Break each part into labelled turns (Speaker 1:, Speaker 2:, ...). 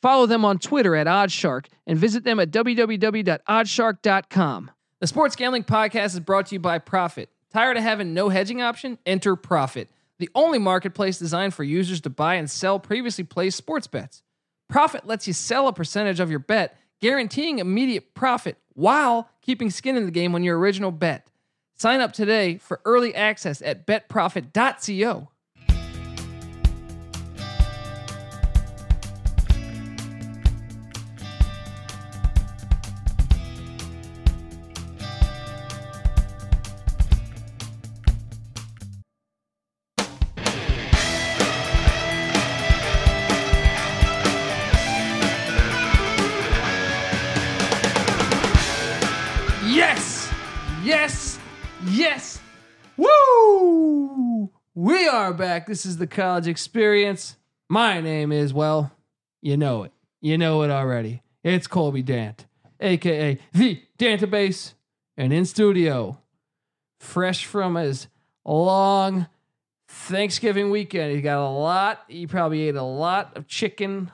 Speaker 1: Follow them on Twitter at Oddshark and visit them at www.oddshark.com. The Sports Gambling Podcast is brought to you by Profit. Tired of having no hedging option? Enter Profit, the only marketplace designed for users to buy and sell previously placed sports bets. Profit lets you sell a percentage of your bet, guaranteeing immediate profit while keeping skin in the game on your original bet. Sign up today for early access at betprofit.co. Yes! Yes! Yes! Woo! We are back. This is the college experience. My name is, well, you know it. You know it already. It's Colby Dant, aka the Dantabase, and in studio, fresh from his long Thanksgiving weekend. He got a lot. He probably ate a lot of chicken,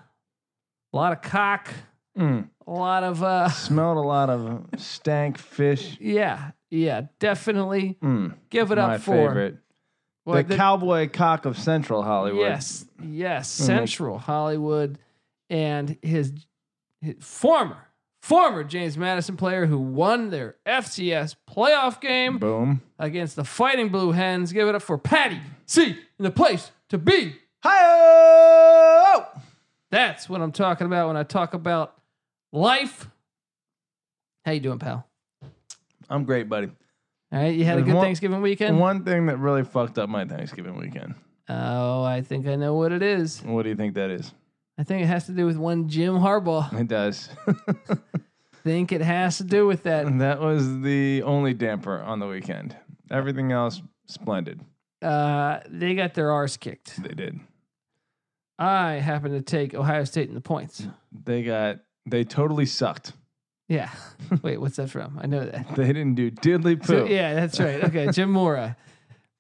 Speaker 1: a lot of cock,
Speaker 2: Mm.
Speaker 1: a lot of uh
Speaker 2: Smelled a lot of stank fish.
Speaker 1: Yeah, yeah, definitely.
Speaker 2: Mm.
Speaker 1: Give it
Speaker 2: My
Speaker 1: up for
Speaker 2: favorite.
Speaker 1: Well,
Speaker 2: the, cowboy cock of Central Hollywood.
Speaker 1: Yes, yes,
Speaker 2: Mm.
Speaker 1: Central Hollywood, and his, his former former James Madison player who won their FCS playoff game
Speaker 2: Boom.
Speaker 1: against the Fighting Blue Hens. Give it up for Patty C in the place to be.
Speaker 2: Hi.
Speaker 1: That's what I'm talking about when I talk about life. How you doing, pal?
Speaker 2: I'm great, buddy.
Speaker 1: All right, you had a
Speaker 2: There's
Speaker 1: good
Speaker 2: one-
Speaker 1: Thanksgiving weekend.
Speaker 2: One thing that really fucked up my Thanksgiving weekend.
Speaker 1: Oh, I think I know what it is.
Speaker 2: What do you think that is?
Speaker 1: I think it has to do with one Jim Harbaugh.
Speaker 2: It does.
Speaker 1: think it has to do with that.
Speaker 2: And that was the only damper on the weekend. Everything else, splendid.
Speaker 1: Uh, they got their arse kicked.
Speaker 2: They did.
Speaker 1: I happen to take Ohio State in the points.
Speaker 2: They got. They totally sucked.
Speaker 1: Yeah. Wait, what's that from? I know that.
Speaker 2: They didn't do diddly poo.
Speaker 1: So, yeah, that's right. Okay, Jim Mora,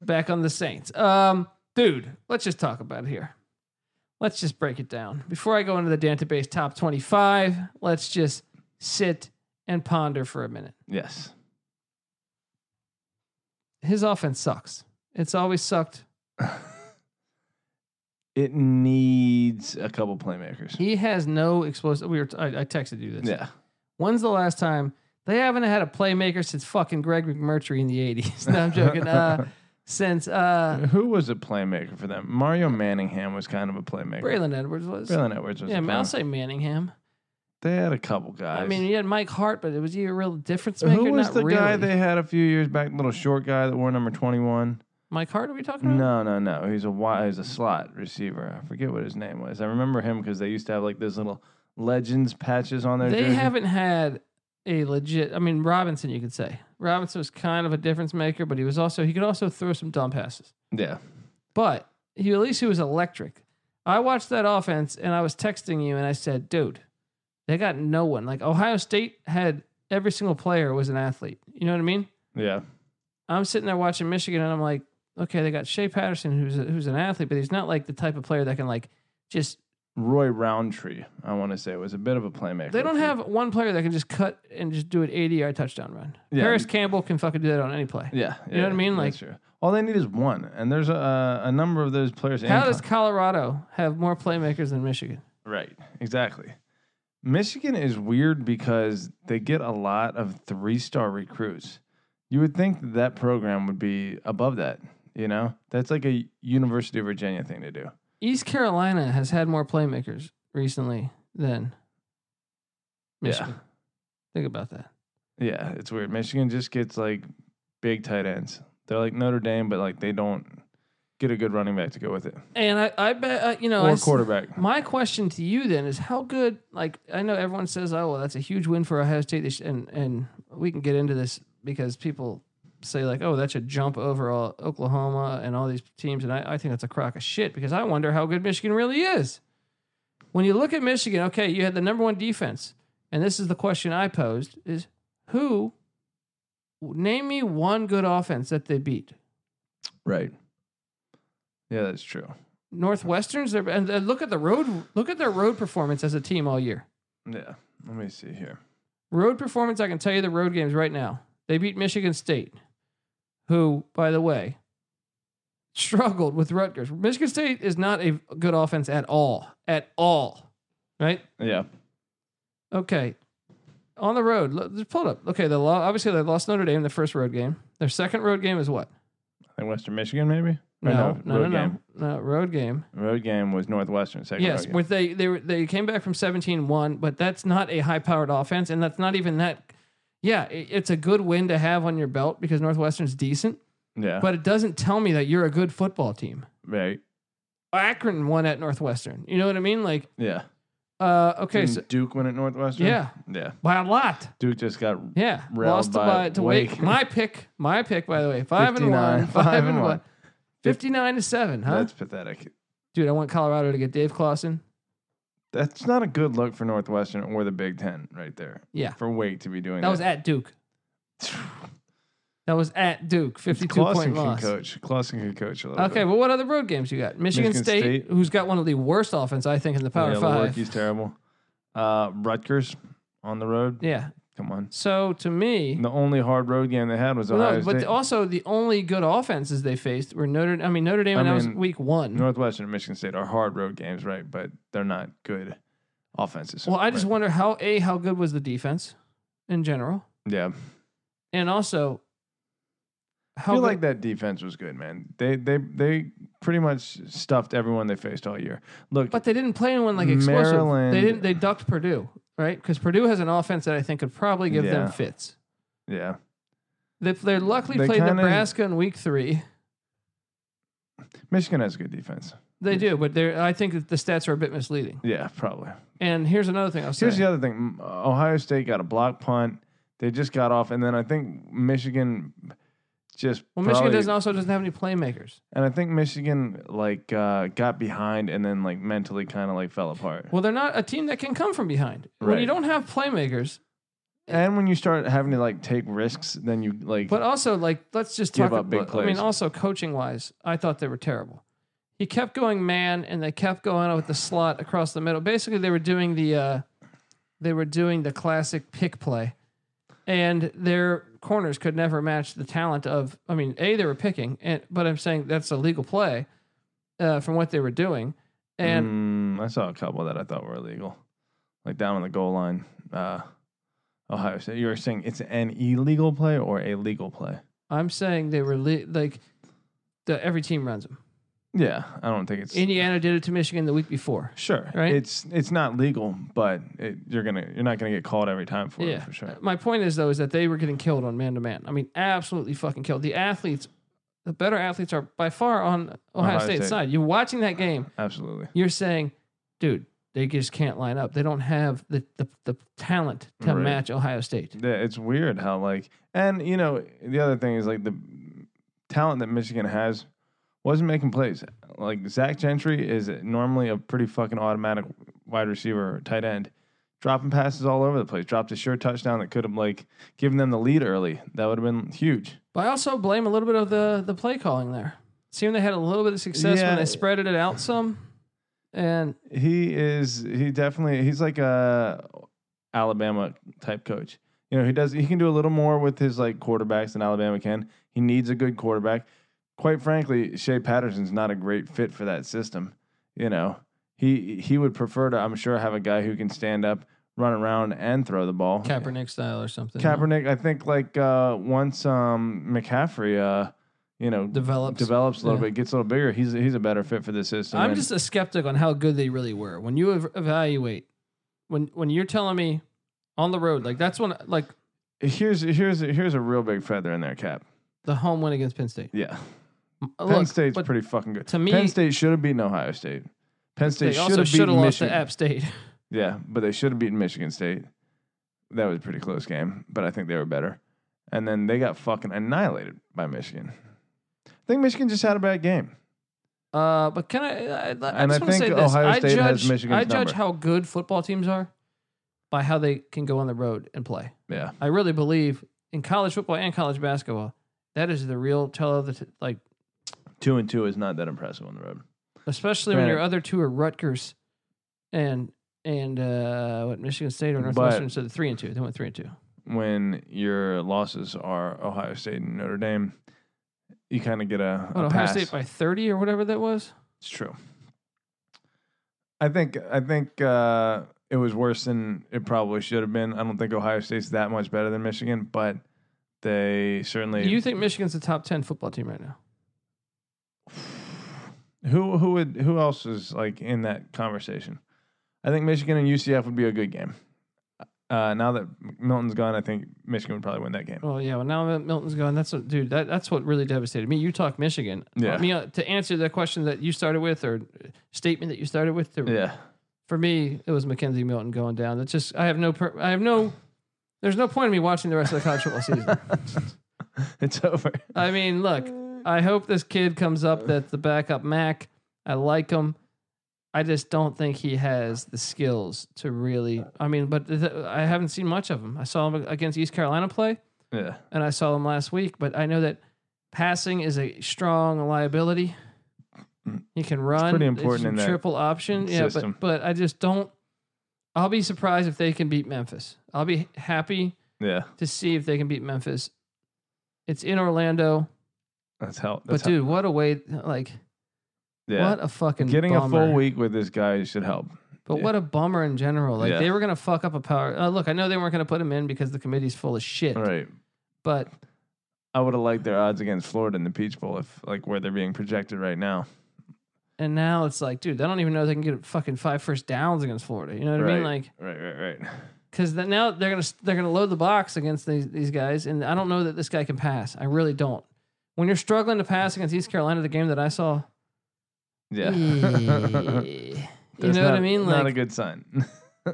Speaker 1: back on the Saints. Um, dude, let's just talk about it here. Let's just break it down before I go into the database top twenty-five. Let's just sit and ponder for a minute.
Speaker 2: Yes.
Speaker 1: His offense sucks. It's always sucked.
Speaker 2: It needs a couple playmakers.
Speaker 1: He has no explosive. We were. T- I, I texted you this.
Speaker 2: Yeah.
Speaker 1: When's the last time they haven't had a playmaker since fucking Greg McMurtry in the eighties? no, I'm joking. Uh, since uh,
Speaker 2: Who was a playmaker for them? Mario Manningham was kind of a playmaker.
Speaker 1: Braylon Edwards was.
Speaker 2: Braylon Edwards was.
Speaker 1: yeah,
Speaker 2: a
Speaker 1: I'll
Speaker 2: playmaker.
Speaker 1: say Manningham.
Speaker 2: They had a couple guys.
Speaker 1: I mean, he had Mike Hart, but it was he a real difference maker?
Speaker 2: who was
Speaker 1: Not
Speaker 2: the guy
Speaker 1: really.
Speaker 2: they had a few years back? Little short guy that wore number twenty one.
Speaker 1: Mike Hart? Are we talking about?
Speaker 2: No, no, no. He's a wi- he's a slot receiver. I forget what his name was. I remember him because they used to have like those little legends patches on their.
Speaker 1: they
Speaker 2: jersey.
Speaker 1: haven't had a legit. I mean, Robinson, you could say Robinson was kind of a difference maker, but he was also he could also throw some dumb passes.
Speaker 2: Yeah,
Speaker 1: But he at least he was electric. I watched that offense and I was texting you and I said, dude, they got no one. Like Ohio State had every single player was an athlete. You know what I mean?
Speaker 2: yeah.
Speaker 1: I'm sitting there watching Michigan and I'm like, okay, they got Shea Patterson who's a, who's an athlete, but he's not like the type of player that can like just.
Speaker 2: Roy Roundtree, I want to say, was a bit of a playmaker.
Speaker 1: They don't
Speaker 2: for-
Speaker 1: have one player that can just cut and just do an 80 yard touchdown run.
Speaker 2: Yeah.
Speaker 1: Harris Campbell can fucking do that on any play.
Speaker 2: Yeah,
Speaker 1: You know what I
Speaker 2: yeah,
Speaker 1: mean?
Speaker 2: that's true. all they need is one, and there's a, a number of those players.
Speaker 1: How
Speaker 2: Anton-
Speaker 1: does Colorado have more playmakers than Michigan?
Speaker 2: Right. Exactly. Michigan is weird because they get a lot of three star recruits. You would think that, that program would be above that. You know, that's like a University of Virginia thing to do.
Speaker 1: East Carolina has had more playmakers recently than Michigan. Think about that.
Speaker 2: Yeah, it's weird. Michigan just gets like big tight ends. They're like Notre Dame, but like they don't. get a good running back to go with it
Speaker 1: And I, I bet uh, you know. I
Speaker 2: or
Speaker 1: s-
Speaker 2: quarterback.
Speaker 1: My question to you then is how good? Like I know everyone says, "Oh, well, that's a huge win for Ohio State," They sh- and and we can get into this because people say like, "Oh, that's a jump over all Oklahoma and all these teams," and I, I think that's a crock of shit because I wonder how good Michigan really is. When you look at Michigan, okay, you had the number one defense, and this is the question I posed: is who? Name me one good offense that they beat.
Speaker 2: Right. Yeah, that's true.
Speaker 1: Northwestern's their and and look at the road look at their road performance as a team all year.
Speaker 2: Yeah. Let me see here.
Speaker 1: Road performance, I can tell you the road games right now. They beat Michigan State, who, by the way, struggled with Rutgers. Michigan State is not a good offense at all. At all. Right?
Speaker 2: Yeah.
Speaker 1: Okay. On the road, lo- just pull it up. Okay, they lost, obviously they lost Notre Dame the first road game. Their second road game is what?
Speaker 2: I think Western Michigan, maybe? Or
Speaker 1: No, no, no,
Speaker 2: road
Speaker 1: no,
Speaker 2: game.
Speaker 1: no. Road game.
Speaker 2: Road game was Northwestern. Second
Speaker 1: yes,
Speaker 2: road game.
Speaker 1: with they they were, they came back from 17-1, but that's not a high-powered offense, and that's not even that. Yeah, it, it's a good win to have on your belt because Northwestern's decent,
Speaker 2: yeah.
Speaker 1: but it doesn't tell me that you're a good football team.
Speaker 2: right.
Speaker 1: Akron won at Northwestern. You know what I mean? Like,
Speaker 2: Yeah.
Speaker 1: uh, okay,
Speaker 2: Didn't
Speaker 1: so,
Speaker 2: Duke win at Northwestern?
Speaker 1: yeah,
Speaker 2: Yeah.
Speaker 1: by a lot.
Speaker 2: Duke just got
Speaker 1: Yeah,
Speaker 2: Railed
Speaker 1: lost to
Speaker 2: by
Speaker 1: by to Wake.
Speaker 2: Wake.
Speaker 1: My pick, my pick. By the way, five and
Speaker 2: 59,
Speaker 1: one, five and one,
Speaker 2: Fif-
Speaker 1: fifty-nine to seven, huh?
Speaker 2: That's pathetic.
Speaker 1: Dude, I want Colorado to get Dave Clawson.
Speaker 2: That's not a good look for Northwestern or the Big Ten right there.
Speaker 1: Yeah.
Speaker 2: For Wake to be doing
Speaker 1: That was at Duke. That was at Duke, fifty-two
Speaker 2: Clausen
Speaker 1: point
Speaker 2: can
Speaker 1: loss.
Speaker 2: coach. Clausen can coach a little
Speaker 1: Okay,
Speaker 2: bit.
Speaker 1: well, what other road games you got? Michigan,
Speaker 2: Michigan
Speaker 1: State,
Speaker 2: State.
Speaker 1: who's got one of the worst offense I think in the Power
Speaker 2: yeah,
Speaker 1: Five.
Speaker 2: Lewerke's terrible. Uh, Rutgers on the road.
Speaker 1: Yeah.
Speaker 2: Come on.
Speaker 1: So to me,
Speaker 2: The only hard road game they had was
Speaker 1: Well,
Speaker 2: Ohio
Speaker 1: no, but
Speaker 2: State.
Speaker 1: also the only good offenses they faced were Notre. I mean Notre Dame,
Speaker 2: I
Speaker 1: and that was
Speaker 2: mean,
Speaker 1: week one.
Speaker 2: Northwestern and Michigan State are hard road games, right? But they're not good offenses.
Speaker 1: well, I just
Speaker 2: right?
Speaker 1: wonder how a how good was the defense in general,
Speaker 2: yeah.
Speaker 1: and also
Speaker 2: I
Speaker 1: how
Speaker 2: feel
Speaker 1: good-
Speaker 2: like that defense was good, man. They they they pretty much stuffed everyone they faced all year. Look,
Speaker 1: But they didn't play anyone like explosive.
Speaker 2: Maryland-
Speaker 1: They didn't. They ducked Purdue, right? Because Purdue has an offense that I think could probably give
Speaker 2: Yeah.
Speaker 1: them fits.
Speaker 2: yeah,
Speaker 1: They, they luckily
Speaker 2: They
Speaker 1: played
Speaker 2: kinda-
Speaker 1: Nebraska in week three.
Speaker 2: Michigan has a good defense.
Speaker 1: They do, but they're, I think that the stats are a bit misleading.
Speaker 2: Yeah, probably.
Speaker 1: And here's another thing I'll say.
Speaker 2: Here's the other thing: uh, Ohio State got a block punt. They just got off, and then I think Michigan just
Speaker 1: well,
Speaker 2: probably-
Speaker 1: Michigan doesn't also doesn't have any playmakers.
Speaker 2: And I think Michigan like uh, got behind, and then like mentally kind of like fell apart.
Speaker 1: Well, they're not a team that can come from behind. When you
Speaker 2: Right.
Speaker 1: don't have playmakers,
Speaker 2: and when you start having to like take risks, then you like
Speaker 1: but also like let's just
Speaker 2: Give
Speaker 1: talk
Speaker 2: up big
Speaker 1: about. I mean,
Speaker 2: plays.
Speaker 1: also coaching wise, I thought they were terrible. He kept going man, and they kept going with the slot across the middle. Basically, they were doing the uh, they were doing the classic pick play, and their corners could never match the talent of. I mean, a they were picking, and but I'm saying that's a legal play uh, from what they were doing, and
Speaker 2: Mm, I saw a couple that I thought were illegal, like down on the goal line. Uh, Ohio State. You were saying it's an illegal play or a legal play?
Speaker 1: I'm saying they were le- like the, every team runs them.
Speaker 2: Yeah, I don't think it's
Speaker 1: Indiana did it to Michigan the week before.
Speaker 2: sure.
Speaker 1: Right?
Speaker 2: It's it's not legal, but it, you're gonna you're not gonna get called every time for it
Speaker 1: Yeah. Uh,
Speaker 2: for sure.
Speaker 1: My point is though is that they were getting killed on man to man. I mean, absolutely fucking killed. The athletes, the better athletes are by far on Ohio,
Speaker 2: Ohio
Speaker 1: State's
Speaker 2: State.
Speaker 1: side. You're watching that game.
Speaker 2: Absolutely.
Speaker 1: You're saying, dude, they just can't line up. They don't have the the, the talent to
Speaker 2: Right.
Speaker 1: match Ohio State.
Speaker 2: Yeah, it's weird how like and you know the other thing is like the talent that Michigan has wasn't making plays. Like Zach Gentry is normally a pretty fucking automatic wide receiver or tight end, dropping passes all over the place. Dropped a sure touchdown that could have like given them the lead early. That would have been huge.
Speaker 1: But I also blame a little bit of the the play calling there. Seemed they had a little bit of success
Speaker 2: Yeah.
Speaker 1: when they spread it out some, and
Speaker 2: He is he definitely he's like a Alabama type coach. You know, he does he can do a little more with his like quarterbacks than Alabama can. He needs a good quarterback. Quite frankly, Shea Patterson's not a great fit for that system. You know, he he would prefer to I'm sure have a guy who can stand up, run around and throw the ball.
Speaker 1: Kaepernick style or something.
Speaker 2: Kaepernick, I think like uh once um McCaffrey uh you know
Speaker 1: develops.
Speaker 2: develops a little
Speaker 1: yeah.
Speaker 2: bit, gets a little bigger, he's he's a better fit for the system.
Speaker 1: I'm
Speaker 2: and-
Speaker 1: just a skeptic on how good they really were. When you ev- evaluate, when when you're telling me on the road, like that's when like
Speaker 2: Here's here's here's a real big feather in their cap.
Speaker 1: the home win against Penn State.
Speaker 2: Yeah, Penn
Speaker 1: Look,
Speaker 2: State's
Speaker 1: but
Speaker 2: pretty fucking good.
Speaker 1: to me-
Speaker 2: Penn State should have beaten Ohio State. Penn
Speaker 1: they
Speaker 2: State should
Speaker 1: also
Speaker 2: have
Speaker 1: should have
Speaker 2: beaten
Speaker 1: lost
Speaker 2: Michigan.
Speaker 1: to App State.
Speaker 2: Yeah, but they should have beaten Michigan State. That was a pretty close game, but I think they were better. And then they got fucking annihilated by Michigan. I think Michigan just had a bad game.
Speaker 1: Uh, but can I? I, I
Speaker 2: And I
Speaker 1: just want to say
Speaker 2: think
Speaker 1: this.
Speaker 2: Ohio
Speaker 1: I
Speaker 2: State has
Speaker 1: judge,
Speaker 2: Michigan's
Speaker 1: I judge
Speaker 2: number.
Speaker 1: how good football teams are by how they can go on the road and play.
Speaker 2: Yeah.
Speaker 1: I really believe in college football and college basketball. That is the real tell of the t- like,
Speaker 2: Two and two is not that impressive on the road.
Speaker 1: especially when
Speaker 2: Granted.
Speaker 1: your other two are Rutgers and and uh, what Michigan State or
Speaker 2: But-
Speaker 1: Northwestern. so the three and two, they went three and two.
Speaker 2: When your losses are Ohio State and Notre Dame, you kind of get a,
Speaker 1: What,
Speaker 2: a
Speaker 1: Ohio
Speaker 2: pass.
Speaker 1: State by thirty or whatever that was.
Speaker 2: It's true. I think I think uh, it was worse than it probably should have been. I don't think Ohio State's that much better than Michigan, but they certainly.
Speaker 1: Do you think Michigan's the top ten football team right now?
Speaker 2: who who would who else is like in that conversation? I think Michigan and UCF would be a good game. Uh, now that Milton's gone, I think Michigan would probably win that game.
Speaker 1: Well, Oh, yeah. Well, now that Milton's gone, that's what, dude. That, that's what really devastated me. You talk Michigan.
Speaker 2: Yeah.
Speaker 1: I mean, uh, to answer the question that you started with, or uh, statement that you started with, to,
Speaker 2: Yeah,
Speaker 1: for me, it was Mackenzie Milton going down. That's just I have no, per, I have no. There's no point in me watching the rest of the college football season.
Speaker 2: it's over.
Speaker 1: I mean, look, I hope this kid comes up that's the backup Mac. I like him. I just don't think he has the skills to really. I mean, but th- I haven't seen much of him. I saw him against East Carolina play
Speaker 2: Yeah,
Speaker 1: and I saw him last week, but I know that passing is a strong liability. He can run.
Speaker 2: pretty important
Speaker 1: some
Speaker 2: in that
Speaker 1: triple option. Yeah,
Speaker 2: system.
Speaker 1: but, but I just don't. I'll be surprised if they can beat Memphis. I'll be happy
Speaker 2: yeah.
Speaker 1: to see if they can beat Memphis. It's in Orlando,
Speaker 2: That's how.
Speaker 1: but
Speaker 2: That's how-
Speaker 1: dude, what a way! Like,
Speaker 2: yeah.
Speaker 1: what a fucking
Speaker 2: Getting a
Speaker 1: bummer.
Speaker 2: full week with this guy should help.
Speaker 1: But
Speaker 2: yeah.
Speaker 1: what a bummer in general. Like
Speaker 2: Yeah.
Speaker 1: they were gonna fuck up a power. Uh, look, I know they weren't gonna put him in because the committee's full of shit.
Speaker 2: All right.
Speaker 1: But
Speaker 2: I would have liked their odds against Florida in the Peach Bowl if like where they're being projected right now.
Speaker 1: And now it's like, dude, I don't even know if they can get fucking five first downs against Florida. You know what I mean? Like,
Speaker 2: right, right, right.
Speaker 1: because now they're gonna they're gonna load the box against these these guys, and I don't know that this guy can pass. I really don't. When you're struggling to pass against East Carolina, the game that I saw, eh,
Speaker 2: Yeah.
Speaker 1: you know
Speaker 2: That's
Speaker 1: what I
Speaker 2: not-
Speaker 1: mean?
Speaker 2: Not a
Speaker 1: Like,
Speaker 2: good sign.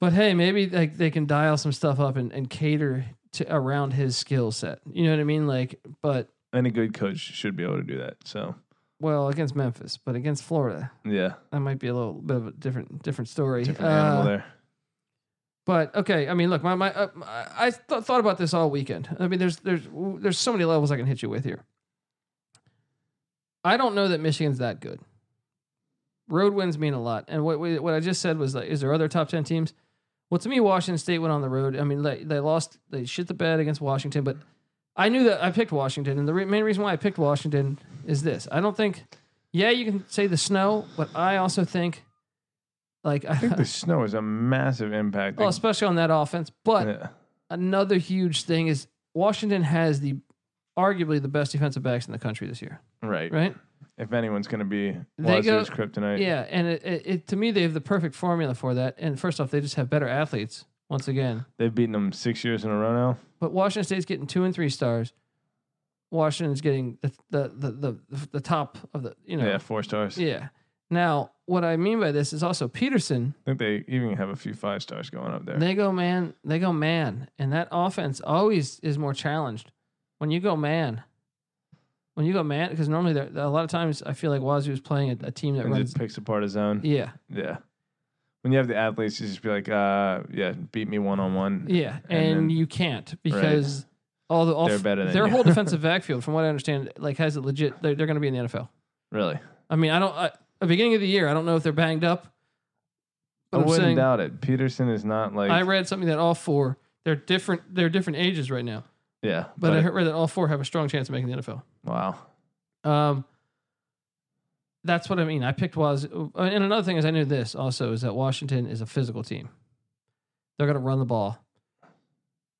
Speaker 1: but hey, maybe like they can dial some stuff up and, and cater to around his skill set. You know what I mean? Like, but
Speaker 2: Any good coach should be able to do that. So
Speaker 1: well, against Memphis, but against Florida,
Speaker 2: yeah,
Speaker 1: that might be a little bit of a different different story.
Speaker 2: different animal
Speaker 1: Uh,
Speaker 2: there.
Speaker 1: But okay, I mean, look, my my uh, I th- thought about this all weekend. I mean, there's there's there's so many levels I can hit you with here. I don't know that Michigan's that good. Road wins mean a lot, and what what I just said was like, is there other top ten teams? Well, to me, Washington State went on the road. I mean, they, they lost, they shit the bed against Washington, but I knew that I picked Washington, and the re- main reason why I picked Washington is this: I don't think, yeah, you can say the snow, but I also think, like,
Speaker 2: I think the snow is a massive impact.
Speaker 1: well, especially on that offense, but
Speaker 2: yeah.
Speaker 1: another huge thing is Washington has the arguably the best defensive backs in the country this year,
Speaker 2: Right.
Speaker 1: right?
Speaker 2: If anyone's going to be
Speaker 1: They go-
Speaker 2: Wazoo's kryptonite,
Speaker 1: Yeah, and it, it, it to me they have the perfect formula for that. And first off, they just have better athletes once again.
Speaker 2: they've beaten them six years in a row now.
Speaker 1: But Washington State's getting two and three stars. Washington's getting the the the the, the, top of the you know
Speaker 2: Yeah, four stars.
Speaker 1: yeah. Now, what I mean by this is also Peterson.
Speaker 2: I think they even have a few five stars going up there.
Speaker 1: They go man, they go man, and that offense always is more challenged when you go man. When you go man, because normally they're, a lot of times I feel like Wazoo is playing a, a team that
Speaker 2: and
Speaker 1: runs.
Speaker 2: just picks apart his own.
Speaker 1: Yeah,
Speaker 2: Yeah. When you have the athletes, you just be like, uh, yeah, beat me one on one.
Speaker 1: yeah, and,
Speaker 2: And then-
Speaker 1: you can't because all the all,
Speaker 2: They're better than
Speaker 1: their
Speaker 2: you.
Speaker 1: whole defensive backfield, from what I understand, like has it legit. They're, they're going to be in the NFL.
Speaker 2: Really?
Speaker 1: I mean, I don't. I, at the beginning of the year, I don't know if they're banged up.
Speaker 2: I
Speaker 1: But I'm
Speaker 2: wouldn't
Speaker 1: saying,
Speaker 2: doubt it. Peterson is not like,
Speaker 1: I read something that all four they're different. They're different ages right now,
Speaker 2: yeah,
Speaker 1: but, I heard, read that all four have a strong chance of making the NFL.
Speaker 2: wow,
Speaker 1: Um, that's what I mean. I picked Wazoo. And another thing is, I knew this also is that Washington is a physical team. They're going to run the ball,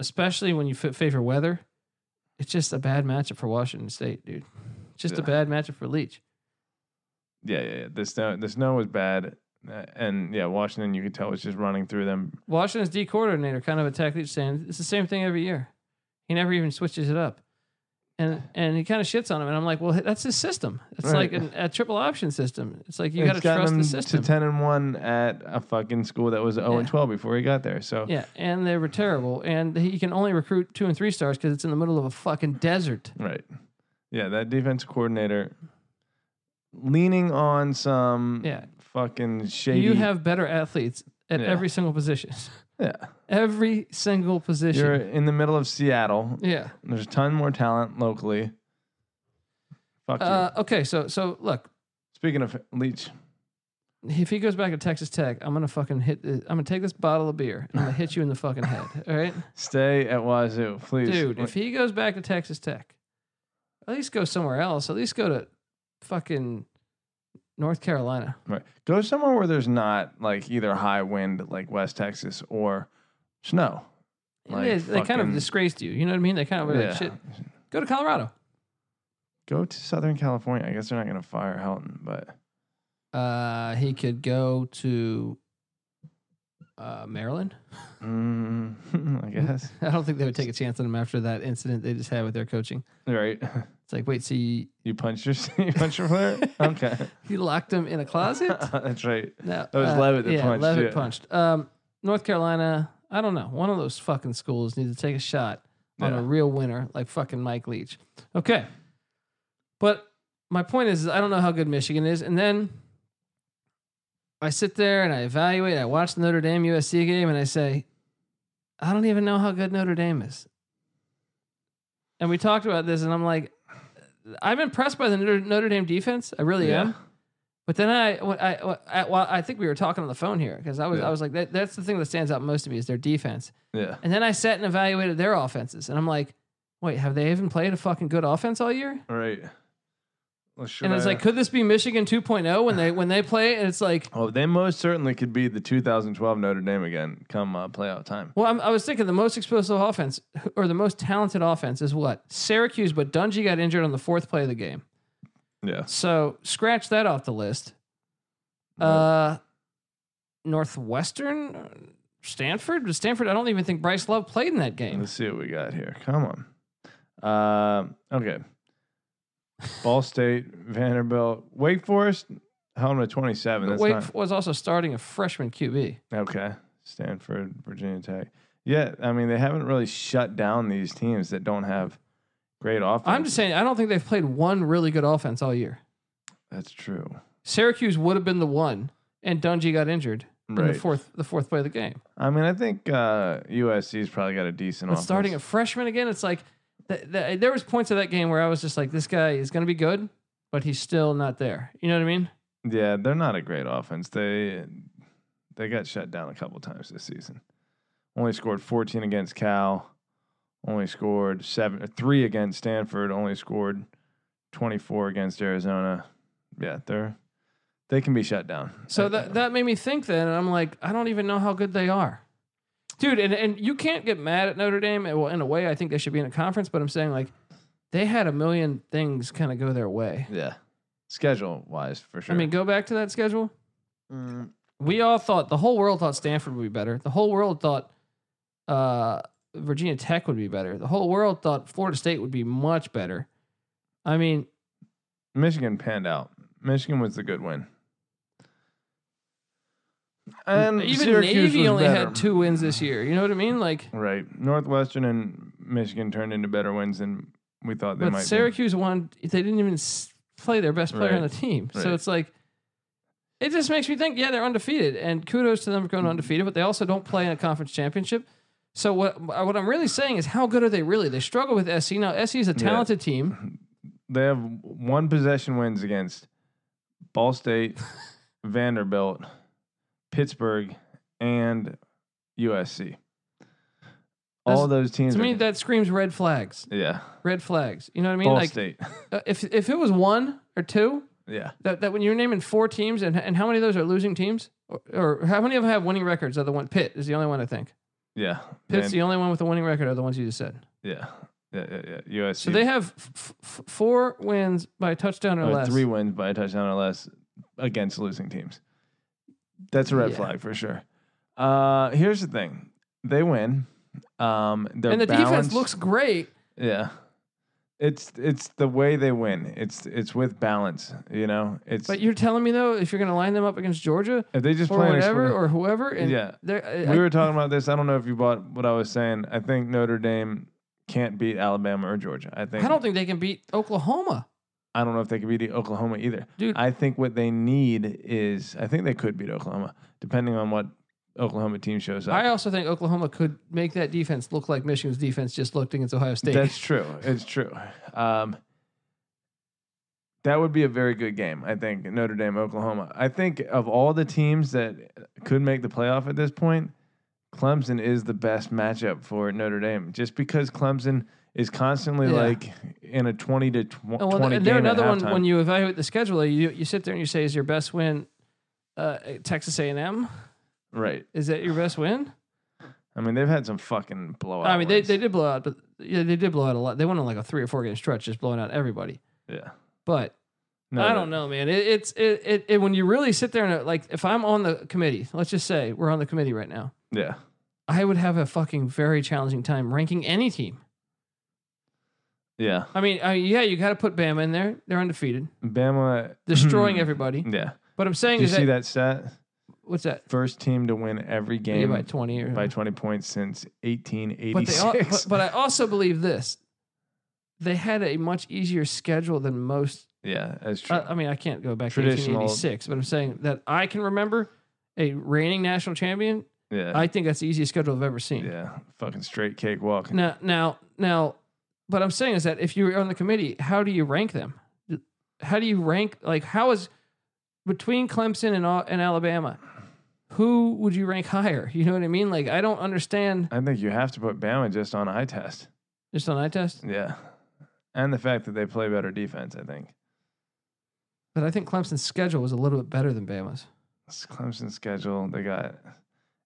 Speaker 1: especially when you f- favor weather. It's just a bad matchup for Washington State, dude. Just a
Speaker 2: Yeah.
Speaker 1: bad matchup for Leach.
Speaker 2: yeah, yeah, yeah. The snow, the snow was bad, Uh, and yeah, Washington, you could tell was just running through them.
Speaker 1: Washington's D coordinator kind of attacked Leach, saying it's the same thing every year. He never even switches it up. and and he kind of shits on him, and I'm like, well, that's his system. It's like
Speaker 2: Right.
Speaker 1: an, a triple option system. It's like you
Speaker 2: It's
Speaker 1: got to
Speaker 2: gotten
Speaker 1: trust
Speaker 2: him
Speaker 1: the system.
Speaker 2: To ten and one at a fucking school that was zero and
Speaker 1: Yeah.
Speaker 2: twelve before he got there. So
Speaker 1: yeah, and they were terrible, and he can only recruit two and three stars because it's in the middle of a fucking desert.
Speaker 2: right, yeah, that defense coordinator leaning on some
Speaker 1: Yeah.
Speaker 2: fucking shady.
Speaker 1: You have better athletes at
Speaker 2: Yeah.
Speaker 1: every single position.
Speaker 2: yeah,
Speaker 1: every single position.
Speaker 2: you're in the middle of Seattle.
Speaker 1: yeah.
Speaker 2: There's a ton more talent locally. Fuck
Speaker 1: Uh,
Speaker 2: you.
Speaker 1: okay, so so look,
Speaker 2: Speaking of Leach,
Speaker 1: if he goes back to Texas Tech, I'm gonna fucking hit. uh, I'm gonna take this bottle of beer. And I'm gonna hit you in the fucking head. All right,
Speaker 2: stay at Wazoo, please.
Speaker 1: dude. If he goes back to Texas Tech, at least go somewhere else. At least go to fucking North Carolina.
Speaker 2: Right. Go somewhere where there's not like either high wind like West Texas or snow. Like
Speaker 1: they, they kind of
Speaker 2: fucking-
Speaker 1: disgraced you. You know what I mean? They kind of were like,
Speaker 2: Yeah.
Speaker 1: shit. Go to Colorado.
Speaker 2: Go to Southern California. I guess they're not going to fire Helton, but
Speaker 1: Uh, he could go to uh, Maryland.
Speaker 2: mm, I guess.
Speaker 1: I don't think they would take a chance on him after that incident they just had with their coaching.
Speaker 2: Right.
Speaker 1: It's like, wait, so you,
Speaker 2: You punched your you punched your player? Okay.
Speaker 1: he locked him in a closet?
Speaker 2: That's right.
Speaker 1: No, uh,
Speaker 2: That was Levitt that
Speaker 1: yeah,
Speaker 2: punched,
Speaker 1: Levitt
Speaker 2: yeah.
Speaker 1: punched. Um, North Carolina. I don't know. One of those fucking schools needs to take a shot on
Speaker 2: Yeah.
Speaker 1: a real winner like fucking Mike Leach. Okay, but my point is, is I don't know how good Michigan is, and then I sit there and I evaluate. I watch the Notre Dame USC game, and I say, I don't even know how good Notre Dame is. And we talked about this, and I'm like, I'm impressed by the Notre- Notre Dame defense. I really
Speaker 2: Yeah.
Speaker 1: am. But then I, when I, when I, well, I think we were talking on the phone here because I was,
Speaker 2: Yeah.
Speaker 1: I was like, that, that's the thing that stands out most to me is their defense.
Speaker 2: Yeah.
Speaker 1: And then I sat and evaluated their offenses, and I'm like, wait, have they even played a fucking good offense all year?
Speaker 2: All right. Well, should
Speaker 1: and it's
Speaker 2: I-
Speaker 1: like, could this be Michigan 2.0 when they when they play? And it's like,
Speaker 2: Oh, they most certainly could be the 2012 Notre Dame again come uh, playoff time.
Speaker 1: well, I'm, I was thinking the most explosive offense or the most talented offense is what Syracuse, but Dungy got injured on the fourth play of the game,
Speaker 2: Yeah.
Speaker 1: so scratch that off the list. Uh, Northwestern, Stanford, Stanford. I don't even think Bryce Love played in that game.
Speaker 2: Let's see what we got here. Come on. Um, okay. Ball State, Vanderbilt, Wake Forest, held at 27.
Speaker 1: But
Speaker 2: That's
Speaker 1: Wake
Speaker 2: not,
Speaker 1: was also starting a freshman QB.
Speaker 2: okay. Stanford, Virginia Tech. Yeah, I mean, they haven't really shut down these teams that don't have great offense.
Speaker 1: I'm just saying, I don't think they've played one really good offense all year.
Speaker 2: That's true.
Speaker 1: Syracuse would have been the one, and Dungy got injured in the
Speaker 2: Right.
Speaker 1: fourth the fourth play of the game.
Speaker 2: I mean, I think uh, USC's probably got a decent
Speaker 1: But
Speaker 2: offense.
Speaker 1: starting a freshman again, it's like th- th- there was points of that game where I was just like, this guy is going to be good, but he's still not there. You know what I mean?
Speaker 2: Yeah, they're not a great offense. They they got shut down a couple times this season. Only scored 14 against Cal. Only scored seven, uh, three against Stanford. Only scored 24 against Arizona. Yeah, they're they can be shut down. Uh,
Speaker 1: So that that made me think then, and I'm like, I don't even know how good they are, dude. And and you can't get mad at Notre Dame. And Well, in a way, I think they should be in a conference, but I'm saying like they had a million things kind of go their way.
Speaker 2: yeah, schedule wise for sure.
Speaker 1: I mean, go back to that schedule.
Speaker 2: Mm,
Speaker 1: We all thought the whole world thought Stanford would be better. The whole world thought uh, Virginia Tech would be better. The whole world thought Florida State would be much better. I mean,
Speaker 2: Michigan panned out. Michigan was the good win. And
Speaker 1: even
Speaker 2: Syracuse
Speaker 1: Navy
Speaker 2: was
Speaker 1: only
Speaker 2: better.
Speaker 1: had two wins this year. You know what I mean? Like,
Speaker 2: Right. Northwestern and Michigan turned into better wins than we thought they
Speaker 1: but
Speaker 2: might. be.
Speaker 1: Syracuse won. They didn't even s- play their best player on the
Speaker 2: Right.
Speaker 1: team.
Speaker 2: Right.
Speaker 1: So it's like, it just makes me think, yeah, they're undefeated. And kudos to them for
Speaker 2: Mm-hmm.
Speaker 1: going undefeated, but they also don't play in a conference championship. So what what I'm really saying is, how good are they really? They struggle with SC. Now, SC is a
Speaker 2: Yeah.
Speaker 1: talented team.
Speaker 2: They have one possession wins against Ball State, Vanderbilt, Pittsburgh, and USC.
Speaker 1: That's-
Speaker 2: All those teams.
Speaker 1: To me,
Speaker 2: are-
Speaker 1: that screams red flags.
Speaker 2: yeah.
Speaker 1: Red flags. You know what I mean?
Speaker 2: Ball
Speaker 1: like,
Speaker 2: State.
Speaker 1: uh, if if it was one or two,
Speaker 2: yeah.
Speaker 1: that, that when you're naming four teams, and and how many of those are losing teams, or, or how many of them have winning records? Other one, Pitt is the only one I think.
Speaker 2: Yeah.
Speaker 1: Pitt's
Speaker 2: Van-
Speaker 1: the only one with a winning record. Are the ones you just said.
Speaker 2: yeah. Yeah. Yeah. Yeah. USC.
Speaker 1: So they have f- f- four wins by a touchdown or
Speaker 2: uh,
Speaker 1: less.
Speaker 2: three wins by a touchdown or less against losing teams. That's a red
Speaker 1: Yeah.
Speaker 2: flag for sure. Uh, here's the thing: they win. Um, they're
Speaker 1: and the
Speaker 2: balanced.
Speaker 1: defense looks great,
Speaker 2: yeah. It's it's the way they win. It's it's with balance, you know. It's
Speaker 1: But you're telling me though, if you're going to line them up against Georgia
Speaker 2: if they just
Speaker 1: or
Speaker 2: play an
Speaker 1: whatever
Speaker 2: explosive-
Speaker 1: or whoever, and
Speaker 2: Yeah.
Speaker 1: they're- I- I-
Speaker 2: we were talking about this. I don't know if you bought what I was saying. I think Notre Dame can't beat Alabama or Georgia. I think
Speaker 1: I don't think they can beat Oklahoma,
Speaker 2: I don't know if they could beat Oklahoma either.
Speaker 1: dude.
Speaker 2: I think what they need is I think they could beat Oklahoma, depending on what Oklahoma team shows up.
Speaker 1: I also think Oklahoma could make that defense look like Michigan's defense just looked against Ohio State.
Speaker 2: That's true. It's true. Um, that would be a very good game, I think. Notre Dame, Oklahoma. I think of all the teams that could make the playoff at this point, Clemson is the best matchup for Notre Dame, just because Clemson is constantly
Speaker 1: Yeah.
Speaker 2: like in a twenty to tw-
Speaker 1: Oh, well,
Speaker 2: twenty
Speaker 1: and
Speaker 2: game
Speaker 1: they're
Speaker 2: at
Speaker 1: another one
Speaker 2: halftime.
Speaker 1: when you evaluate the schedule. You you sit there and you say, is your best win uh, Texas A and M?
Speaker 2: right.
Speaker 1: Is that your best win?
Speaker 2: I mean, they've had some fucking blowouts.
Speaker 1: I mean, they, they did blow out, but yeah, they did blow out a lot. They went on like a three or four game stretch, just blowing out everybody.
Speaker 2: yeah.
Speaker 1: But
Speaker 2: No,
Speaker 1: I
Speaker 2: they-
Speaker 1: don't know, man. It, it's it, it, it when you really sit there and uh, like, if I'm on the committee, let's just say we're on the committee right now,
Speaker 2: Yeah.
Speaker 1: I would have a fucking very challenging time ranking any team.
Speaker 2: Yeah.
Speaker 1: I mean, I, yeah, you got to put Bama in there. They're undefeated,
Speaker 2: Bama Hmm.
Speaker 1: destroying everybody.
Speaker 2: Yeah.
Speaker 1: But I'm saying
Speaker 2: Mm-hmm. Did you
Speaker 1: is
Speaker 2: see
Speaker 1: that,
Speaker 2: that stat?
Speaker 1: what's that?
Speaker 2: First team to win every
Speaker 1: Maybe
Speaker 2: game
Speaker 1: by 20 or
Speaker 2: by 20 points since
Speaker 1: but they al- but,
Speaker 2: 1886.
Speaker 1: but I also believe this. They had a much easier schedule than most.
Speaker 2: yeah, that's true.
Speaker 1: I, I mean, I can't go back to
Speaker 2: Traditional-
Speaker 1: 1886, but I'm saying that I can remember a reigning national champion.
Speaker 2: yeah.
Speaker 1: I think that's the easiest schedule I've ever seen.
Speaker 2: yeah. Fucking straight cakewalk.
Speaker 1: Now, now, now, what I'm saying is that if you're on the committee, how do you rank them? How do you rank? Like, how is between Clemson and Al- and Alabama? Who would you rank higher? You know what I mean? Like, I don't understand.
Speaker 2: I think you have to put Bama just on eye test.
Speaker 1: Just on eye test.
Speaker 2: Yeah. And the fact that they play better defense, I think.
Speaker 1: But I think Clemson's schedule was a little bit better than Bama's.
Speaker 2: It's Clemson's schedule. They got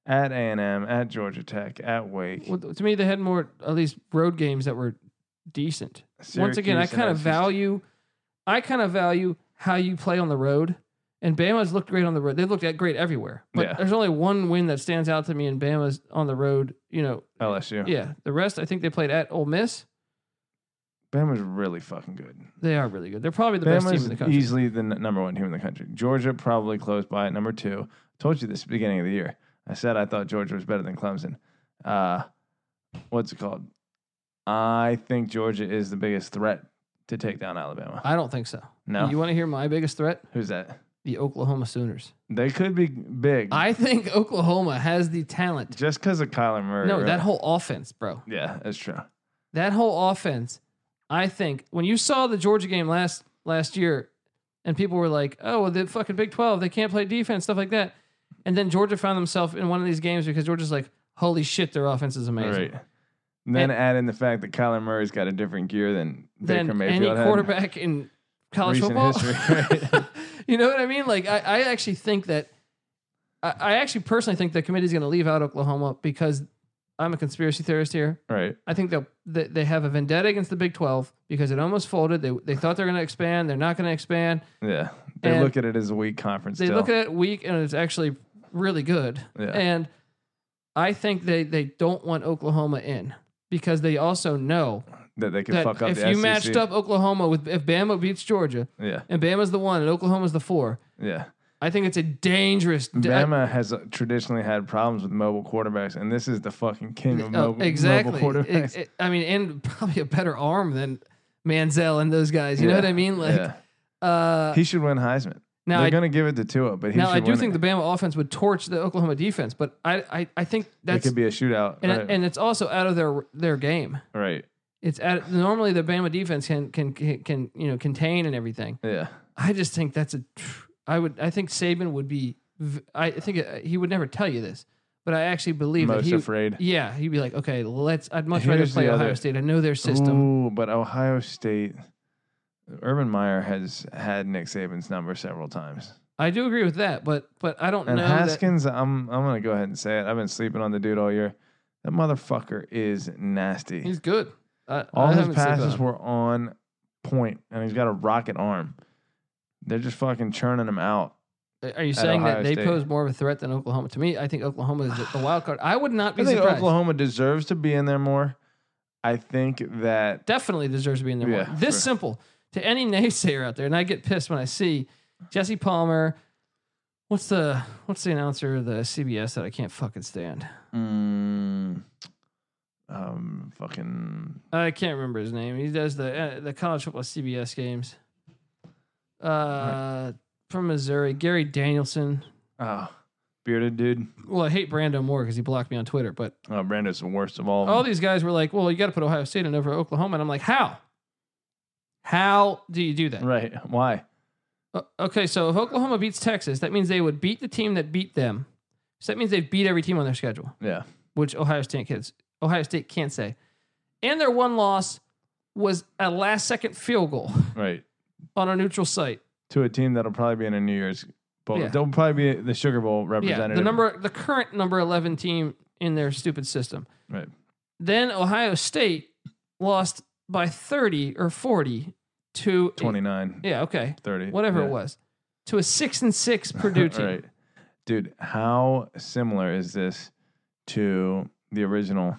Speaker 2: at A&M, at Georgia Tech, at Wake.
Speaker 1: Well, to me, they had more at least road games that were decent. Once again, I
Speaker 2: Syracuse, and
Speaker 1: kind of
Speaker 2: OC
Speaker 1: value, I kind of value how you play on the road. And Bama's looked great on the road. They looked at great everywhere. But
Speaker 2: Yeah.
Speaker 1: there's only one win that stands out to me in Bama's on the road. You know,
Speaker 2: LSU.
Speaker 1: yeah. The rest, I think they played at Ole Miss.
Speaker 2: Bama's really fucking good.
Speaker 1: They are really good. They're probably the best team
Speaker 2: Bama's
Speaker 1: in the country.
Speaker 2: easily the n- number one team in the country. Georgia probably close by at number two. Told you this at the beginning of the year. I said I thought Georgia was better than Clemson. Uh, what's it called? I think Georgia is the biggest threat to take down Alabama.
Speaker 1: I don't think so.
Speaker 2: No,
Speaker 1: You want to hear my biggest threat?
Speaker 2: who's that?
Speaker 1: The Oklahoma Sooners.
Speaker 2: They could be big.
Speaker 1: I think Oklahoma has the talent.
Speaker 2: just because of Kyler Murray.
Speaker 1: No,
Speaker 2: right?
Speaker 1: that whole offense, bro.
Speaker 2: yeah, that's true.
Speaker 1: that whole offense, I think when you saw the Georgia game last last year, and people were like, "Oh, well, the fucking Big Twelve, they can't play defense, stuff like that," and then Georgia found themselves in one of these games because Georgia's like, "Holy shit, their offense is
Speaker 2: All
Speaker 1: amazing."
Speaker 2: right. And then
Speaker 1: And-
Speaker 2: add in the fact that Kyler Murray's got a different gear than Baker
Speaker 1: Than
Speaker 2: Mayfield
Speaker 1: any
Speaker 2: had.
Speaker 1: quarterback in college
Speaker 2: Recent
Speaker 1: football.
Speaker 2: history, right?
Speaker 1: you know what I mean? Like, I, I actually think that I, I actually personally think the committee's going to leave out Oklahoma because I'm a conspiracy theorist here.
Speaker 2: right.
Speaker 1: I think they'll they, they have a vendetta against the Big Twelve because it almost folded. They they thought they're going to expand. They're not going to expand.
Speaker 2: Yeah. They
Speaker 1: And
Speaker 2: look at it as a weak conference.
Speaker 1: They
Speaker 2: still.
Speaker 1: look at it weak and it's actually really good.
Speaker 2: Yeah.
Speaker 1: And I think they they don't want Oklahoma in because they also know
Speaker 2: that they could
Speaker 1: that
Speaker 2: fuck up.
Speaker 1: if
Speaker 2: the E
Speaker 1: you
Speaker 2: SEC.
Speaker 1: matched up Oklahoma with if Bama beats Georgia
Speaker 2: yeah,
Speaker 1: and Bama's the one and Oklahoma's the four,
Speaker 2: yeah.
Speaker 1: I think it's a dangerous. da-
Speaker 2: Bama has uh, traditionally had problems with mobile quarterbacks, and this is the fucking king of
Speaker 1: Oh,
Speaker 2: mobile,
Speaker 1: exactly.
Speaker 2: mobile
Speaker 1: It-
Speaker 2: quarterbacks.
Speaker 1: it- I mean, and probably a better arm than Manziel and those guys. You know what I mean? Like,
Speaker 2: yeah.
Speaker 1: uh,
Speaker 2: he should win Heisman.
Speaker 1: now
Speaker 2: They're
Speaker 1: I
Speaker 2: gonna give it to Tua, but he
Speaker 1: Now
Speaker 2: should
Speaker 1: I do
Speaker 2: win
Speaker 1: think
Speaker 2: it.
Speaker 1: the Bama offense would torch the Oklahoma defense, but I I, I think
Speaker 2: it
Speaker 1: that's
Speaker 2: could be a shootout.
Speaker 1: and,
Speaker 2: right.
Speaker 1: and it's also out of their their game.
Speaker 2: right?
Speaker 1: It's at normally the Bama defense can can can, can you know contain and everything.
Speaker 2: Yeah,
Speaker 1: I just think that's a I would I think Saban would be v- I think uh, he would never tell you this, but I actually believe
Speaker 2: most
Speaker 1: that he
Speaker 2: afraid.
Speaker 1: yeah he'd be like okay let's I'd much rather
Speaker 2: Here's
Speaker 1: play
Speaker 2: the
Speaker 1: Ohio
Speaker 2: other-
Speaker 1: State I know their system
Speaker 2: Ooh, but Ohio State, Urban Meyer has had Nick Saban's number several times,
Speaker 1: I do agree with that but but I don't
Speaker 2: and
Speaker 1: know that,
Speaker 2: Haskins. I'm I'm gonna go ahead and say it. I've been sleeping on the dude all year. That motherfucker is nasty.
Speaker 1: he's good I,
Speaker 2: All
Speaker 1: I
Speaker 2: his
Speaker 1: haven't slept on
Speaker 2: passes
Speaker 1: him.
Speaker 2: were on point, and he's got a rocket arm. They're just fucking churning him out.
Speaker 1: Uh, Are you saying
Speaker 2: Ohio
Speaker 1: that they
Speaker 2: State.
Speaker 1: pose more of a threat than Oklahoma? To me, I think Oklahoma is the, the wild card. I would not
Speaker 2: I
Speaker 1: be
Speaker 2: think
Speaker 1: surprised.
Speaker 2: Oklahoma deserves to be in there more. I think that
Speaker 1: Definitely deserves to be in there. more.
Speaker 2: Yeah,
Speaker 1: this
Speaker 2: sure.
Speaker 1: simple to any naysayer out there, and I get pissed when I see Jesse Palmer. What's the what's the announcer of the CBS that I can't fucking stand?
Speaker 2: mm, um fucking
Speaker 1: I can't remember his name. He does the uh, the college football CBS games. Uh, from Missouri, Gary Danielson.
Speaker 2: oh bearded dude.
Speaker 1: Well, I hate Brando more because he blocked me on Twitter. But
Speaker 2: Oh, Brando's the worst of all.
Speaker 1: all these guys were like, "Well, you got to put Ohio State in over Oklahoma," and I'm like, "How? How do you do that?"
Speaker 2: right? Why?
Speaker 1: O- Okay, so if Oklahoma beats Texas, that means they would beat the team that beat them. So that means they've beat every team on their schedule,
Speaker 2: Yeah.
Speaker 1: which Ohio State kids Ohio State can't say. And their one loss was a last second field goal
Speaker 2: Right.
Speaker 1: on a neutral site.
Speaker 2: To a team that'll probably be in a New Year's Bowl.
Speaker 1: Yeah.
Speaker 2: They'll probably be the Sugar Bowl
Speaker 1: Yeah,
Speaker 2: representative.
Speaker 1: the number the current number 11 team in their stupid system.
Speaker 2: Right.
Speaker 1: Then Ohio State lost by 30 or 40 to
Speaker 2: 29,
Speaker 1: Yeah, okay.
Speaker 2: 30.
Speaker 1: Whatever
Speaker 2: Yeah.
Speaker 1: it was. To a 6 and 6 Purdue team.
Speaker 2: right. Dude, how similar is this to the original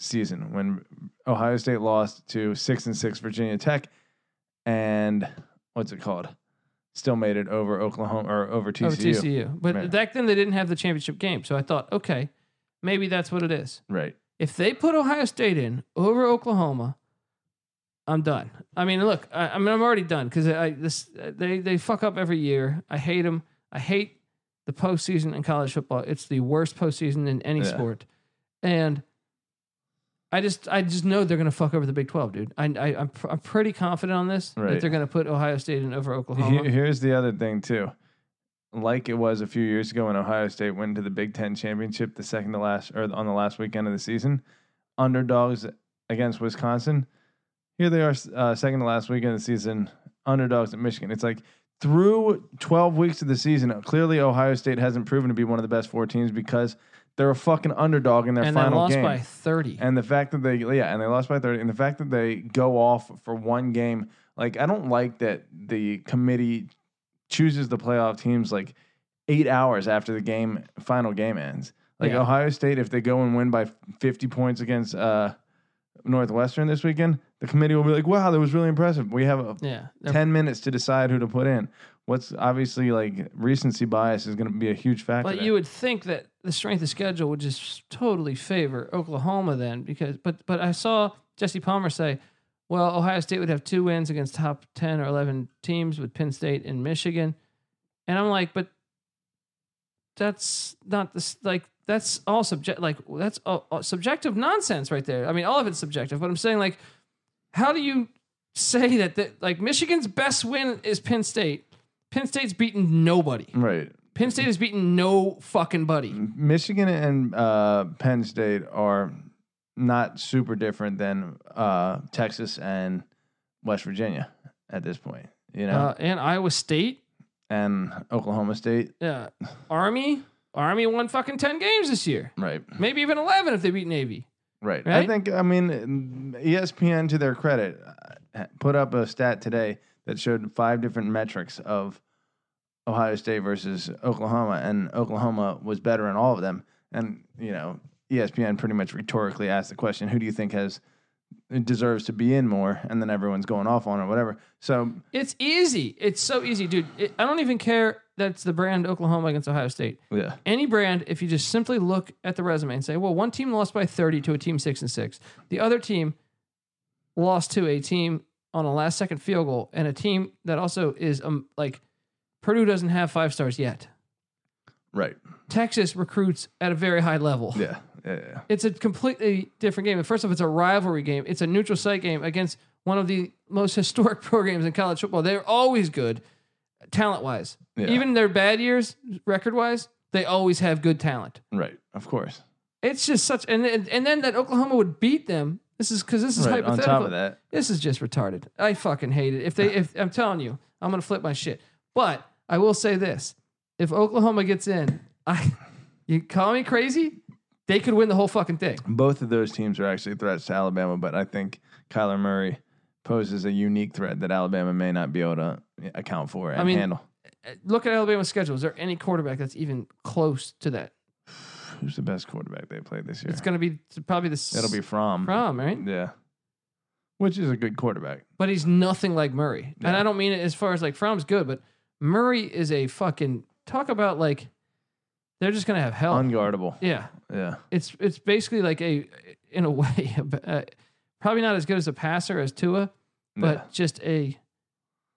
Speaker 2: season when Ohio State lost to 6 and 6 Virginia Tech and what's it called? Still made it over Oklahoma or over TCU.
Speaker 1: Over TCU. But
Speaker 2: Yeah.
Speaker 1: back then they didn't have the championship game. So I thought, okay, maybe that's what it is.
Speaker 2: Right.
Speaker 1: If they put Ohio State in over Oklahoma, I'm done. I mean, look, I, I mean, I'm already done because I this they they fuck up every year. I hate them. I hate the postseason in college football. It's the worst postseason in any
Speaker 2: Yeah.
Speaker 1: sport, and I just I just know they're gonna fuck over the Big Twelve, dude. I, I I'm pr- I'm pretty confident on this that
Speaker 2: Right.
Speaker 1: they're gonna put Ohio State in over Oklahoma.
Speaker 2: Here- Here's the other thing too. Like it was a few years ago when Ohio State went to the Big Ten championship, the second to last or on the last weekend of the season, underdogs against Wisconsin. Here they are, uh, second to last weekend of the season, underdogs at Michigan. It's like through 12 weeks of the season, clearly Ohio State hasn't proven to be one of the best four teams because they're a fucking underdog in their
Speaker 1: and they
Speaker 2: final
Speaker 1: lost
Speaker 2: game.
Speaker 1: by thirty.
Speaker 2: And the fact that they yeah, and they lost by 30 and the fact that they go off for one game, like I don't like that the committee chooses the playoff teams like 8 hours after the game final game ends. Like
Speaker 1: Yeah.
Speaker 2: Ohio State if they go and win by 50 points against uh Northwestern this weekend, the committee will be like, "Wow, that was really impressive. We have uh,
Speaker 1: yeah, they're
Speaker 2: 10 minutes to decide who to put in." What's obviously like recency bias is going to be a huge factor.
Speaker 1: But
Speaker 2: there.
Speaker 1: you would think that the strength of schedule would just totally favor Oklahoma then, because but but I saw Jesse Palmer say, well, Ohio State would have two wins against top ten or eleven teams with Penn State and Michigan, and I'm like, but that's not this like that's all subject like that's all, all subjective nonsense right there. I mean, all of it's subjective, but I'm saying like, how do you say that that like Michigan's best win is Penn State? Penn State's beaten nobody.
Speaker 2: right.
Speaker 1: Penn State has beaten no fucking buddy.
Speaker 2: Michigan and uh, Penn State are not super different than uh, Texas and West Virginia at this point, you know,
Speaker 1: Uh, and Iowa State,
Speaker 2: and Oklahoma State,
Speaker 1: uh, Army, Army won fucking 10 games this year.
Speaker 2: right,
Speaker 1: Maybe even 11 if they beat Navy.
Speaker 2: right. I
Speaker 1: Right?
Speaker 2: think I mean E ESPN, to their credit, uh, put up a stat today that showed five different metrics of Ohio State versus Oklahoma, and Oklahoma was better in all of them. And you know, E ESPN pretty much rhetorically asked the question, "Who do you think has deserves to be in more?" And then everyone's going off on it, whatever. So
Speaker 1: It's easy. It's so easy, dude. It, I don't even care that's the brand Oklahoma against Ohio State.
Speaker 2: yeah,
Speaker 1: Any brand, if you just simply look at the resume and say, well, one team lost by 30 to a team 6 and 6. The other team lost to a team on a last second field goal and a team that also is um, like Purdue doesn't have five stars yet.
Speaker 2: right,
Speaker 1: Texas recruits at a very high level.
Speaker 2: yeah, yeah, yeah.
Speaker 1: It's a completely different game. And First off, it's a rivalry game. It's a neutral site game against one of the most historic programs in college football. They're always good, talent wise.
Speaker 2: Yeah.
Speaker 1: Even their bad years, record wise, they always have good talent.
Speaker 2: right. Of course,
Speaker 1: It's just such, and and, and then that Oklahoma would beat them. This is because this is
Speaker 2: right. On
Speaker 1: hypothetical.
Speaker 2: top of that,
Speaker 1: This is just retarded. I fucking hate it. If they, if I'm telling you, I'm gonna flip my shit. But I will say this: if Oklahoma gets in, I, you call me crazy, they could win the whole fucking thing.
Speaker 2: both of those teams are actually threats to Alabama, but I think Kyler Murray poses a unique threat that Alabama may not be able to account for and
Speaker 1: mean,
Speaker 2: handle.
Speaker 1: Look at Alabama's schedule. Is there any quarterback that's even close to that?
Speaker 2: who's the best quarterback they played this year?
Speaker 1: It's going to be it's probably the s-
Speaker 2: It'll be Fromm.
Speaker 1: Fromm, right?
Speaker 2: Yeah. Which is a good quarterback.
Speaker 1: But he's nothing like Murray. And
Speaker 2: Yeah.
Speaker 1: I don't mean it as far as like Fromm's good, but Murray is a fucking talk about like they're just going to have hell.
Speaker 2: Unguardable.
Speaker 1: yeah.
Speaker 2: Yeah.
Speaker 1: It's it's basically like a in a way uh, probably not as good as a passer as Tua, but
Speaker 2: Yeah.
Speaker 1: just a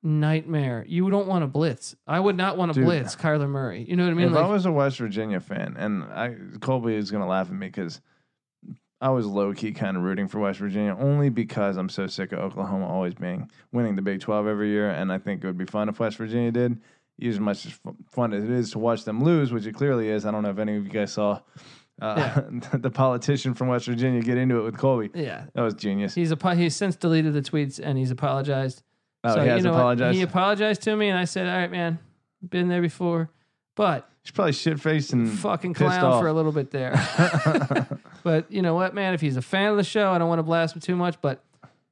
Speaker 1: nightmare. You don't want to blitz. I would not want to
Speaker 2: Dude.
Speaker 1: blitz Kyler Murray. You know what I mean?
Speaker 2: if
Speaker 1: Like,
Speaker 2: I was a West Virginia fan, and I Colby is gonna laugh at me because I was low key kind of rooting for West Virginia only because I'm so sick of Oklahoma always being winning the Big Twelve every year, and I think it would be fun if West Virginia did. As much as fu- fun as it is to watch them lose, which it clearly is. I don't know if any of you guys saw uh, the politician from West Virginia get into it with Colby.
Speaker 1: yeah.
Speaker 2: That was genius.
Speaker 1: He's apo- he's since deleted the tweets and he's apologized.
Speaker 2: Oh,
Speaker 1: so
Speaker 2: he has
Speaker 1: you know what?
Speaker 2: apologized.
Speaker 1: He apologized to me, and I said, "All right, man, been there before, but
Speaker 2: He's probably shit faced and
Speaker 1: fucking
Speaker 2: pissed
Speaker 1: clown
Speaker 2: off.
Speaker 1: for a little bit there." but you know what, man? If he's a fan of the show, I don't want to blast him too much, but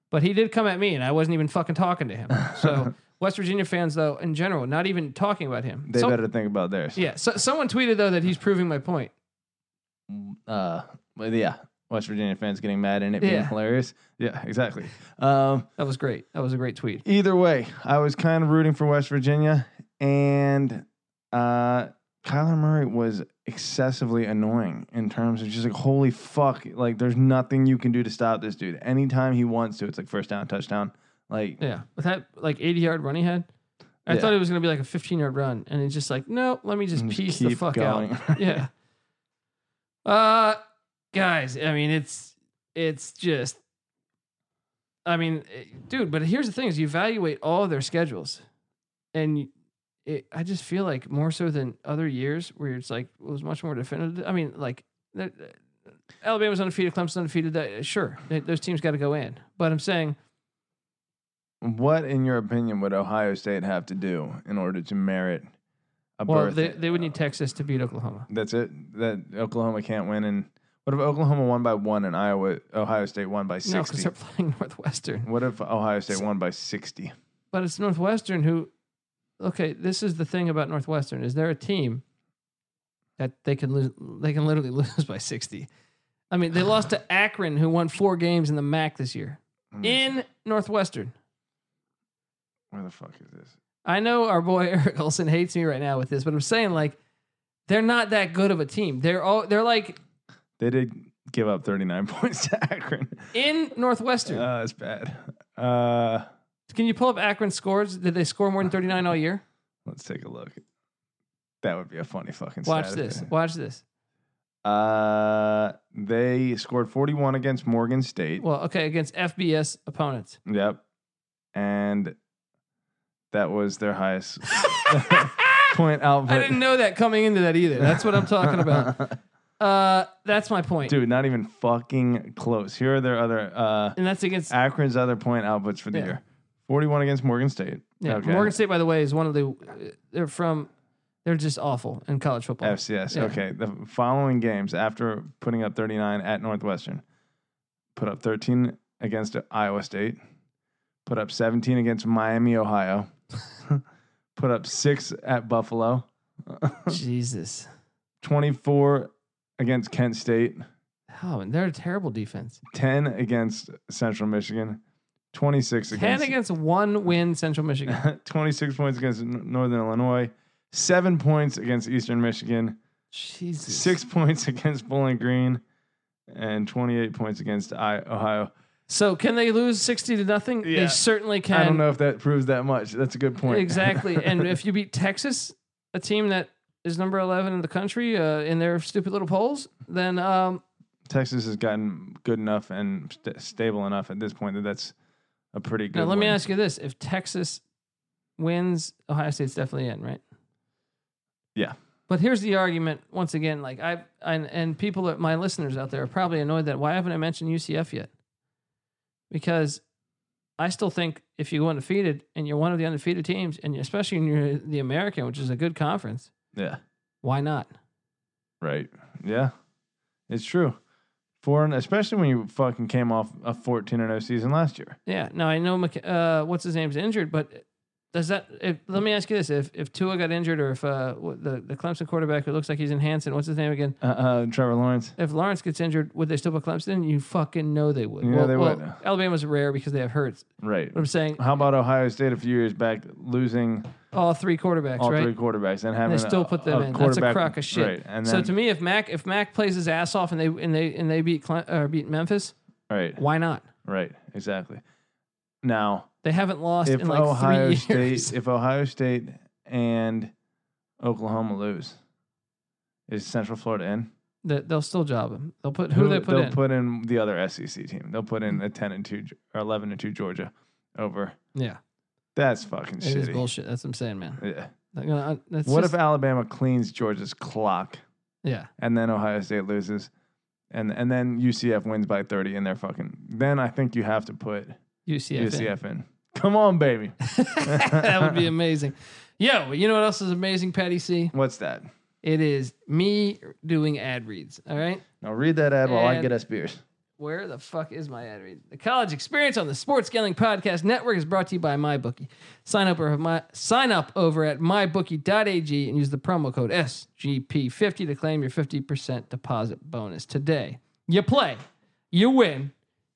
Speaker 1: but he did come at me, and I wasn't even fucking talking to him. So West Virginia fans, though, in general, not even talking about him.
Speaker 2: they
Speaker 1: Some-
Speaker 2: better think about theirs.
Speaker 1: yeah. So, someone tweeted though that he's proving my point.
Speaker 2: uh well, yeah west virginia fans getting mad and it
Speaker 1: Yeah.
Speaker 2: being hilarious yeah exactly um
Speaker 1: That was great. That was a great tweet.
Speaker 2: either way i was kind of rooting for west virginia and uh kyler murray was excessively annoying in terms of just like holy fuck like there's nothing you can do to stop this dude anytime he wants to it's like first down touchdown like
Speaker 1: Yeah, with that like 80 yard run he had, I
Speaker 2: Yeah.
Speaker 1: thought it was gonna be like a 15 yard run, and it's just like, no, let me just
Speaker 2: Just
Speaker 1: piece the
Speaker 2: keep
Speaker 1: fuck
Speaker 2: going.
Speaker 1: out. yeah. Uh, guys, I mean, it's it's just, I mean, eh, dude. But here's the thing: is you evaluate all of their schedules, and you- it, I just feel like more so than other years where it's like it was much more definitive. I mean, like. they're- Alabama's undefeated, Clemson's undefeated. that- Sure, they- those teams got to go in. But I'm saying
Speaker 2: what in your opinion would ohio state have to do in order to merit a
Speaker 1: Well,
Speaker 2: berth
Speaker 1: they, they would need Texas to beat Oklahoma.
Speaker 2: That's it. That Oklahoma can't win. And what if Oklahoma won by one and Iowa, Ohio State won by
Speaker 1: No, because
Speaker 2: sixty?
Speaker 1: they're playing Northwestern.
Speaker 2: what if Ohio State won by sixty?
Speaker 1: But it's Northwestern who. Okay, this is the thing about Northwestern: is they're a team that they can lose. They can literally lose by sixty. I mean, they lost to Akron, who won four games in the MAC this year
Speaker 2: Let me-
Speaker 1: in Northwestern.
Speaker 2: Where the fuck is this?
Speaker 1: I know our boy Eric Olson hates me right now with this, but I'm saying like they're not that good of a team. They're all they're like
Speaker 2: They did give up thirty nine points to Akron.
Speaker 1: in Northwestern.
Speaker 2: Uh, it's bad. Uh,
Speaker 1: can you pull up Akron scores? Did they score more than 39 all year?
Speaker 2: let's take a look. That would be a funny fucking.
Speaker 1: Watch
Speaker 2: stat if
Speaker 1: this.
Speaker 2: they-
Speaker 1: Watch this.
Speaker 2: Uh, they scored forty one against Morgan State.
Speaker 1: Well, okay, against FBS opponents.
Speaker 2: Yep, and that was their highest point output.
Speaker 1: I didn't know that coming into that either. That's what I'm talking about. Uh, that's my point.
Speaker 2: Dude, not even fucking close. Here are their other uh
Speaker 1: And that's against
Speaker 2: Akron's other point outputs for the
Speaker 1: Yeah.
Speaker 2: year. 41 against Morgan State.
Speaker 1: yeah,
Speaker 2: Okay.
Speaker 1: Morgan State, by the way, is one of the they're from they're just awful in college football.
Speaker 2: FCS.
Speaker 1: Yeah.
Speaker 2: Okay. The following games after putting up 39 at Northwestern, put up 13 against Iowa State, put up 17 against Miami, Ohio, put up 6 at Buffalo,
Speaker 1: Jesus.
Speaker 2: 24 against Kent State,
Speaker 1: Oh, and they're a terrible defense.
Speaker 2: 10 against Central Michigan, 26
Speaker 1: Ten against one win Central Michigan.
Speaker 2: 26 points against N- Northern Illinois, seven points against Eastern Michigan,
Speaker 1: Jesus.
Speaker 2: six points against Bowling Green, and 28 points against I- Ohio.
Speaker 1: So can they lose sixty to nothing? They
Speaker 2: Yeah.
Speaker 1: certainly can.
Speaker 2: I don't know if that proves that much. That's a good point.
Speaker 1: Exactly. and if you beat Texas, a team that is number eleven in the country, uh, in their stupid little polls, then um,
Speaker 2: Texas has gotten good enough and st- stable enough at this point that that's a pretty good.
Speaker 1: Now, let me
Speaker 2: win.
Speaker 1: ask you this: If Texas wins, Ohio State's definitely in, right?
Speaker 2: Yeah.
Speaker 1: But here's the argument once again: like I and and people, that, my listeners out there, are probably annoyed that why haven't I mentioned UCF yet? Because I still think if you go undefeated and you're one of the undefeated teams, and especially in your, the American, which is a good conference,
Speaker 2: Yeah.
Speaker 1: why not?
Speaker 2: Right. Yeah. It's true. Foreign, especially when you fucking came off a 14 and 0 season last year.
Speaker 1: Yeah. Now I know Mc- uh, what's his name's injured, but Does that? If, let me ask you this: If if Tua got injured, or if uh what- the the Clemson quarterback who looks like he's in Hanson, what's his name again?
Speaker 2: Uh, uh, Trevor Lawrence.
Speaker 1: If Lawrence gets injured, would they still put Clemson? You fucking know they would.
Speaker 2: Yeah, they would.
Speaker 1: Alabama's rare because they have Hurts.
Speaker 2: Right.
Speaker 1: But I'm saying
Speaker 2: How about Ohio State a few years back losing
Speaker 1: all three quarterbacks,
Speaker 2: all
Speaker 1: right?
Speaker 2: three quarterbacks and
Speaker 1: and
Speaker 2: having
Speaker 1: they still
Speaker 2: a,
Speaker 1: put them
Speaker 2: a
Speaker 1: in. That's a
Speaker 2: quarterback-
Speaker 1: crock of shit.
Speaker 2: Right. And
Speaker 1: so
Speaker 2: then,
Speaker 1: to me, if Mac if Mac plays his ass off and they and they and they beat Cle- or beat Memphis,
Speaker 2: right,
Speaker 1: why not?
Speaker 2: right, exactly. Now,
Speaker 1: They haven't lost
Speaker 2: if
Speaker 1: in like
Speaker 2: Ohio
Speaker 1: three years.
Speaker 2: State, if Ohio State and Oklahoma lose, is Central Florida in?
Speaker 1: They- they'll still job him. They'll put who, they put
Speaker 2: they'll
Speaker 1: in.
Speaker 2: put in the other SEC team. They'll put in a ten and two Ge- or eleven and two Georgia over.
Speaker 1: yeah,
Speaker 2: That's fucking
Speaker 1: it is
Speaker 2: shitty.
Speaker 1: bullshit. That's what I'm saying, man.
Speaker 2: Yeah.
Speaker 1: They're gonna- uh, that's
Speaker 2: What
Speaker 1: just-
Speaker 2: if Alabama cleans Georgia's clock
Speaker 1: yeah,
Speaker 2: and then Ohio State loses, and and then UCF wins by thirty and they're fucking. Then I think you have to put
Speaker 1: UCF? in.
Speaker 2: UCF in. Come on, baby.
Speaker 1: that would be amazing. Yo, you know what else is amazing, Patty C?
Speaker 2: What's that?
Speaker 1: It is me doing ad reads. All right.
Speaker 2: Now read that ad while I
Speaker 1: And-
Speaker 2: get us beers.
Speaker 1: Where the fuck is my ad read? The college experience on the Sports Scaling Podcast Network is brought to you by MyBookie. Sign up over my sign up over at mybookie.ag and use the promo code SGP50 to claim your 50% deposit bonus today. You play, you win,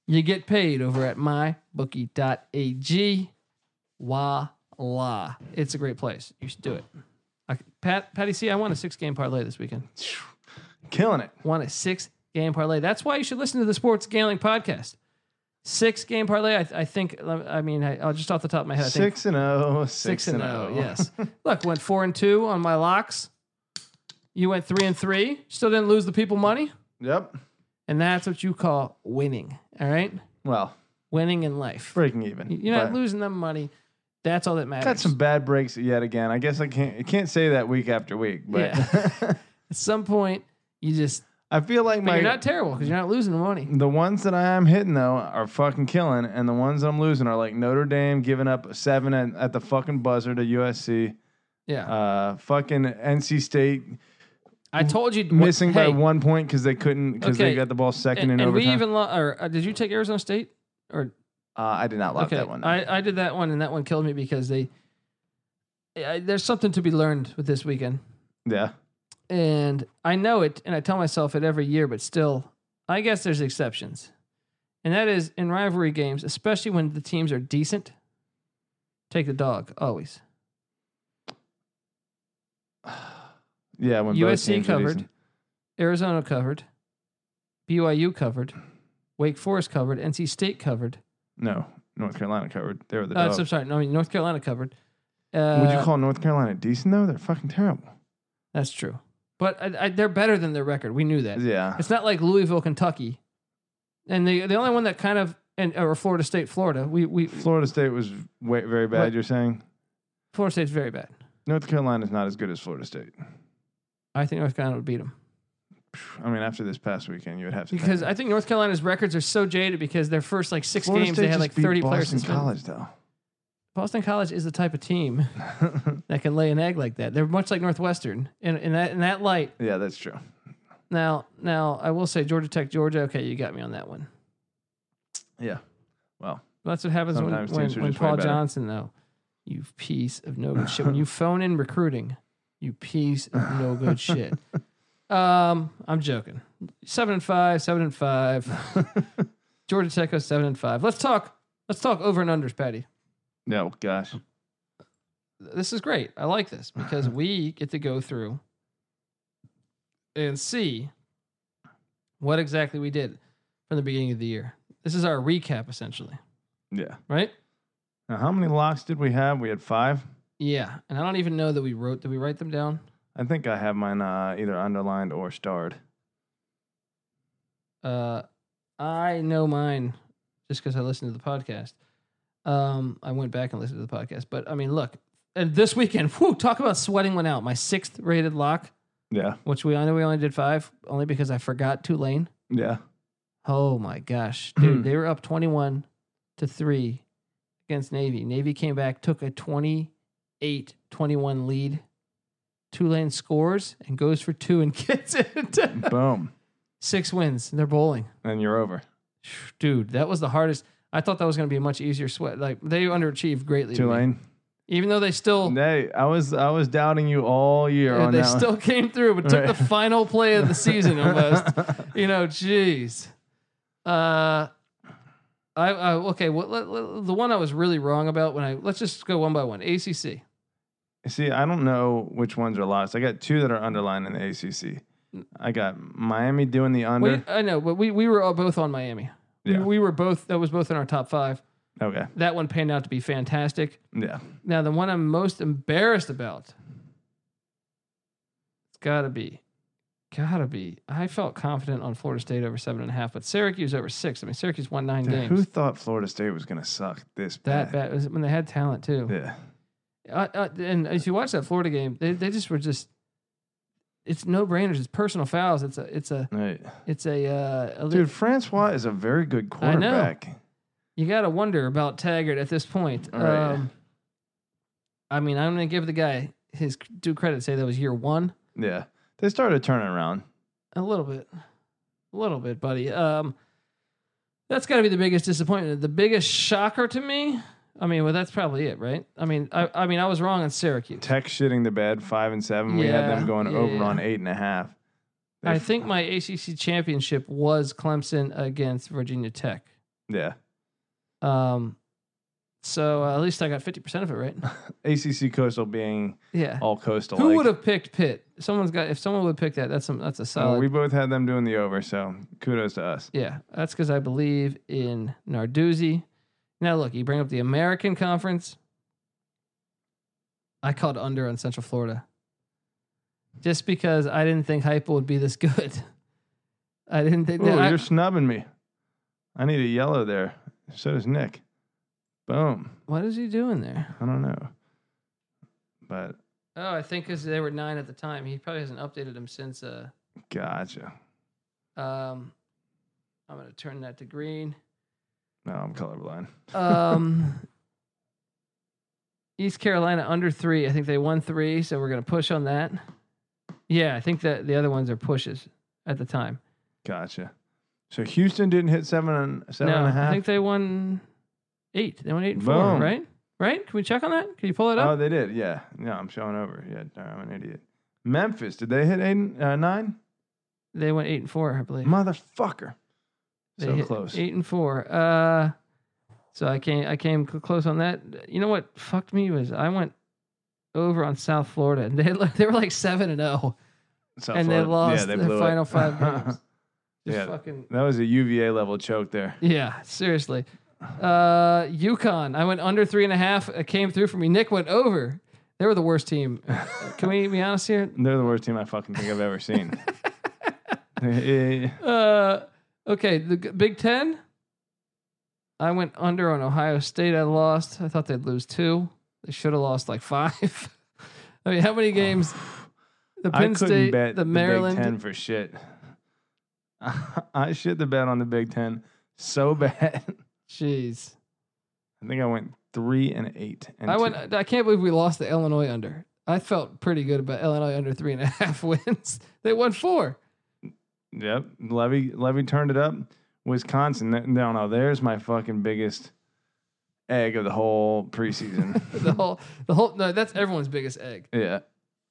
Speaker 1: you get paid over at mybookie.ag. Voila. It's a great place. You should do it. I, Pat, Patty C, I won a six game parlay this weekend
Speaker 2: Killing it.
Speaker 1: won a six game parlay. That's why you should listen to the Sports Gambling Podcast. Six game parlay. I, I think. I mean, I, I'll just off the top of my head. I think
Speaker 2: Six and oh,
Speaker 1: six and
Speaker 2: oh.
Speaker 1: oh. Yes. Look, went four and two on my locks. You went three and three. Still didn't lose the people money,
Speaker 2: Yep.
Speaker 1: and that's what you call winning. All right,
Speaker 2: Well,
Speaker 1: winning in life.
Speaker 2: breaking even.
Speaker 1: You're not
Speaker 2: But
Speaker 1: losing them money. That's all that matters.
Speaker 2: Got some bad breaks yet again. I guess I can't I can't say that week after week, but
Speaker 1: At some point, you just.
Speaker 2: I feel like
Speaker 1: But
Speaker 2: my
Speaker 1: you're not terrible because you're not losing the money.
Speaker 2: the ones that I am hitting though are fucking killing, and the ones I'm losing are like Notre Dame giving up seven at, at the fucking buzzer to USC,
Speaker 1: Yeah,
Speaker 2: uh, fucking NC State
Speaker 1: I told you
Speaker 2: Uh, missing by
Speaker 1: hey,
Speaker 2: one point because they couldn't because
Speaker 1: Okay.
Speaker 2: they got the ball second
Speaker 1: and,
Speaker 2: in
Speaker 1: and
Speaker 2: overtime.
Speaker 1: we even lo- or uh, did you take Arizona State or
Speaker 2: uh, I did not lock
Speaker 1: okay?
Speaker 2: that one.
Speaker 1: I I did that one and that one killed me because they I, there's something to be learned with this weekend
Speaker 2: yeah,
Speaker 1: and I know it and I tell myself it every year but still I guess there's exceptions and that is in rivalry games especially when the teams are decent take the dog always
Speaker 2: yeah. When both
Speaker 1: USC
Speaker 2: teams are decent.
Speaker 1: covered Arizona covered BYU covered Wake Forest covered NC State covered
Speaker 2: No, North Carolina covered. They were the
Speaker 1: uh,
Speaker 2: dog.
Speaker 1: I'm sorry no I mean North Carolina covered uh,
Speaker 2: Would you call North Carolina decent though? They're fucking terrible.
Speaker 1: That's true. But I, I, they're better than their record. We knew that.
Speaker 2: Yeah,
Speaker 1: It's not like Louisville, Kentucky. And the the only one that kind of and or Florida State, Florida. We we
Speaker 2: Florida State was way, very bad.
Speaker 1: Right.
Speaker 2: You're saying
Speaker 1: Florida State's very bad.
Speaker 2: North Carolina's not as good as Florida State.
Speaker 1: I think North Carolina would beat them
Speaker 2: I mean, after this past weekend, you would have to
Speaker 1: because
Speaker 2: think.
Speaker 1: I think North Carolina's records are so jaded because their first like six
Speaker 2: Florida
Speaker 1: games
Speaker 2: State
Speaker 1: they had like
Speaker 2: just beat
Speaker 1: thirty
Speaker 2: Boston
Speaker 1: players. suspended.
Speaker 2: College though.
Speaker 1: Boston College is the type of team that can lay an egg like that. They're much like Northwestern in, in that in that light.
Speaker 2: yeah, that's true.
Speaker 1: Now now I will say Georgia Tech, Georgia. Okay, you got me on that one.
Speaker 2: Yeah. Well,
Speaker 1: That's what happens
Speaker 2: Sometimes
Speaker 1: when,
Speaker 2: teams
Speaker 1: when,
Speaker 2: are
Speaker 1: when
Speaker 2: just way
Speaker 1: Paul
Speaker 2: better.
Speaker 1: Johnson, though. You piece of no good shit. When you phone in recruiting, you piece of no good shit. Um, I'm joking. Seven and five, seven and five. Georgia Tech goes seven and five. Let's talk. Let's talk over and unders, Patty.
Speaker 2: no, gosh.
Speaker 1: This is great. I like this because we get to go through and see what exactly we did from the beginning of the year. This is our recap, essentially,
Speaker 2: Yeah.
Speaker 1: right?
Speaker 2: Now, how many locks did we have? We had five.
Speaker 1: Yeah, and I don't even know that we wrote. Did we write them down?
Speaker 2: I think I have mine uh, either underlined or starred.
Speaker 1: Uh, I know mine just because I listened to the podcast. Um, I went back and listened to the podcast, but I mean, look, and this weekend, whoo, talk about sweating one out. My sixth rated lock,
Speaker 2: Yeah.
Speaker 1: which we I know we only did five, only because I forgot Tulane.
Speaker 2: Yeah.
Speaker 1: Oh my gosh, dude, they were up twenty-one to three against Navy. Navy came back, took a 28-21 lead. Tulane scores and goes for two and gets it.
Speaker 2: Boom.
Speaker 1: Six wins. They're bowling.
Speaker 2: And you're over.
Speaker 1: Dude, that was the hardest. I thought that was going to be a much easier sweat. Like they underachieved greatly. to me.
Speaker 2: Tulane.
Speaker 1: Even though they still
Speaker 2: Hey, I was I was doubting you all year
Speaker 1: Yeah,
Speaker 2: on
Speaker 1: they
Speaker 2: that. one.
Speaker 1: still came through, but took
Speaker 2: Right.
Speaker 1: the final play of the season almost. you know, jeez. Uh, I, I okay. Well, let, let- the one I was really wrong about when I let's just go one by one. ACC.
Speaker 2: See, I don't know which ones are lost. I got two that are underlined in the ACC. I got Miami doing the under.
Speaker 1: Wait, I know, but we we were all both on Miami. We-
Speaker 2: Yeah.
Speaker 1: We, were both that was both in our top five.
Speaker 2: Okay.
Speaker 1: That one panned out to be fantastic.
Speaker 2: Yeah.
Speaker 1: Now the one I'm most embarrassed about. It's gotta be. Gotta be. I felt confident on Florida State over seven and a half, but Syracuse over six. I mean, Syracuse won nine
Speaker 2: Dude,
Speaker 1: games.
Speaker 2: who thought Florida State was going to suck this
Speaker 1: That
Speaker 2: bad?
Speaker 1: bad it was when they had talent too.
Speaker 2: Yeah.
Speaker 1: Uh, uh, and as you watch that Florida game, they, they just were just. It's no brainers. It's personal fouls. It's a it's a
Speaker 2: Right.
Speaker 1: it's a, uh, a li-
Speaker 2: Dude, Francois is a very good
Speaker 1: I know.
Speaker 2: quarterback.
Speaker 1: you got to wonder about Taggart at this point.
Speaker 2: Right.
Speaker 1: Um, I mean, I'm gonna give the guy his due credit. Say that was year one,
Speaker 2: Yeah. They started turning around.
Speaker 1: a little bit, a little bit, buddy. Um, that's got to be the biggest disappointment. The biggest shocker to me. I mean, well, that's probably it, right? I mean, I, I mean, I was wrong on Syracuse.
Speaker 2: Tech shitting the bed five and seven. We had
Speaker 1: Yeah,
Speaker 2: them going
Speaker 1: yeah,
Speaker 2: over
Speaker 1: yeah.
Speaker 2: on eight and a half. They-
Speaker 1: I think my ACC championship was Clemson against Virginia Tech.
Speaker 2: Yeah.
Speaker 1: Um, so uh, at least I got fifty percent of it right.
Speaker 2: ACC Coastal being
Speaker 1: Yeah.
Speaker 2: all coastal.
Speaker 1: Who would have picked Pitt? Someone's got. If someone would pick that, that's some. That's a solid.
Speaker 2: we both had them doing the over, so kudos to us.
Speaker 1: yeah, that's because I believe in Narduzzi. Now look, you bring up the American Conference. I called under on Central Florida. Just because I didn't think Hypo would be this good. I didn't think.
Speaker 2: Ooh,
Speaker 1: that. I-
Speaker 2: Oh, you're snubbing me. I need a yellow there. So does Nick. Boom.
Speaker 1: what is he doing there?
Speaker 2: I don't know. But
Speaker 1: Oh, I think because they were nine at the time. He probably hasn't updated them since. Uh,
Speaker 2: gotcha.
Speaker 1: um, I'm gonna turn that to green.
Speaker 2: No, I'm colorblind.
Speaker 1: Um, East Carolina under three. I think they won three, so we're gonna push on that. Yeah, I think that the other ones are pushes at the time.
Speaker 2: Gotcha. So Houston didn't hit seven and seven and a half.
Speaker 1: I think they won eight. They won eight and four,
Speaker 2: Boom.
Speaker 1: right? Right? Can we check on that? Can you pull it up?
Speaker 2: Oh, they did. Yeah. No, I'm showing over. Yeah. no, I'm an idiot. Memphis, did they hit eight, and- uh, nine?
Speaker 1: they went eight and four, I believe.
Speaker 2: Motherfucker.
Speaker 1: They
Speaker 2: so
Speaker 1: hit
Speaker 2: close.
Speaker 1: Eight and four. Uh, so I came I came cl- close on that. You know what fucked me was I went over on South Florida and they had like, they were like seven and oh. zero
Speaker 2: South
Speaker 1: and they
Speaker 2: Florida.
Speaker 1: lost
Speaker 2: they
Speaker 1: their
Speaker 2: blew it.
Speaker 1: final five games. Just
Speaker 2: Yeah.
Speaker 1: fucking
Speaker 2: that was a UVA level choke there.
Speaker 1: yeah, seriously. Uh, UConn. I went under three and a half. It came through for me. Nick went over. They were the worst team. Can we be honest here?
Speaker 2: They're the worst team I fucking think I've ever seen. Eh,
Speaker 1: Uh, okay, the G- Big Ten. I went under on Ohio State. I lost. I thought they'd lose two. They should have lost like five. I mean, how many games? The
Speaker 2: Oh, I
Speaker 1: Penn
Speaker 2: couldn't
Speaker 1: State,
Speaker 2: bet
Speaker 1: the
Speaker 2: the Big Ten
Speaker 1: Maryland.
Speaker 2: for shit. I shit the bet on the Big Ten so bad.
Speaker 1: Jeez,
Speaker 2: I think I went three and eight. And
Speaker 1: I
Speaker 2: two.
Speaker 1: went. I can't believe we lost the Illinois under. I felt pretty good about Illinois under three and a half wins. They won four.
Speaker 2: Yep. Levy Levy turned it up. Wisconsin. th- No, no, there's my fucking biggest egg of the whole preseason.
Speaker 1: The whole, the whole. No, that's everyone's biggest egg,
Speaker 2: yeah.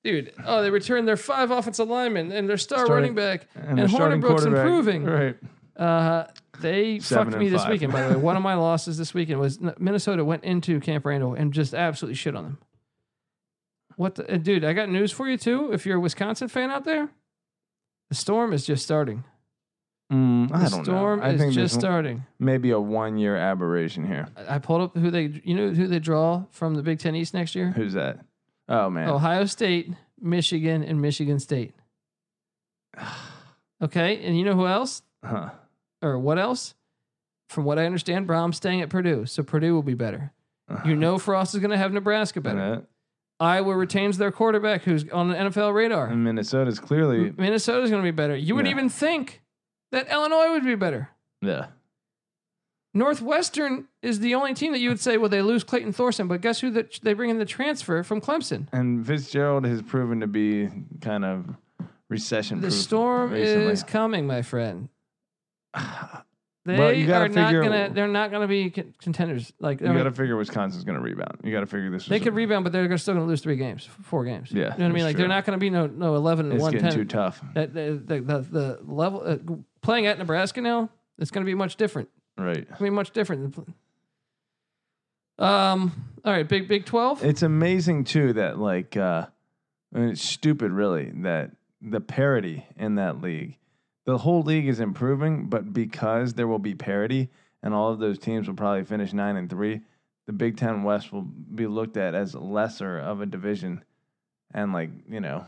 Speaker 1: dude. Oh, they returned their five offensive linemen and their star running
Speaker 2: Starting-
Speaker 1: back.
Speaker 2: And,
Speaker 1: And
Speaker 2: their starting
Speaker 1: Hornibrook's
Speaker 2: quarterback-
Speaker 1: improving.
Speaker 2: Right.
Speaker 1: Uh, they
Speaker 2: Seven
Speaker 1: fucked
Speaker 2: and
Speaker 1: me this
Speaker 2: five.
Speaker 1: weekend. By the way, one of my losses this weekend was N- Minnesota went into Camp Randall and just absolutely shit on them. What, the, and dude? I got news for you too. If you're a Wisconsin fan out there, the storm is just starting.
Speaker 2: Mm,
Speaker 1: The
Speaker 2: I don't
Speaker 1: storm
Speaker 2: know. I
Speaker 1: is
Speaker 2: think
Speaker 1: just
Speaker 2: there's
Speaker 1: starting.
Speaker 2: maybe a one year aberration here.
Speaker 1: I I pulled up who they, you know, who they draw from the Big Ten East next year:
Speaker 2: Who's that? Oh man.
Speaker 1: Ohio State, Michigan, and Michigan State. Okay, and you know who else
Speaker 2: Huh.
Speaker 1: or what else? From what I understand, Brom's staying at Purdue, so Purdue will be better. You know Frost is going to have Nebraska better.
Speaker 2: uh,
Speaker 1: Iowa retains their quarterback who's on the NFL radar.
Speaker 2: And Minnesota's clearly
Speaker 1: Minnesota's going to be better. You would
Speaker 2: Mm-hmm. Yeah.
Speaker 1: even think that Illinois would be better.
Speaker 2: yeah.
Speaker 1: Northwestern is the only team that you would say, well, they lose Clayton Thorson, but guess who that they bring in the transfer from Clemson?
Speaker 2: And Fitzgerald has proven to be kind of recession
Speaker 1: The
Speaker 2: proof
Speaker 1: storm
Speaker 2: recently.
Speaker 1: is coming, my friend. They
Speaker 2: Well, you gotta
Speaker 1: are not
Speaker 2: figure-
Speaker 1: gonna. They're not gonna be con- contenders. Like
Speaker 2: You
Speaker 1: I mean,
Speaker 2: got to figure Wisconsin's going to rebound. You got to figure this.
Speaker 1: they
Speaker 2: was a-
Speaker 1: could rebound, but they're gonna- still gonna lose three games, f- four games.
Speaker 2: Yeah,
Speaker 1: you know what I mean.
Speaker 2: that's
Speaker 1: Like they're
Speaker 2: true.
Speaker 1: not gonna be no no eleven and
Speaker 2: It's
Speaker 1: one
Speaker 2: getting too
Speaker 1: ten.
Speaker 2: tough,
Speaker 1: That the the, the, the level uh, g- playing at Nebraska now, it's gonna be much different.
Speaker 2: right?
Speaker 1: It's gonna be much different. than pl- Um. All right, Big Big Twelve.
Speaker 2: It's amazing too that like, uh, I mean, it's stupid really that the parity in that league, the whole league is improving, but because there will be parity and all of those teams will probably finish nine and three, the Big Ten West will be looked at as lesser of a division, and like you know,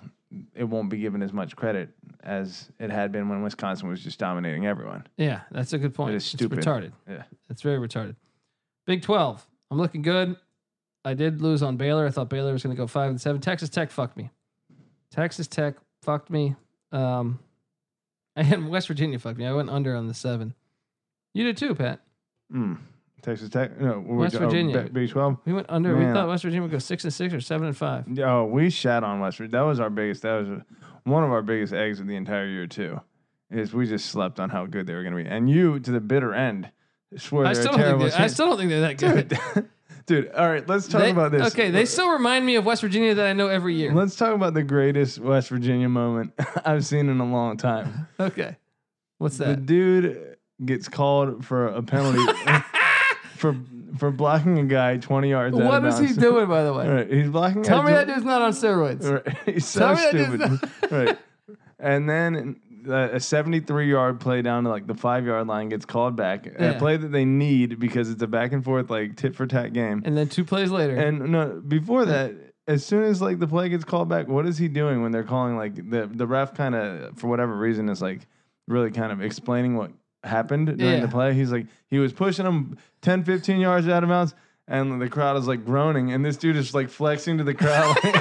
Speaker 2: it won't be given as much credit as it had been when Wisconsin was just dominating everyone.
Speaker 1: Yeah, that's a good point.
Speaker 2: It is stupid.
Speaker 1: It's retarded.
Speaker 2: Yeah.
Speaker 1: It's very retarded. Big 12. I'm looking good. I did lose on Baylor. I thought Baylor was going to go 5 and 7. Texas Tech fucked me. Texas Tech fucked me. Um and West Virginia fucked me. I went under on the 7. You did too, Pat.
Speaker 2: Mm. Texas Tech, no, what were
Speaker 1: West
Speaker 2: we do- oh,
Speaker 1: Virginia.
Speaker 2: Big- Big Twelve.
Speaker 1: We went under. We
Speaker 2: Man.
Speaker 1: thought West Virginia would go 6 and 6 or 7 and 5.
Speaker 2: Oh, we shat on West Virginia. That was our biggest. That was one of our biggest eggs of the entire year too. Is we just slept on how good they were going to be, and you to the bitter end swear
Speaker 1: I
Speaker 2: they're
Speaker 1: still,
Speaker 2: a
Speaker 1: don't
Speaker 2: terrible.
Speaker 1: think they, I
Speaker 2: team.
Speaker 1: still don't think they're that good.
Speaker 2: dude, dude. All right, let's talk
Speaker 1: They-
Speaker 2: about this.
Speaker 1: Okay, they still remind me of West Virginia that I know every year.
Speaker 2: Let's talk about the greatest West Virginia moment I've seen in a long time.
Speaker 1: Okay. What's
Speaker 2: The
Speaker 1: that?
Speaker 2: dude gets called for a penalty for for blocking a guy twenty yards. out of
Speaker 1: What is he
Speaker 2: bounds.
Speaker 1: doing, by the way?
Speaker 2: All right, he's blocking.
Speaker 1: Tell
Speaker 2: a
Speaker 1: me
Speaker 2: du-
Speaker 1: that dude's not on steroids.
Speaker 2: Right. He's so
Speaker 1: Tell me
Speaker 2: stupid.
Speaker 1: that
Speaker 2: right. And then uh, a 73 yard play down to like the five yard line gets called back.
Speaker 1: Yeah.
Speaker 2: A play that they need because it's a back and forth, like tit for tat game.
Speaker 1: And then two plays later.
Speaker 2: And no, before that, as soon as like the play gets called back, what is he doing when they're calling like the, the ref kind of, for whatever reason, is like really kind of explaining what happened
Speaker 1: Yeah.
Speaker 2: during the play? He's like, he was pushing him 10, 15 yards out of bounds. And the crowd is like groaning, and this dude is like flexing to the crowd.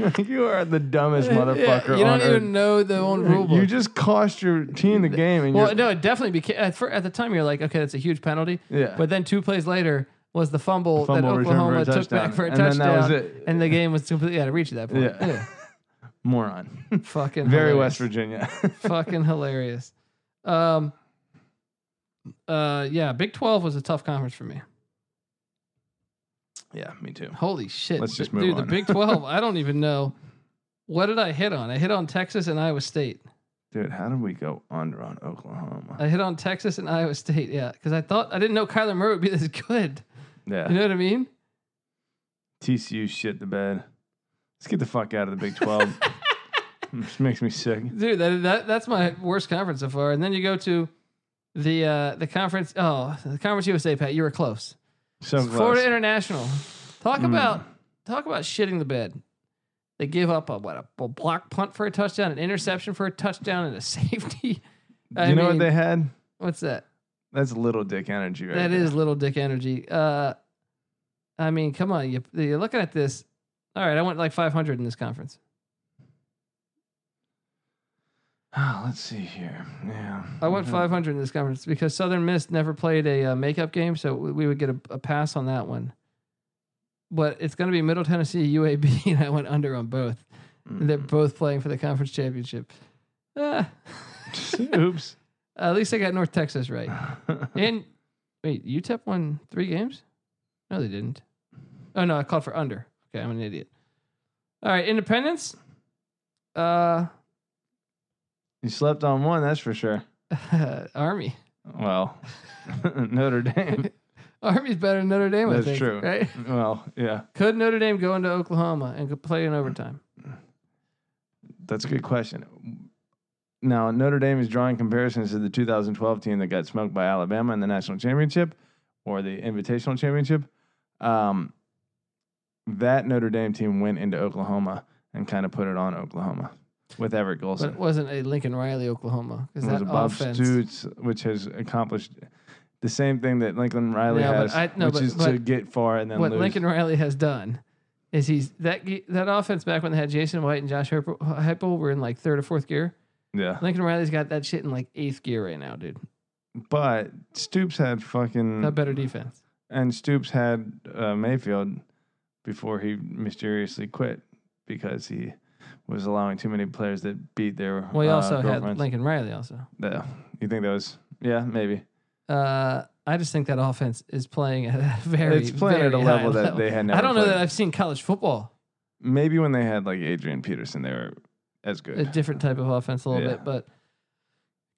Speaker 2: Like, you are the dumbest
Speaker 1: Yeah,
Speaker 2: motherfucker
Speaker 1: you
Speaker 2: on
Speaker 1: don't
Speaker 2: earth.
Speaker 1: even know the own rule book.
Speaker 2: You just cost your team the game, and
Speaker 1: well,
Speaker 2: you're,
Speaker 1: no, it definitely became at, fir- at the time you're like, okay, that's a huge penalty.
Speaker 2: Yeah.
Speaker 1: But then two plays later was the fumble,
Speaker 2: Fumble
Speaker 1: that
Speaker 2: return for
Speaker 1: Oklahoma
Speaker 2: a
Speaker 1: took back
Speaker 2: touchdown.
Speaker 1: for a
Speaker 2: And
Speaker 1: touchdown,
Speaker 2: then that was it.
Speaker 1: and the game was completely out of reach at that point.
Speaker 2: Yeah. moron.
Speaker 1: Fucking
Speaker 2: Very
Speaker 1: hilarious.
Speaker 2: West Virginia.
Speaker 1: Fucking hilarious. Um. Uh. Yeah. Big Twelve was a tough conference for me.
Speaker 2: yeah, me too.
Speaker 1: Holy shit.
Speaker 2: Let's just
Speaker 1: Dude,
Speaker 2: move
Speaker 1: the
Speaker 2: on.
Speaker 1: Big 12, I don't even know. What did I hit on? I hit on Texas and Iowa State.
Speaker 2: Dude, how did we go under on Oklahoma?
Speaker 1: I hit on Texas and Iowa State. Yeah. Because I thought, I didn't know Kyler Murray would be this good.
Speaker 2: yeah,
Speaker 1: You know what I mean?
Speaker 2: TCU shit the bed. Let's get the fuck out of the Big Twelve. this makes me sick.
Speaker 1: Dude, that, that that's my worst conference so far. And then you go to the uh, the conference. Oh, the conference USA, Pat. You were close.
Speaker 2: So close.
Speaker 1: Florida International. Talk
Speaker 2: Mm.
Speaker 1: about talk about shitting the bed. They give up a what a, a block punt for a touchdown, an interception for a touchdown, and a safety.
Speaker 2: you know what they had?
Speaker 1: What's that?
Speaker 2: That's little dick energy, right?
Speaker 1: That
Speaker 2: there.
Speaker 1: is little dick energy. Uh, I mean, come on, you, you're looking at this. All right, I went like 500 in this conference.
Speaker 2: Ah, let's see here. Yeah,
Speaker 1: I went
Speaker 2: Mhm.
Speaker 1: 500 in this conference because Southern Miss never played a uh, makeup game, so we we would get a, a pass on that one. But it's going to be Middle Tennessee UAB, and I went under on both. They're both playing for the conference championship. Ah,
Speaker 2: Oops.
Speaker 1: at least I got North Texas right. And wait, UTEP won three games? No, they didn't. Oh no, I called for under. Okay, I'm an idiot. All right, Independence. Uh,
Speaker 2: you slept on one, that's for sure.
Speaker 1: Army.
Speaker 2: Well, Notre Dame.
Speaker 1: Army's better than Notre Dame. I
Speaker 2: That's
Speaker 1: think,
Speaker 2: true.
Speaker 1: Right?
Speaker 2: Well, yeah,
Speaker 1: Could Notre Dame go into Oklahoma and could play in overtime?
Speaker 2: that's a good question. Now, Notre Dame is drawing comparisons to the 2012 team that got smoked by Alabama in the national championship or the invitational championship. Um, that Notre Dame team went into Oklahoma and kind of put it on Oklahoma with Everett
Speaker 1: But
Speaker 2: Golson.
Speaker 1: it wasn't a Lincoln Riley, Oklahoma, because
Speaker 2: It was
Speaker 1: that
Speaker 2: a Bob
Speaker 1: offense.
Speaker 2: Stoops, which has accomplished the same thing that Lincoln Riley
Speaker 1: Yeah, but
Speaker 2: has,
Speaker 1: I- no,
Speaker 2: which
Speaker 1: but-
Speaker 2: is to
Speaker 1: but
Speaker 2: get far and then
Speaker 1: what
Speaker 2: lose.
Speaker 1: Lincoln Riley has done is he's that ge- that offense back when they had Jason White and Josh Heupel- Heupel were in like third or fourth gear.
Speaker 2: yeah,
Speaker 1: Lincoln Riley's got that shit in like eighth gear right now, dude.
Speaker 2: but Stoops had fucking
Speaker 1: A better defense.
Speaker 2: and Stoops had uh, Mayfield before he mysteriously quit because he was allowing too many players that beat their
Speaker 1: Well, he
Speaker 2: uh,
Speaker 1: also had
Speaker 2: girlfriends.
Speaker 1: Lincoln Riley also.
Speaker 2: Yeah. you think that was yeah maybe
Speaker 1: Uh, I just think that offense is playing at a very
Speaker 2: it's playing at a
Speaker 1: very
Speaker 2: level
Speaker 1: high
Speaker 2: that they had never.
Speaker 1: I don't know
Speaker 2: played.
Speaker 1: that I've seen college football
Speaker 2: Maybe when they had like Adrian Peterson, they were as good.
Speaker 1: a different type of offense a little
Speaker 2: Yeah.
Speaker 1: bit, but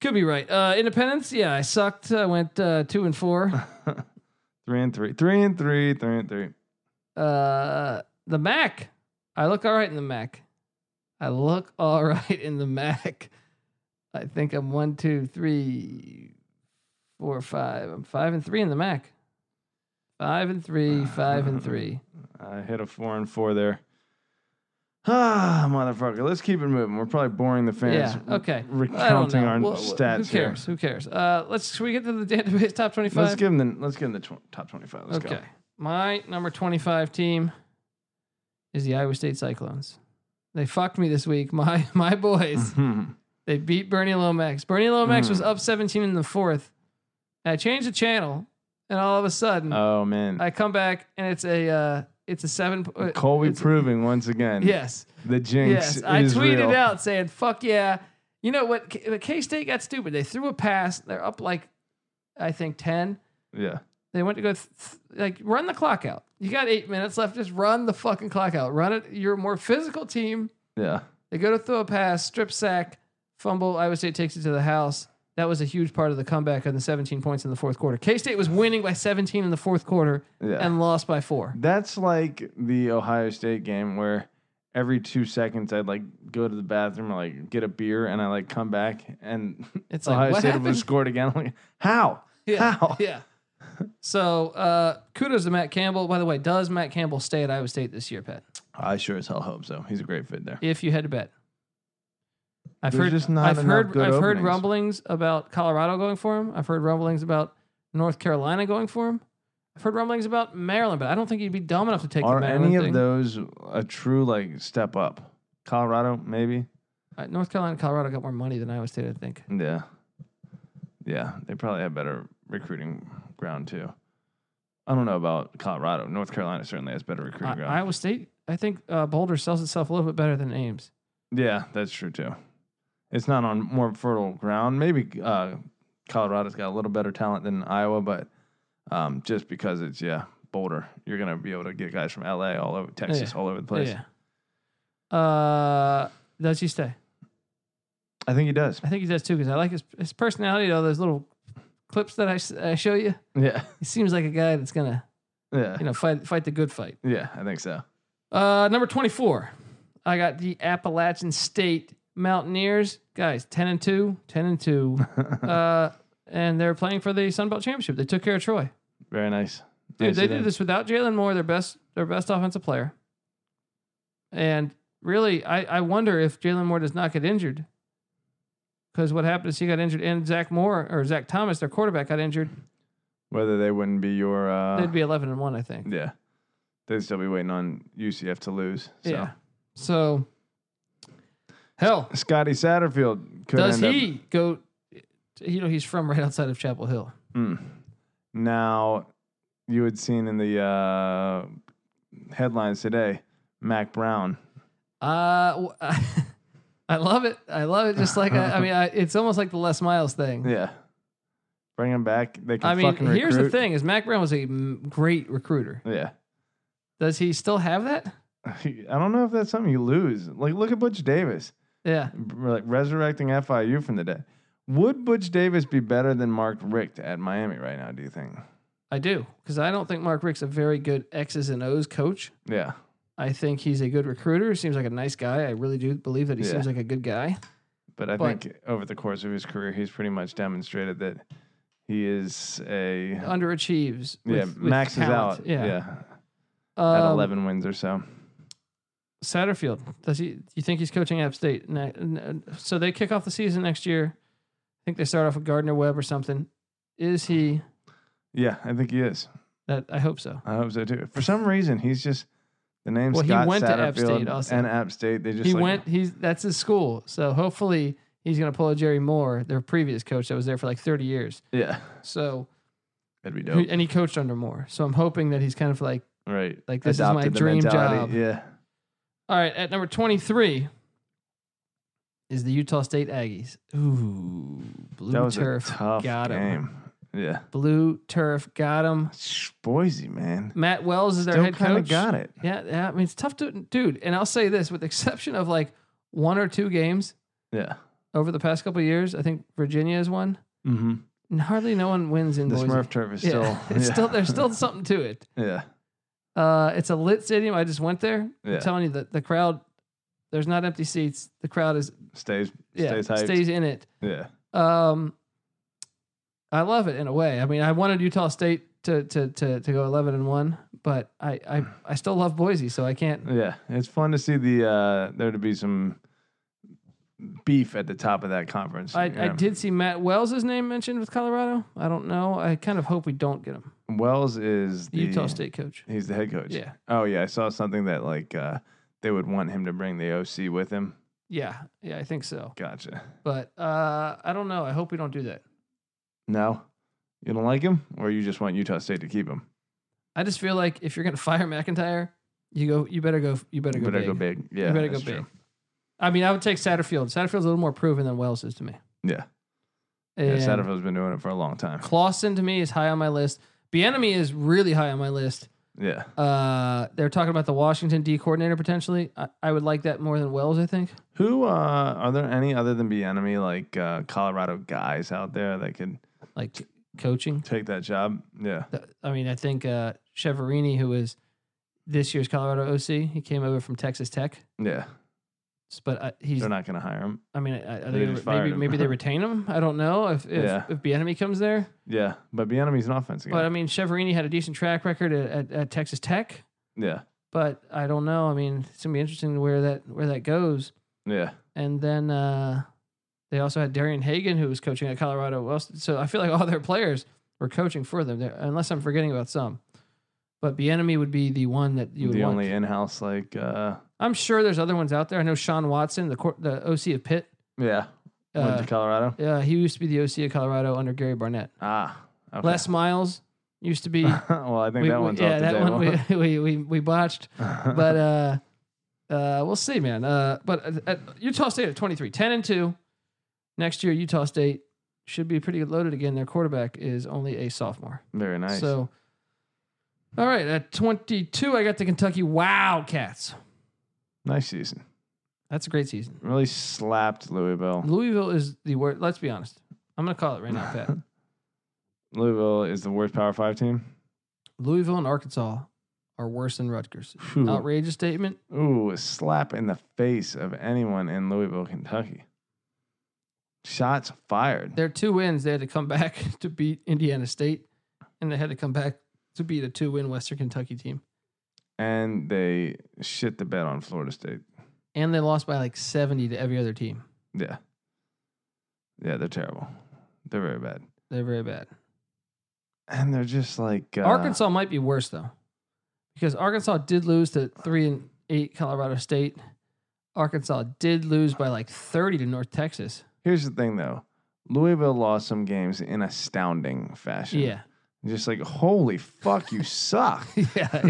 Speaker 1: could be right. Uh, Independence, yeah, I sucked. I went uh, two and four.
Speaker 2: three and three, three and three, three and three.
Speaker 1: Uh, the Mac, I look all right in the Mac. I look all right in the Mac. I think I'm one, two, three, four, five. I'm five and three in the Mac. Five and three, five and three.
Speaker 2: I hit a four and four there. Ah, motherfucker. Let's keep it moving. We're probably boring the fans.
Speaker 1: Yeah. Okay.
Speaker 2: Recounting
Speaker 1: I don't know.
Speaker 2: our
Speaker 1: Well,
Speaker 2: stats
Speaker 1: Who
Speaker 2: here.
Speaker 1: cares? Who cares? Uh, let's. Should we get to the database top twenty-five?
Speaker 2: Let's give them the let's give them the tw- top twenty five. Let's
Speaker 1: okay. My number 25 team is the Iowa State Cyclones. They fucked me this week. My my boys.
Speaker 2: go.
Speaker 1: they beat Bernie Lomax. Bernie Lomax was
Speaker 2: Mm.
Speaker 1: up 17 in the fourth. I changed the channel, and all of a sudden,
Speaker 2: oh man.
Speaker 1: I come back and it's a uh, it's a seven. po- uh,
Speaker 2: Colby
Speaker 1: it's-
Speaker 2: proving once again.
Speaker 1: Yes.
Speaker 2: The jinx.
Speaker 1: Yes, I
Speaker 2: is
Speaker 1: tweeted
Speaker 2: real.
Speaker 1: out saying, "Fuck yeah!" You know what? K State got stupid. They threw a pass. They're up like, I think ten.
Speaker 2: Yeah.
Speaker 1: They went to go th- th- like run the clock out. You got eight minutes left. Just run the fucking clock out. Run it. You're a more physical team.
Speaker 2: Yeah.
Speaker 1: They go to throw a pass, strip sack, fumble. Iowa State takes it to the house. That was a huge part of the comeback and the 17 points in the fourth quarter. K State was winning by 17 in the fourth quarter
Speaker 2: Yeah.
Speaker 1: and lost by four.
Speaker 2: That's like the Ohio State game where every two seconds I'd like go to the bathroom or like get a beer and I like come back and
Speaker 1: It's like,
Speaker 2: Ohio
Speaker 1: what
Speaker 2: State
Speaker 1: happened?
Speaker 2: was scored again. I'm like, how?
Speaker 1: Yeah.
Speaker 2: How?
Speaker 1: Yeah. So uh, kudos to Matt Campbell. By the way, does Matt Campbell stay at Iowa State this year, Pat?
Speaker 2: I sure as hell hope so. He's a great fit there.
Speaker 1: If you had to bet. I've
Speaker 2: There's
Speaker 1: heard
Speaker 2: just not
Speaker 1: I've
Speaker 2: enough
Speaker 1: heard
Speaker 2: good
Speaker 1: I've heard
Speaker 2: openings.
Speaker 1: rumblings about Colorado going for him. I've heard rumblings about North Carolina going for him. I've heard rumblings about Maryland, but I don't think he'd be dumb enough to take
Speaker 2: Are
Speaker 1: the Maryland
Speaker 2: any of
Speaker 1: thing.
Speaker 2: those a true like step up? Colorado, maybe.
Speaker 1: Uh, North Carolina, and Colorado got more money than Iowa State, I think.
Speaker 2: Yeah, yeah. They probably have better recruiting ground too. I don't know about Colorado. North Carolina certainly has better recruiting
Speaker 1: I-
Speaker 2: ground.
Speaker 1: Iowa State, I think uh, Boulder sells itself a little bit better than Ames.
Speaker 2: Yeah, that's true too. It's not on more fertile ground. Maybe uh, Colorado's got a little better talent than Iowa, but um, just because it's yeah Boulder, you're gonna be able to get guys from LA all over Texas, all over the place.
Speaker 1: Yeah. Uh, does he stay?
Speaker 2: I think he does.
Speaker 1: I think he does too because I like his his personality. Though those little clips that I, s- I show you,
Speaker 2: Yeah,
Speaker 1: he seems like a guy that's gonna
Speaker 2: yeah,
Speaker 1: you know fight fight the good fight.
Speaker 2: yeah. I think so.
Speaker 1: Uh, number twenty four, I got the Appalachian State Mountaineers guys, ten and two, 10 and two, uh, and they're playing for the Sun Belt Championship. They took care of Troy.
Speaker 2: Very nice.
Speaker 1: Dude,
Speaker 2: Nice
Speaker 1: they
Speaker 2: of
Speaker 1: did
Speaker 2: them.
Speaker 1: this without Jalen Moore, their best their best offensive player. And really, I, I wonder if Jalen Moore does not get injured. Because what happened is he got injured, and Zach Moore or Zach Thomas, their quarterback, got injured.
Speaker 2: Whether they wouldn't be your, uh,
Speaker 1: They'd be eleven and one, I think.
Speaker 2: yeah, they'd still be waiting on UCF to lose. So.
Speaker 1: Yeah. So, hell,
Speaker 2: Scotty Satterfield could
Speaker 1: does
Speaker 2: end up-
Speaker 1: he go? You know, he's from right outside of Chapel Hill.
Speaker 2: Hmm. Now, you had seen in the uh, headlines today, Mac Brown.
Speaker 1: Uh, w- I love it. I love it. Just like I, I mean, I, it's almost like the Les Miles thing.
Speaker 2: Yeah, bring him back. They can
Speaker 1: I mean,
Speaker 2: fucking
Speaker 1: here's the
Speaker 2: recruit.
Speaker 1: thing: is Mac Brown was a m- great recruiter.
Speaker 2: Yeah,
Speaker 1: Does he still have that?
Speaker 2: I don't know if that's something you lose. Like, look at Butch Davis,
Speaker 1: Yeah,
Speaker 2: We're, like resurrecting FIU from the dead. Would Butch Davis be better than Mark Richt at Miami right now? Do you think?
Speaker 1: I do because I don't think Mark Rick's a very good X's and O's coach.
Speaker 2: Yeah,
Speaker 1: I think he's a good recruiter. Seems like a nice guy. I really do believe that he
Speaker 2: Yeah.
Speaker 1: seems like a good guy.
Speaker 2: but I
Speaker 1: But-
Speaker 2: think over the course of his career, he's pretty much demonstrated that he is a
Speaker 1: Underachieves.
Speaker 2: yeah
Speaker 1: Uh, with- with
Speaker 2: Max is
Speaker 1: talent.
Speaker 2: out.
Speaker 1: Yeah,
Speaker 2: yeah, at
Speaker 1: Um,
Speaker 2: 11 wins or so.
Speaker 1: Satterfield. Does he? Do you think he's coaching App State? Ne- ne- So they kick off the season next year. I think they start off with Gardner Webb or something. Is he?
Speaker 2: Yeah, I think he is.
Speaker 1: That I hope so.
Speaker 2: I hope so too. For some reason, he's just the name
Speaker 1: Well, he
Speaker 2: Scott
Speaker 1: went to App
Speaker 2: Satterfield
Speaker 1: State also.
Speaker 2: and App State. They just
Speaker 1: he
Speaker 2: like-
Speaker 1: went. He's that's his school. So hopefully he's going to pull a Jerry Moore, their previous coach that was there for like 30 years.
Speaker 2: Yeah,
Speaker 1: So
Speaker 2: that'd be
Speaker 1: who-
Speaker 2: dope.
Speaker 1: and he coached under Moore. So I'm hoping that he's kind of like,
Speaker 2: right?
Speaker 1: like, this is
Speaker 2: Adopted
Speaker 1: my
Speaker 2: the
Speaker 1: dream job.
Speaker 2: mentality. Yeah,
Speaker 1: all right. At number 23 is the Utah State Aggies. Ooh, blue
Speaker 2: that was
Speaker 1: turf.
Speaker 2: a tough
Speaker 1: got 'em.
Speaker 2: game. Yeah.
Speaker 1: Blue turf got him.
Speaker 2: Boise, man.
Speaker 1: Matt Wells is their
Speaker 2: Still
Speaker 1: head
Speaker 2: kind
Speaker 1: coach.
Speaker 2: of got it.
Speaker 1: Yeah, yeah. I mean, it's tough to, dude. And I'll say this, with the exception of like one or two games
Speaker 2: Yeah.
Speaker 1: over the past couple of years, I think Virginia has won.
Speaker 2: Mm-hmm.
Speaker 1: And hardly no one wins in
Speaker 2: The
Speaker 1: Boise.
Speaker 2: Smurf turf is
Speaker 1: yeah,
Speaker 2: still.
Speaker 1: it's
Speaker 2: yeah.
Speaker 1: still there's still something to it.
Speaker 2: yeah.
Speaker 1: Uh, it's a lit stadium. I just went there.
Speaker 2: Yeah.
Speaker 1: I'm telling you that the crowd, there's not empty seats. The crowd is
Speaker 2: Stays.
Speaker 1: yeah
Speaker 2: stays hyped.
Speaker 1: stays in it.
Speaker 2: yeah.
Speaker 1: Um, I love it in a way. I mean, I wanted Utah State to to to, to go eleven and one, but I, I I still love Boise, so I can't.
Speaker 2: Yeah. It's fun to see the uh there to be some beef at the top of that conference.
Speaker 1: I,
Speaker 2: you
Speaker 1: I
Speaker 2: know.
Speaker 1: did see Matt Wells' name mentioned with Colorado. I don't know. I kind of hope we don't get him.
Speaker 2: Wells is
Speaker 1: The
Speaker 2: the
Speaker 1: Utah State coach.
Speaker 2: He's the head coach.
Speaker 1: Yeah.
Speaker 2: Oh yeah, I saw something that like uh they would want him to bring the OC with him.
Speaker 1: Yeah. Yeah, I think so.
Speaker 2: Gotcha.
Speaker 1: But uh, I don't know. I hope we don't do that.
Speaker 2: No, you don't like him, or you just want Utah State to keep him.
Speaker 1: I just feel like if you're going to fire McIntyre, you go. You better go. You better
Speaker 2: You
Speaker 1: go.
Speaker 2: better
Speaker 1: big.
Speaker 2: go big. Yeah,
Speaker 1: you better go
Speaker 2: that's
Speaker 1: big.
Speaker 2: true.
Speaker 1: I mean, I would take Satterfield. Satterfield's a little more proven than Wells is to me.
Speaker 2: Yeah, yeah.
Speaker 1: And
Speaker 2: Satterfield's been doing it for a long time.
Speaker 1: Clawson to me is high on my list. Bienemy is really high on my list.
Speaker 2: Yeah,
Speaker 1: Uh, they're talking about the Washington D coordinator potentially. I, I would like that more than Wells. I think.
Speaker 2: who uh, are there any other than Bienemy like uh, Colorado guys out there that could
Speaker 1: Like coaching.
Speaker 2: take that job? Yeah,
Speaker 1: Th- I mean, I think uh, Cheverini, who is this year's Colorado OC, he came over from Texas Tech,
Speaker 2: yeah,
Speaker 1: S- but I, he's.
Speaker 2: they're not going to hire him.
Speaker 1: I mean, I, I
Speaker 2: They
Speaker 1: think
Speaker 2: just fired
Speaker 1: maybe
Speaker 2: him.
Speaker 1: maybe they retain him. I don't know if if,
Speaker 2: Yeah.
Speaker 1: if Bienemy comes there.
Speaker 2: Yeah, but Bienemy's an offensive guy.
Speaker 1: But I mean, Cheverini had a decent track record at, at, at Texas Tech.
Speaker 2: yeah,
Speaker 1: But I don't know. I mean, it's gonna be interesting where that where that goes.
Speaker 2: yeah,
Speaker 1: and then uh, they also had Darian Hagan, who was coaching at Colorado. Well, so I feel like all their players were coaching for them, there, unless I'm forgetting about some. But Bienemy would be the one that you would
Speaker 2: the
Speaker 1: want.
Speaker 2: only in-house like uh,
Speaker 1: I'm sure there's other ones out there. I know Sean Watson, the court, the OC of Pitt.
Speaker 2: yeah went
Speaker 1: Uh,
Speaker 2: to Colorado.
Speaker 1: yeah, he used to be the OC of Colorado under Gary Barnett.
Speaker 2: Ah, okay.
Speaker 1: Les Miles used to be.
Speaker 2: well, I think
Speaker 1: we-
Speaker 2: that
Speaker 1: we-
Speaker 2: one's
Speaker 1: yeah,
Speaker 2: off the
Speaker 1: that
Speaker 2: table.
Speaker 1: one we, we, we, we botched. But uh, uh, we'll see, man. Uh, but at, at Utah State at 23, 10 and 2. Next year, Utah State should be pretty loaded again. Their quarterback is only a sophomore.
Speaker 2: very nice.
Speaker 1: So, all right, at 22, I got the Kentucky Wildcats.
Speaker 2: nice season.
Speaker 1: That's a great season.
Speaker 2: Really slapped Louisville.
Speaker 1: Louisville is the worst. Let's be honest. I'm going to call it right now, Pat.
Speaker 2: Louisville is the worst Power Five team.
Speaker 1: Louisville and Arkansas are worse than Rutgers.
Speaker 2: Phew.
Speaker 1: Outrageous statement.
Speaker 2: Ooh, a slap in the face of anyone in Louisville, Kentucky. Shots fired.
Speaker 1: Their two wins, they had to come back to beat Indiana State, and they had to come back to beat a two-win Western Kentucky team.
Speaker 2: And they shit the bed on Florida State.
Speaker 1: and they lost by like 70 to every other team.
Speaker 2: Yeah. Yeah, they're terrible. They're very bad.
Speaker 1: They're very bad.
Speaker 2: And they're just like uh,
Speaker 1: Arkansas might be worse though, because Arkansas did lose to three and eight Colorado State. Arkansas did lose by like 30 to North Texas.
Speaker 2: Here's the thing though. Louisville lost some games in astounding fashion.
Speaker 1: Yeah,
Speaker 2: Just like, holy fuck, you suck.
Speaker 1: yeah,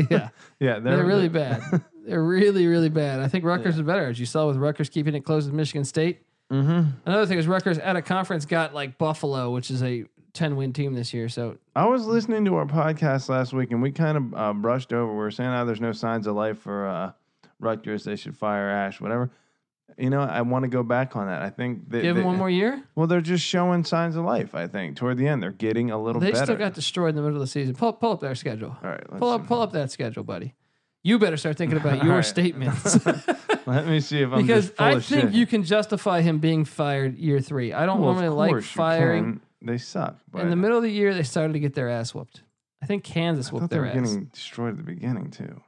Speaker 1: yeah.
Speaker 2: Yeah,
Speaker 1: They're, really bad. They're really, really bad. I think Rutgers is better, as you saw with Rutgers keeping it close with Michigan State.
Speaker 2: Mm-hmm.
Speaker 1: Another thing is Rutgers at a conference got like Buffalo, which is a 10 win team this year. So
Speaker 2: I was listening to our podcast last week, and we kind of uh, brushed over. We were saying how there's no signs of life for uh, Rutgers. They should fire Ash, whatever. You know, I want to go back on that. I think they,
Speaker 1: give
Speaker 2: they-
Speaker 1: them one more year.
Speaker 2: Well, they're just showing signs of life. I think toward the end, they're getting a little
Speaker 1: They
Speaker 2: better.
Speaker 1: still got destroyed in the middle of the season. Pull, pull up their schedule.
Speaker 2: All right, let's
Speaker 1: pull up,
Speaker 2: see.
Speaker 1: pull up that schedule, buddy. You better start thinking about
Speaker 2: All
Speaker 1: your
Speaker 2: right.
Speaker 1: statements
Speaker 2: Let me see if I'm
Speaker 1: because
Speaker 2: just full
Speaker 1: I
Speaker 2: of
Speaker 1: think
Speaker 2: shit.
Speaker 1: you can justify him being fired year three. I don't
Speaker 2: Well, of
Speaker 1: normally like
Speaker 2: course you
Speaker 1: firing.
Speaker 2: can. They suck. But
Speaker 1: In the middle of the year, they started to get their ass whooped. I think Kansas
Speaker 2: I thought
Speaker 1: whooped
Speaker 2: they
Speaker 1: their
Speaker 2: were
Speaker 1: ass.
Speaker 2: getting destroyed at the beginning too.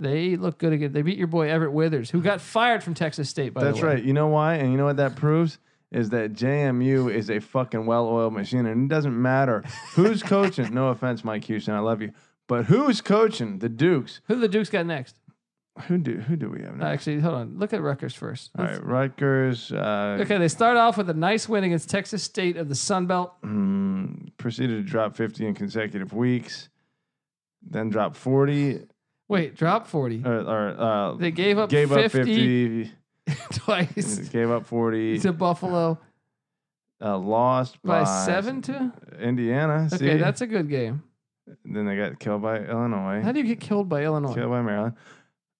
Speaker 1: They look good again. They beat your boy Everett Withers, who got fired from Texas State. By
Speaker 2: That's
Speaker 1: the way.
Speaker 2: right. You know why? And you know what that proves? Is that JMU is a fucking well oiled machine. And it doesn't matter who's coaching. No offense, Mike Houston. I love you. But who's coaching the Dukes?
Speaker 1: Who the Dukes got next?
Speaker 2: Who do who do we have
Speaker 1: Uh,
Speaker 2: next?
Speaker 1: Actually, hold on. Look at Rutgers first.
Speaker 2: All right, Rutgers. Uh,
Speaker 1: Okay, they start off with a nice win against Texas State of the Sun Belt.
Speaker 2: hmm, proceeded to drop 50 in consecutive weeks, then dropped 40
Speaker 1: Wait, drop forty.
Speaker 2: or, or uh,
Speaker 1: They gave up
Speaker 2: gave up
Speaker 1: 50
Speaker 2: 50,
Speaker 1: twice
Speaker 2: gave up 40.
Speaker 1: to Buffalo.
Speaker 2: uh, lost
Speaker 1: by
Speaker 2: by,
Speaker 1: seven to.
Speaker 2: Indiana.
Speaker 1: Okay,
Speaker 2: see?
Speaker 1: that's a good game.
Speaker 2: then they got killed by Illinois.
Speaker 1: How do you get killed by Illinois?
Speaker 2: Killed by Maryland.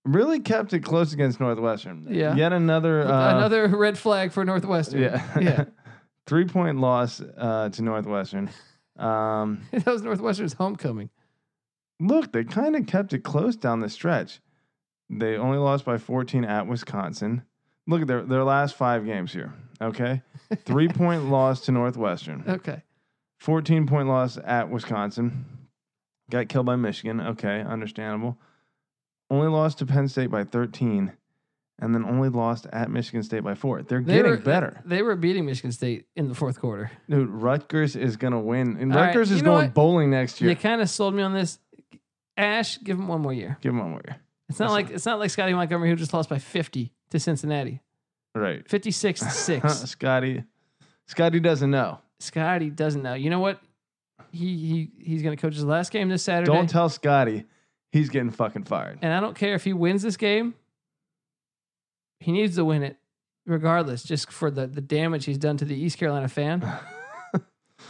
Speaker 2: Really kept it close against Northwestern.
Speaker 1: Yeah.
Speaker 2: Yet another uh,
Speaker 1: Another red flag for Northwestern.
Speaker 2: Yeah.
Speaker 1: yeah.
Speaker 2: Three point loss uh, to Northwestern. Um,
Speaker 1: that was Northwestern's homecoming.
Speaker 2: look, they kind of kept it close down the stretch. They only lost by 14 at Wisconsin. Look at their their last five games here. Okay, three point loss to Northwestern.
Speaker 1: Okay.
Speaker 2: 14 point loss at Wisconsin. Got killed by Michigan. Okay, understandable. Only lost to Penn State by 13, and then only lost at Michigan State by four. They're
Speaker 1: They
Speaker 2: getting
Speaker 1: were-
Speaker 2: better.
Speaker 1: They were beating Michigan State in the fourth quarter.
Speaker 2: Dude, Rutgers is going to win. And
Speaker 1: All right,
Speaker 2: Rutgers
Speaker 1: you
Speaker 2: is
Speaker 1: know
Speaker 2: going
Speaker 1: what?
Speaker 2: bowling next year.
Speaker 1: You kind of sold me on this. Ash, give him one more year.
Speaker 2: Give them one more year.
Speaker 1: It's not like it's not like Scotty Montgomery who just lost by 50 to Cincinnati.
Speaker 2: Right.
Speaker 1: 56 to 6.
Speaker 2: Scotty. Scotty doesn't know.
Speaker 1: Scotty doesn't know. You know what? He he he's going to coach his last game this Saturday.
Speaker 2: Don't tell Scotty. He's getting fucking fired.
Speaker 1: and I don't care if he wins this game. He needs to win it regardless just for the the damage he's done to the East Carolina fan.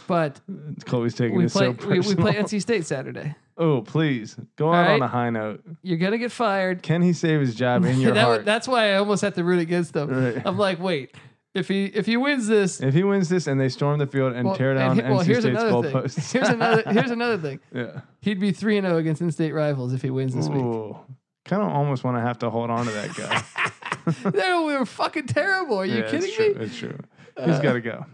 Speaker 1: But
Speaker 2: Chloe's taking
Speaker 1: we
Speaker 2: this
Speaker 1: play
Speaker 2: so
Speaker 1: we,
Speaker 2: personal.
Speaker 1: we play NC State Saturday.
Speaker 2: oh, please. Go out on
Speaker 1: right.
Speaker 2: a high note.
Speaker 1: You're going to get fired.
Speaker 2: Can he save his job in your
Speaker 1: That
Speaker 2: heart?
Speaker 1: would- that's why I almost had to root against them.
Speaker 2: Right.
Speaker 1: I'm like, wait, if he if he wins this,
Speaker 2: If he wins this and they storm the field and
Speaker 1: well,
Speaker 2: tear down
Speaker 1: and he- well,
Speaker 2: NC
Speaker 1: here's
Speaker 2: State's
Speaker 1: another thing.
Speaker 2: goalposts,
Speaker 1: Here's another here's another thing.
Speaker 2: yeah.
Speaker 1: He'd be three and zero against in-state rivals if he wins this week.
Speaker 2: Ooh, kind of almost want to have to hold on to that guy.
Speaker 1: they were fucking terrible. Are you
Speaker 2: Yeah, it's
Speaker 1: kidding
Speaker 2: true,
Speaker 1: me?
Speaker 2: It's true. He's
Speaker 1: Uh,
Speaker 2: got to go.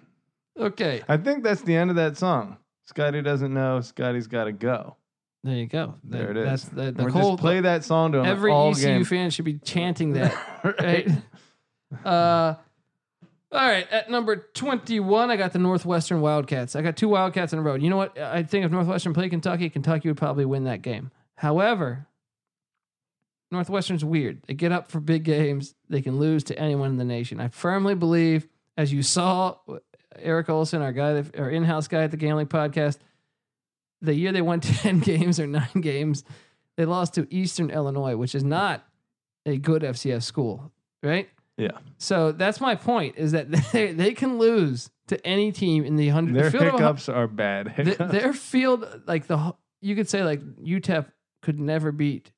Speaker 1: Okay,
Speaker 2: I think that's the end of that song. Scotty doesn't know. Scotty's got to go.
Speaker 1: there you go.
Speaker 2: There
Speaker 1: That-
Speaker 2: it is.
Speaker 1: That's the, the
Speaker 2: or
Speaker 1: whole.
Speaker 2: just play that song to him
Speaker 1: every
Speaker 2: all
Speaker 1: ECU
Speaker 2: game.
Speaker 1: fan should be chanting that. right? Uh, all right. At number 21, I got the Northwestern Wildcats. I got two Wildcats in a row. You know what? I think if Northwestern played Kentucky, Kentucky would probably win that game. However, Northwestern's weird. They get up for big games, they can lose to anyone in the nation. I firmly believe, as you saw, Eric Olson, our guy, that- our in house guy at the Gambling Podcast, the year they won 10 games or nine games, they lost to Eastern Illinois, which is not a good FCS school, right?
Speaker 2: Yeah.
Speaker 1: So that's my point is that they, they can lose to any team in the 100
Speaker 2: Their
Speaker 1: field of a hu-
Speaker 2: hiccups are bad.
Speaker 1: th-
Speaker 2: Hiccups.
Speaker 1: their field like the hu- you could say like UTEP could never beat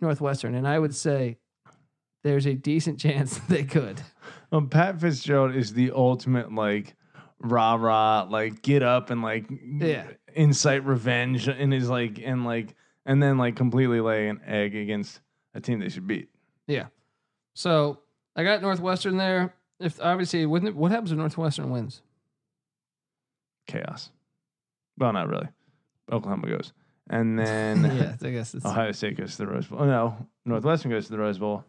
Speaker 1: Northwestern and I would say there's a decent chance they could.
Speaker 2: Um, Pat Fitzgerald is the ultimate like rah rah, like get up and like
Speaker 1: Yeah.
Speaker 2: incite revenge and is like and like and then like completely lay an egg against a team they should beat.
Speaker 1: So I got Northwestern there. If obviously wouldn't it, what happens if Northwestern wins?
Speaker 2: Chaos. Well, not really. Oklahoma goes, and then
Speaker 1: yeah, I guess it's
Speaker 2: Ohio State goes to the Rose Bowl. Oh, no, Northwestern goes to the Rose Bowl,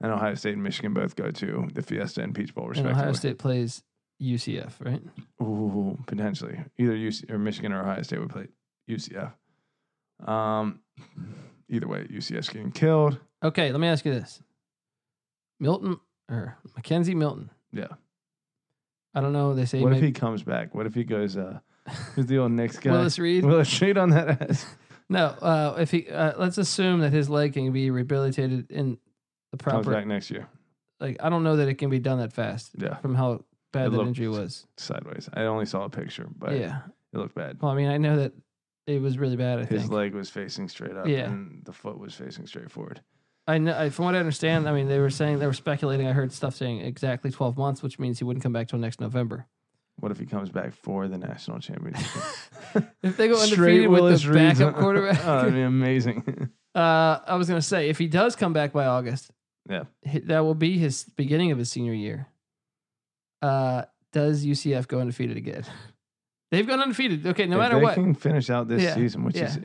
Speaker 2: and Ohio State and Michigan both go to the Fiesta and Peach Bowl,
Speaker 1: and
Speaker 2: respectively.
Speaker 1: Ohio State plays UCF, right?
Speaker 2: Ooh, potentially either UC or Michigan or Ohio State would play UCF. Um, either way, UCF's getting killed.
Speaker 1: Okay, let me ask you this. Milton or Mackenzie Milton.
Speaker 2: Yeah.
Speaker 1: I don't know. They say
Speaker 2: What if
Speaker 1: maybe,
Speaker 2: he comes back? What if he goes? Uh, who's the old Knicks guy?
Speaker 1: Willis Reed.
Speaker 2: Will shade on that ass?
Speaker 1: No, uh, if he uh, let's assume that his leg can be rehabilitated in the
Speaker 2: Comes
Speaker 1: proper
Speaker 2: back next year.
Speaker 1: like I don't know that it can be done that fast
Speaker 2: Yeah,
Speaker 1: from how bad
Speaker 2: It
Speaker 1: that
Speaker 2: looked-
Speaker 1: injury was.
Speaker 2: sideways. I only saw a picture, but
Speaker 1: Yeah.
Speaker 2: it looked bad.
Speaker 1: Well, I mean, I know that it was really bad. I
Speaker 2: His
Speaker 1: think
Speaker 2: leg was facing straight up,
Speaker 1: Yeah.
Speaker 2: and the foot was facing straight forward.
Speaker 1: I know. I, from what I understand, I mean, they were saying they were speculating. I heard stuff saying exactly twelve months, which means he wouldn't come back till next November.
Speaker 2: What if he comes back for the national championship?
Speaker 1: If they go undefeated with the
Speaker 2: Reed's-
Speaker 1: backup quarterback,
Speaker 2: oh, that'd be amazing.
Speaker 1: Uh, I was gonna say if he does come back by August,
Speaker 2: Yeah.
Speaker 1: hi- that will be his beginning of his senior year. Uh, does UCF go undefeated again? They've gone undefeated. Okay, no
Speaker 2: If
Speaker 1: matter
Speaker 2: they
Speaker 1: what.
Speaker 2: can finish out this
Speaker 1: Yeah,
Speaker 2: season, which
Speaker 1: yeah.
Speaker 2: is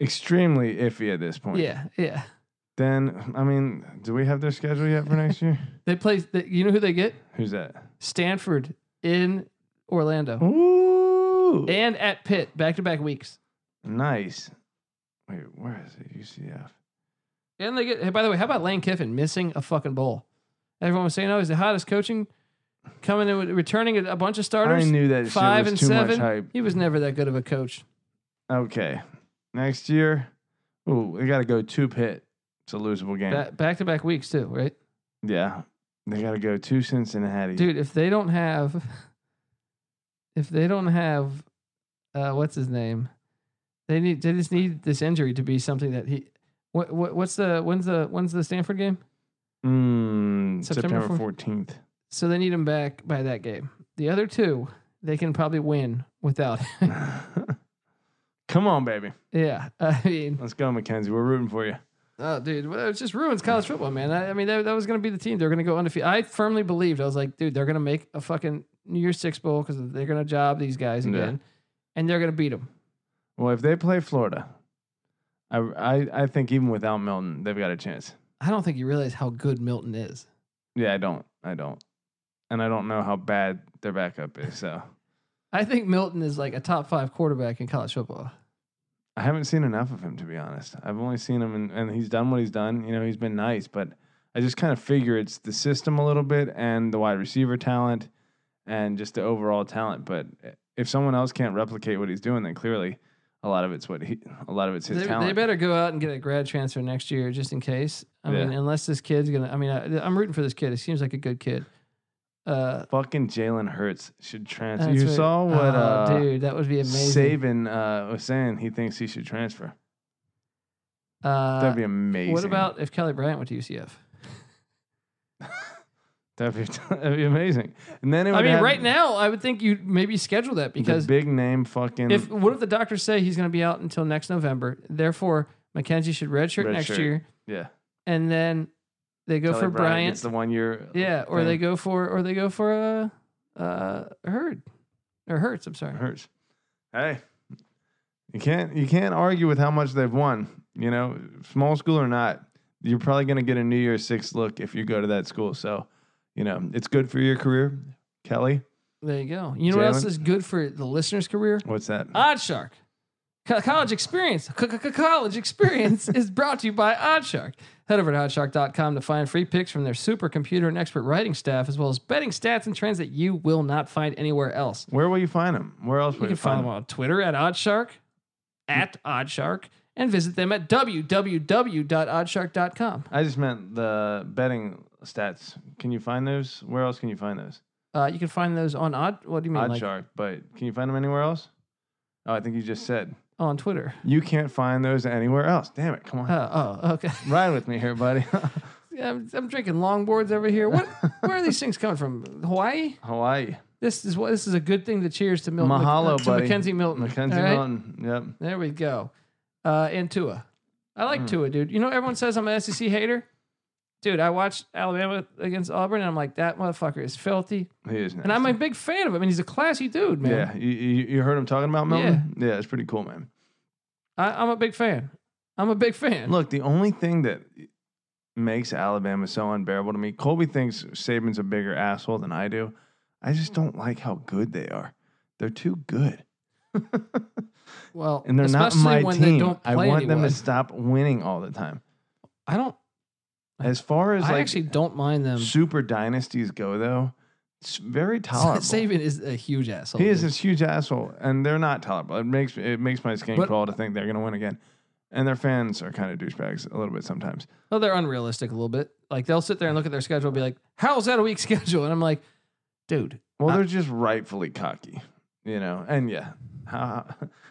Speaker 2: extremely iffy at this point.
Speaker 1: Yeah, yeah.
Speaker 2: Then I mean, do we have their schedule yet for next year?
Speaker 1: They play. th- You know who they get?
Speaker 2: Who's that?
Speaker 1: Stanford in
Speaker 2: Oh.
Speaker 1: Orlando
Speaker 2: Ooh,
Speaker 1: and at Pitt, back to back weeks.
Speaker 2: Eh. nice. Wait, where is it? UCF.
Speaker 1: And they get. Hey, by the way, how about Lane Kiffin missing a fucking bowl? Everyone was saying, "Oh, he's the hottest coaching." Coming in, with- returning a a bunch of starters.
Speaker 2: I knew that
Speaker 1: five and
Speaker 2: shit was too
Speaker 1: seven.
Speaker 2: much hype.
Speaker 1: He was never that good of a coach.
Speaker 2: Okay, next year. Ooh, they got to go to Pitt. It's a losable game.
Speaker 1: Back to back weeks too, right?
Speaker 2: yeah, they got to go to Cincinnati.
Speaker 1: Dude, if they don't have if they don't have uh, what's his name, they need they just need this injury to be something that he. What, what what's the when's the when's the Stanford game?
Speaker 2: Mm,
Speaker 1: September
Speaker 2: September fourteenth.
Speaker 1: So they need him back by that game. The other two, they can probably win without. him.
Speaker 2: Come on, baby.
Speaker 1: yeah, I mean,
Speaker 2: Let's go, Mackenzie. We're rooting for you.
Speaker 1: oh, dude, well, it just ruins college football, man. I, I mean, that, that was going to be the team. They're going to go undefeated. I firmly believed. I was like, dude, they're going to make a fucking New Year's Six bowl because they're going to job these guys
Speaker 2: Yeah.
Speaker 1: again, and they're going to beat them.
Speaker 2: Well, if they play Florida, I, I, I think even without Milton, they've got a chance.
Speaker 1: I don't think you realize how good Milton is.
Speaker 2: Yeah, I don't. I don't. And I don't know how bad their backup is. So
Speaker 1: I think Milton is like a top five quarterback in college football.
Speaker 2: I haven't seen enough of him, to be honest. I've only seen him, and, and he's done what he's done. You know, he's been nice, but I just kind of figure it's the system a little bit and the wide receiver talent and just the overall talent. But if someone else can't replicate what he's doing, then clearly a lot of it's what he, a lot of it's his
Speaker 1: They,
Speaker 2: talent.
Speaker 1: they better go out and get a grad transfer next year just in case. I mean,
Speaker 2: Yeah.
Speaker 1: unless this kid's gonna. I mean, I, I'm rooting for this kid. He seems like a good kid. Uh,
Speaker 2: Fucking Jalen Hurts should transfer.
Speaker 1: that's
Speaker 2: You
Speaker 1: what-
Speaker 2: saw what
Speaker 1: oh,
Speaker 2: uh,
Speaker 1: dude, that would be amazing.
Speaker 2: Saban uh, was saying. He thinks he should transfer.
Speaker 1: Uh,
Speaker 2: That'd be amazing.
Speaker 1: what about if Kelly Bryant went to UCF?
Speaker 2: that'd be, that'd be amazing? And then it would
Speaker 1: I mean,
Speaker 2: have
Speaker 1: right now, I would think you maybe schedule that
Speaker 2: the
Speaker 1: because
Speaker 2: big name fucking
Speaker 1: if what if the doctors say he's going to be out until next November? Therefore, Mackenzie should redshirt
Speaker 2: Red
Speaker 1: next
Speaker 2: shirt.
Speaker 1: year,
Speaker 2: yeah.
Speaker 1: and then they go
Speaker 2: Kelly
Speaker 1: for Bryant.
Speaker 2: gets the one year. uh,
Speaker 1: Yeah, or
Speaker 2: thing.
Speaker 1: they go for or they go for a uh herd or hurts. I'm sorry.
Speaker 2: hurts. Hey, you can't you can't argue with how much they've won. You know, small school or not, you're probably gonna get a New Year's Six look if you go to that school. So, you know, it's good for your career, Kelly.
Speaker 1: There you go. You know what else
Speaker 2: Jalen?
Speaker 1: is good for the listener's career?
Speaker 2: What's that?
Speaker 1: Odd Shark. Co- college experience. Co- co- co- college experience is brought to you by Odd Shark. Head over to oddshark.com to find free picks from their supercomputer and expert writing staff, as well as betting stats and trends that you will not find anywhere else.
Speaker 2: Where will you find him? Where else
Speaker 1: You
Speaker 2: will
Speaker 1: can
Speaker 2: you
Speaker 1: find
Speaker 2: find
Speaker 1: them
Speaker 2: him?
Speaker 1: on Twitter at Oddshark, at Oddshark, and visit them at www.oddshark.com.
Speaker 2: I just meant the betting stats. Can you find those? Where else can you find those?
Speaker 1: Uh, you can find those on Odd. What do you mean?
Speaker 2: Odd
Speaker 1: like-
Speaker 2: Shark, but can you find them anywhere else? Oh, I think you just said
Speaker 1: on Twitter.
Speaker 2: you can't find those anywhere else. Damn it! Come on,
Speaker 1: Oh, oh okay.
Speaker 2: ride with me here, buddy.
Speaker 1: I'm, I'm drinking longboards over here. What? Where are these things coming from? Hawaii?
Speaker 2: Hawaii.
Speaker 1: This is what. This is a good thing. to cheers to Milton.
Speaker 2: Mahalo,
Speaker 1: to
Speaker 2: buddy.
Speaker 1: Mackenzie Milton.
Speaker 2: Mackenzie
Speaker 1: All right?
Speaker 2: Milton. Yep.
Speaker 1: There we go. Uh, and Tua. I
Speaker 2: Hmm.
Speaker 1: like Tua, dude. You know, everyone says I'm an SEC hater. Dude, I watched Alabama against Auburn, and I'm like, that motherfucker is filthy.
Speaker 2: He is nice.
Speaker 1: And I'm a big fan of him. And he's a classy dude, man.
Speaker 2: yeah. You, you you heard him talking about Milton? Yeah. it's pretty cool, man.
Speaker 1: I, I'm a big fan. I'm a big fan.
Speaker 2: Look, the only thing that makes Alabama so unbearable to me, Colby thinks Saban's a bigger asshole than I do. I just don't like how good they are. They're too good.
Speaker 1: well,
Speaker 2: And they're
Speaker 1: especially
Speaker 2: not my
Speaker 1: when
Speaker 2: team.
Speaker 1: They don't play
Speaker 2: I want them
Speaker 1: anyone.
Speaker 2: to stop winning all the time.
Speaker 1: I don't.
Speaker 2: As far as
Speaker 1: I
Speaker 2: like
Speaker 1: actually don't mind them.
Speaker 2: super dynasties go though, it's very tolerable.
Speaker 1: Saban is a huge asshole.
Speaker 2: He is
Speaker 1: dude.
Speaker 2: this huge asshole, and they're not tolerable. It makes it makes my skin
Speaker 1: But-
Speaker 2: crawl to think they're going to win again. And their fans are kind of douchebags a little bit sometimes.
Speaker 1: No, Oh, they're unrealistic a little bit. Like they'll sit there and look at their schedule and be like, "How's that a week schedule?" And I'm like, "Dude,
Speaker 2: Well, they're just rightfully cocky, you know. And yeah, how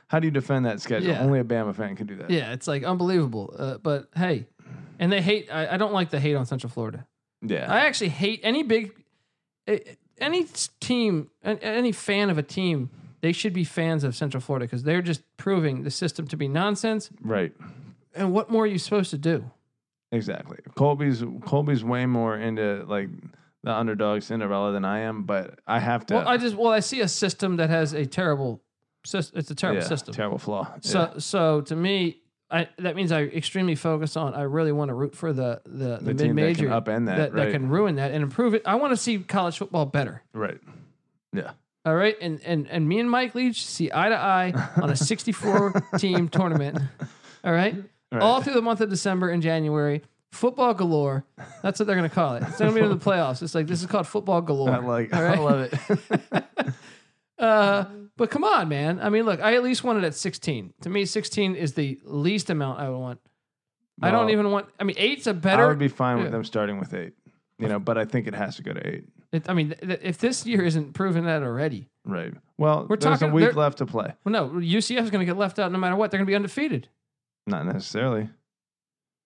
Speaker 2: how do you defend that schedule?
Speaker 1: Yeah.
Speaker 2: Only a Bama fan can do that.
Speaker 1: yeah, it's like unbelievable." Uh, but hey, and they hate. I, I don't like the hate on Central Florida.
Speaker 2: yeah.
Speaker 1: I actually hate any big, a- any s- team, an- any fan of a team. They should be fans of Central Florida because they're just proving the system to be nonsense.
Speaker 2: right.
Speaker 1: And what more are you supposed to do?
Speaker 2: Exactly. Colby's Colby's way more into like the underdog Cinderella than I am, but I have to.
Speaker 1: Well, I just well, I see a system that has a terrible, sys- it's a terrible
Speaker 2: yeah,
Speaker 1: system.
Speaker 2: Terrible flaw.
Speaker 1: So so to me, I that means I extremely focus on. I really want to root for the the, the,
Speaker 2: The
Speaker 1: mid
Speaker 2: team that can
Speaker 1: major
Speaker 2: upend that,
Speaker 1: that,
Speaker 2: right.
Speaker 1: can ruin that and improve it. I want to see college football better.
Speaker 2: Yeah. right. Yeah.
Speaker 1: All right, and and and me and Mike Leach see eye to eye on a 64 team tournament. All right?
Speaker 2: Right.
Speaker 1: all through the month of December and January. Football galore. That's what they're going to call it. It's going to be in the playoffs. It's like this is called football galore.
Speaker 2: I like.
Speaker 1: All right?
Speaker 2: I love it.
Speaker 1: Uh, but come on, man. I mean, look, I at least want it at 16. To me, 16 is the least amount I would want. I don't
Speaker 2: Well,
Speaker 1: even want. I mean, eight's a
Speaker 2: I
Speaker 1: better.
Speaker 2: would be fine
Speaker 1: Yeah.
Speaker 2: with them starting with eight, you know, but I think it has to go to eight.
Speaker 1: It, I mean, th- th- if this year isn't proving that already,
Speaker 2: Right. Well,
Speaker 1: We're
Speaker 2: there's
Speaker 1: talking-
Speaker 2: a week
Speaker 1: there-
Speaker 2: left to play.
Speaker 1: well, no, UCF is going to get left out no matter what. They're going to be undefeated.
Speaker 2: Not necessarily.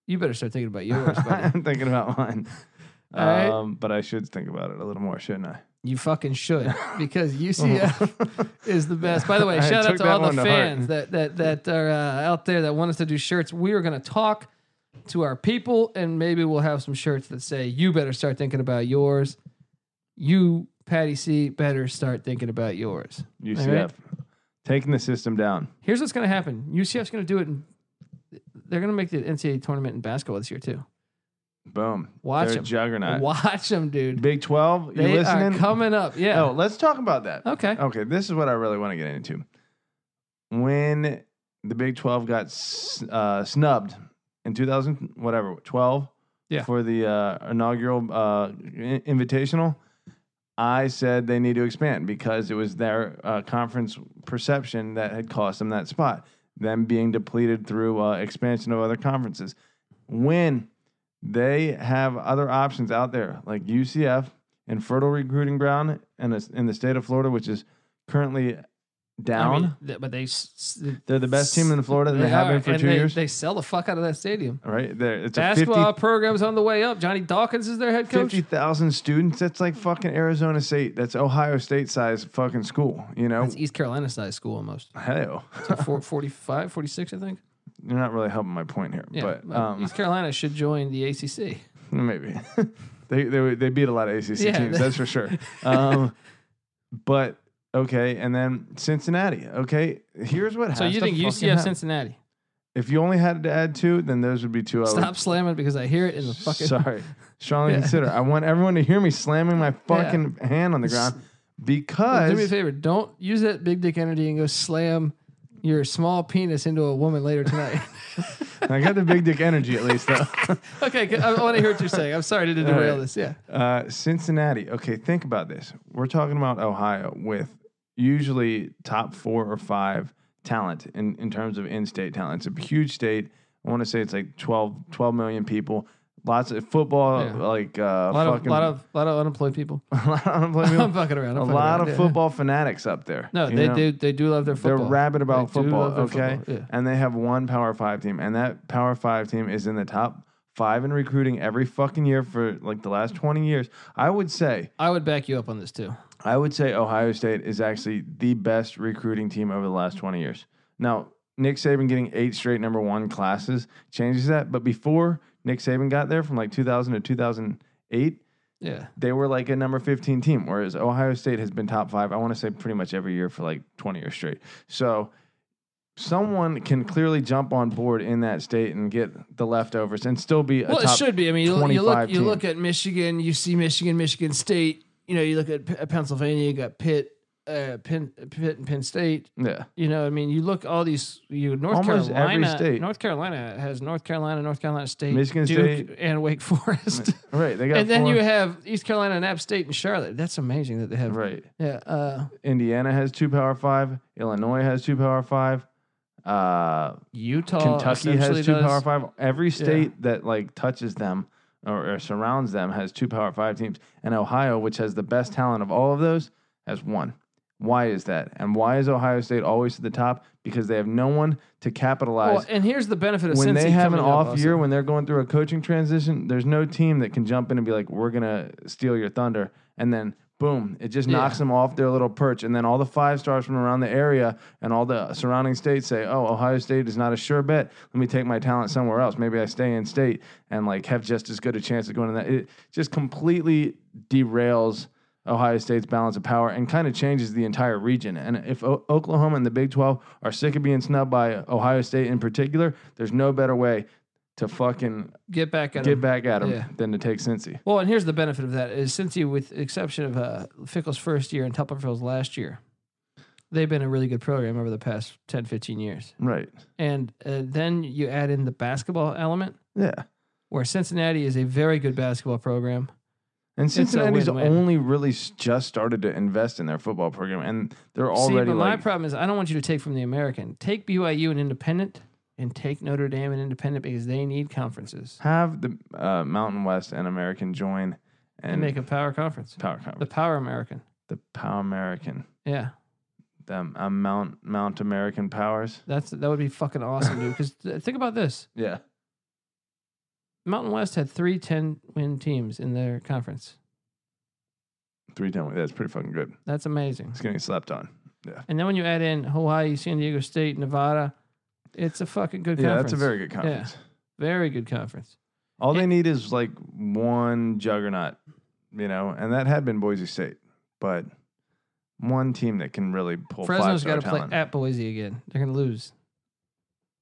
Speaker 1: You better start thinking about yours. buddy.
Speaker 2: I'm thinking about mine.
Speaker 1: All right.
Speaker 2: Um, but I should think about it a little more, shouldn't I?
Speaker 1: you fucking should because UCF is the best. By the way,
Speaker 2: I
Speaker 1: shout out
Speaker 2: took
Speaker 1: to
Speaker 2: that
Speaker 1: all
Speaker 2: one
Speaker 1: the
Speaker 2: to
Speaker 1: fans
Speaker 2: heart.
Speaker 1: that that that are uh, out there that want us to do shirts. We are going to talk to our people, and maybe we'll have some shirts that say, "You better start thinking about yours." You, Patty C, better start thinking about yours.
Speaker 2: UCF taking the system down.
Speaker 1: Here's what's going to happen: UCF's going to do it. In, they're going to make the NCAA tournament in basketball this year too.
Speaker 2: Boom.
Speaker 1: Watch
Speaker 2: They're a
Speaker 1: 'em.
Speaker 2: juggernaut.
Speaker 1: Watch them, dude.
Speaker 2: Big 12, you
Speaker 1: They are
Speaker 2: listening?
Speaker 1: coming up. Yeah.
Speaker 2: Oh, let's talk about that.
Speaker 1: Okay.
Speaker 2: Okay, this is what I really want to get into. When the Big 12 got s- uh, snubbed in 2000, whatever, 12,
Speaker 1: Yeah.
Speaker 2: for the uh, inaugural uh, in- invitational, I said they need to expand because it was their uh, conference perception that had cost them that spot, them being depleted through uh, expansion of other conferences. When they have other options out there, like UCF and fertile recruiting ground in, a, in the state of Florida, which is currently down.
Speaker 1: I mean, th- but they s- s-
Speaker 2: They're the best team in Florida, and they, have
Speaker 1: are,
Speaker 2: been for
Speaker 1: and
Speaker 2: two
Speaker 1: they,
Speaker 2: years.
Speaker 1: They sell the fuck out of that stadium.
Speaker 2: right there, it's a 50
Speaker 1: Basketball program's on the way up. Johnny Dawkins is their head coach.
Speaker 2: Fifty thousand students. That's like fucking Arizona State. That's Ohio State size fucking school. You know,
Speaker 1: That's East Carolina size school almost.
Speaker 2: hell,
Speaker 1: So four, 45, 46, I think.
Speaker 2: you're not really helping my point here,
Speaker 1: Yeah.
Speaker 2: but
Speaker 1: well,
Speaker 2: um,
Speaker 1: East Carolina should join the ACC.
Speaker 2: maybe they, they they beat a lot of ACC
Speaker 1: Yeah.
Speaker 2: teams. That's for sure. Um, but okay, and then Cincinnati. Okay, here's what.
Speaker 1: So
Speaker 2: has
Speaker 1: you
Speaker 2: to
Speaker 1: think
Speaker 2: fucking
Speaker 1: UCF
Speaker 2: happen.
Speaker 1: Cincinnati?
Speaker 2: If you only had to add two, then those would be two. I would
Speaker 1: Stop slamming because I hear it in the fucking.
Speaker 2: Sorry. Strongly
Speaker 1: Yeah.
Speaker 2: consider. I want everyone to hear me slamming my fucking hand on the ground
Speaker 1: Do me a
Speaker 2: because
Speaker 1: favor. Don't use that big dick energy and go slam your small penis into a woman later tonight.
Speaker 2: I got the big dick energy at least though.
Speaker 1: okay, good. I, want to hear what you're saying. I'm sorry to derail
Speaker 2: right.
Speaker 1: this. Yeah.
Speaker 2: Uh, Cincinnati. Okay, think about this. We're talking about Ohio with usually top four or five talent in, in terms of in-state talent. It's a huge state. I want to say it's like 12, 12 million people. Lots of football,
Speaker 1: Yeah.
Speaker 2: like uh,
Speaker 1: A lot of,
Speaker 2: fucking,
Speaker 1: lot of, lot of unemployed people.
Speaker 2: a lot of unemployed people.
Speaker 1: I'm fucking around. I'm
Speaker 2: a
Speaker 1: fucking
Speaker 2: lot
Speaker 1: around.
Speaker 2: of
Speaker 1: Yeah.
Speaker 2: football fanatics up there.
Speaker 1: No,
Speaker 2: you
Speaker 1: they
Speaker 2: know?
Speaker 1: do. They do love their football.
Speaker 2: They're rabid about
Speaker 1: They do
Speaker 2: football,
Speaker 1: love their
Speaker 2: okay?
Speaker 1: football, yeah.
Speaker 2: And they have one Power Five team, and that Power Five team is in the top five in recruiting every fucking year for like the last twenty years. I would say,
Speaker 1: I would back you up on this too.
Speaker 2: I would say Ohio State is actually the best recruiting team over the last twenty years. Now, Nick Saban getting eight straight number one classes changes that, but before Nick Saban got there, from like two thousand to two thousand eight
Speaker 1: Yeah.
Speaker 2: they were like a number 15 team, whereas Ohio State has been top five, I want to say pretty much every year for like 20 years straight. So someone can clearly jump on board in that state and get the leftovers and still be a
Speaker 1: Well, it
Speaker 2: top.
Speaker 1: should be. I mean, you, you
Speaker 2: 25
Speaker 1: look you
Speaker 2: team.
Speaker 1: look at Michigan, you see Michigan, Michigan State. You know, you look at P- uh, Pennsylvania, you got Pitt, uh, Penn, Pitt and Penn State.
Speaker 2: Yeah.
Speaker 1: You know, I mean, you look all these. You North
Speaker 2: Almost every
Speaker 1: Carolina,
Speaker 2: state.
Speaker 1: North Carolina has North Carolina, North Carolina State,
Speaker 2: Michigan
Speaker 1: Duke,
Speaker 2: State.
Speaker 1: and Wake Forest.
Speaker 2: All Right. They got
Speaker 1: And then
Speaker 2: four.
Speaker 1: you have East Carolina, and App State, and Charlotte. That's amazing that they have.
Speaker 2: right.
Speaker 1: Yeah, uh,
Speaker 2: Indiana has two power five. Illinois has two power five. Uh,
Speaker 1: Utah.
Speaker 2: Kentucky
Speaker 1: essentially
Speaker 2: has two
Speaker 1: does.
Speaker 2: power five. Every state that like touches them or, or surrounds them has two power five teams, and Ohio, which has the best talent of all of those, has one. Why is that? And why is Ohio State always at the top? Because they have no one to capitalize.
Speaker 1: Well, and here's the benefit of
Speaker 2: when
Speaker 1: Cincy
Speaker 2: they have an
Speaker 1: coming up
Speaker 2: off
Speaker 1: also.
Speaker 2: year, when they're going through a coaching transition, there's no team that can jump in and be like, "We're gonna steal your thunder," and then boom, it just
Speaker 1: Yeah.
Speaker 2: knocks them off their little perch, and then all the five stars from around the area and all the surrounding states say, "Oh, Ohio State is not a sure bet. Let me take my talent somewhere else. Maybe I stay in state and like have just as good a chance of going to that." It just completely derails. Ohio State's balance of power and kind of changes the entire region. And if o- Oklahoma and the Big 12 are sick of being snubbed by Ohio State in particular, there's no better way to fucking
Speaker 1: Get back at 'em.
Speaker 2: get back at them
Speaker 1: Yeah.
Speaker 2: than to take Cincy.
Speaker 1: Well, and here's the benefit of that is since you, with the exception of uh, Fickle's first year and Tupperville's last year, they've been a really good program over the past 10, 15 years.
Speaker 2: Right.
Speaker 1: And uh, then you add in the basketball element,
Speaker 2: Yeah.
Speaker 1: where Cincinnati is a very good basketball program.
Speaker 2: And
Speaker 1: a
Speaker 2: Cincinnati's
Speaker 1: win-win.
Speaker 2: only really s- just started to invest in their football program, and they're
Speaker 1: See,
Speaker 2: already
Speaker 1: but my
Speaker 2: like
Speaker 1: problem is I don't want you to take from the American. Take BYU and Independent, and take Notre Dame and Independent because they need conferences.
Speaker 2: have the uh, Mountain West and American join
Speaker 1: and
Speaker 2: and
Speaker 1: make a power conference.
Speaker 2: power
Speaker 1: The
Speaker 2: conference.
Speaker 1: Power American.
Speaker 2: The, Power American,
Speaker 1: Yeah,
Speaker 2: the um, Mount Mount American Powers.
Speaker 1: that's that would be fucking awesome, dude. Because think about this:
Speaker 2: Yeah,
Speaker 1: Mountain West had three 10-win teams in their conference.
Speaker 2: three ten. That's pretty fucking good.
Speaker 1: That's amazing.
Speaker 2: It's getting slept on. Yeah,
Speaker 1: And then when you add in Hawaii, San Diego State, Nevada, it's a fucking good
Speaker 2: yeah,
Speaker 1: conference.
Speaker 2: that's a very good conference.
Speaker 1: very good conference.
Speaker 2: All they need is like one juggernaut, you know, and that had been Boise State, but one team that can really pull
Speaker 1: Fresno's
Speaker 2: five-star
Speaker 1: got to play
Speaker 2: talent.
Speaker 1: at Boise again. They're gonna lose.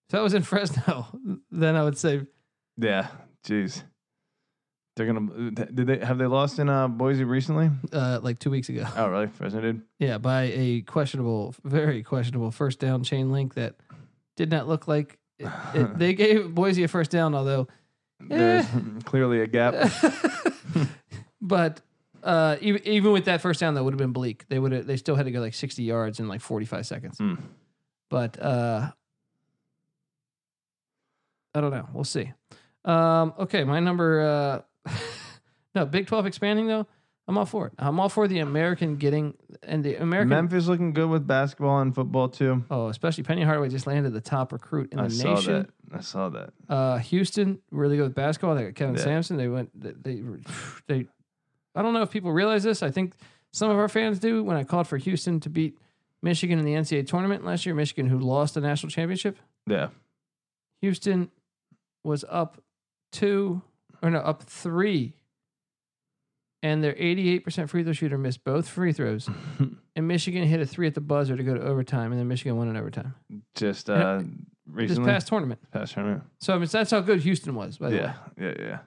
Speaker 1: If that was in Fresno, then I would say
Speaker 2: Yeah, jeez. They're gonna. Did they have they lost in uh, Boise recently?
Speaker 1: uh, like two weeks ago.
Speaker 2: Oh, really? Fresno did.
Speaker 1: Yeah, by a questionable, very questionable first down chain link that did not look like it, it- they gave Boise a first down, although, Eh.
Speaker 2: There's clearly a gap.
Speaker 1: but uh, even even with that first down, that would have been bleak. They would have they still had to go like sixty yards in like forty five seconds.
Speaker 2: Hmm.
Speaker 1: But uh, I don't know. We'll see. Um, okay, my number. Uh, no, Big Twelve expanding though. I'm all for it. I'm all for the American getting and the American.
Speaker 2: Memphis looking good with basketball and football too.
Speaker 1: Oh, especially Penny Hardaway just landed the top recruit in the
Speaker 2: I
Speaker 1: nation.
Speaker 2: saw that. I saw that.
Speaker 1: Uh, Houston really good with basketball. They got Kevin
Speaker 2: Yeah.
Speaker 1: Sampson. They went. They, they were- they. I don't know if people realize this. I think some of our fans do. When I called for Houston to beat Michigan in the NCAA tournament last year, Michigan who lost the national championship,
Speaker 2: Yeah,
Speaker 1: Houston was up two or no up three, and their eighty-eight percent free throw shooter missed both free throws, and Michigan hit a three at the buzzer to go to overtime, and then Michigan won in overtime.
Speaker 2: just
Speaker 1: Yeah.
Speaker 2: uh, recently.
Speaker 1: This past tournament.
Speaker 2: past tournament.
Speaker 1: So I mean, that's how good Houston was. By the way.
Speaker 2: Yeah, yeah, yeah,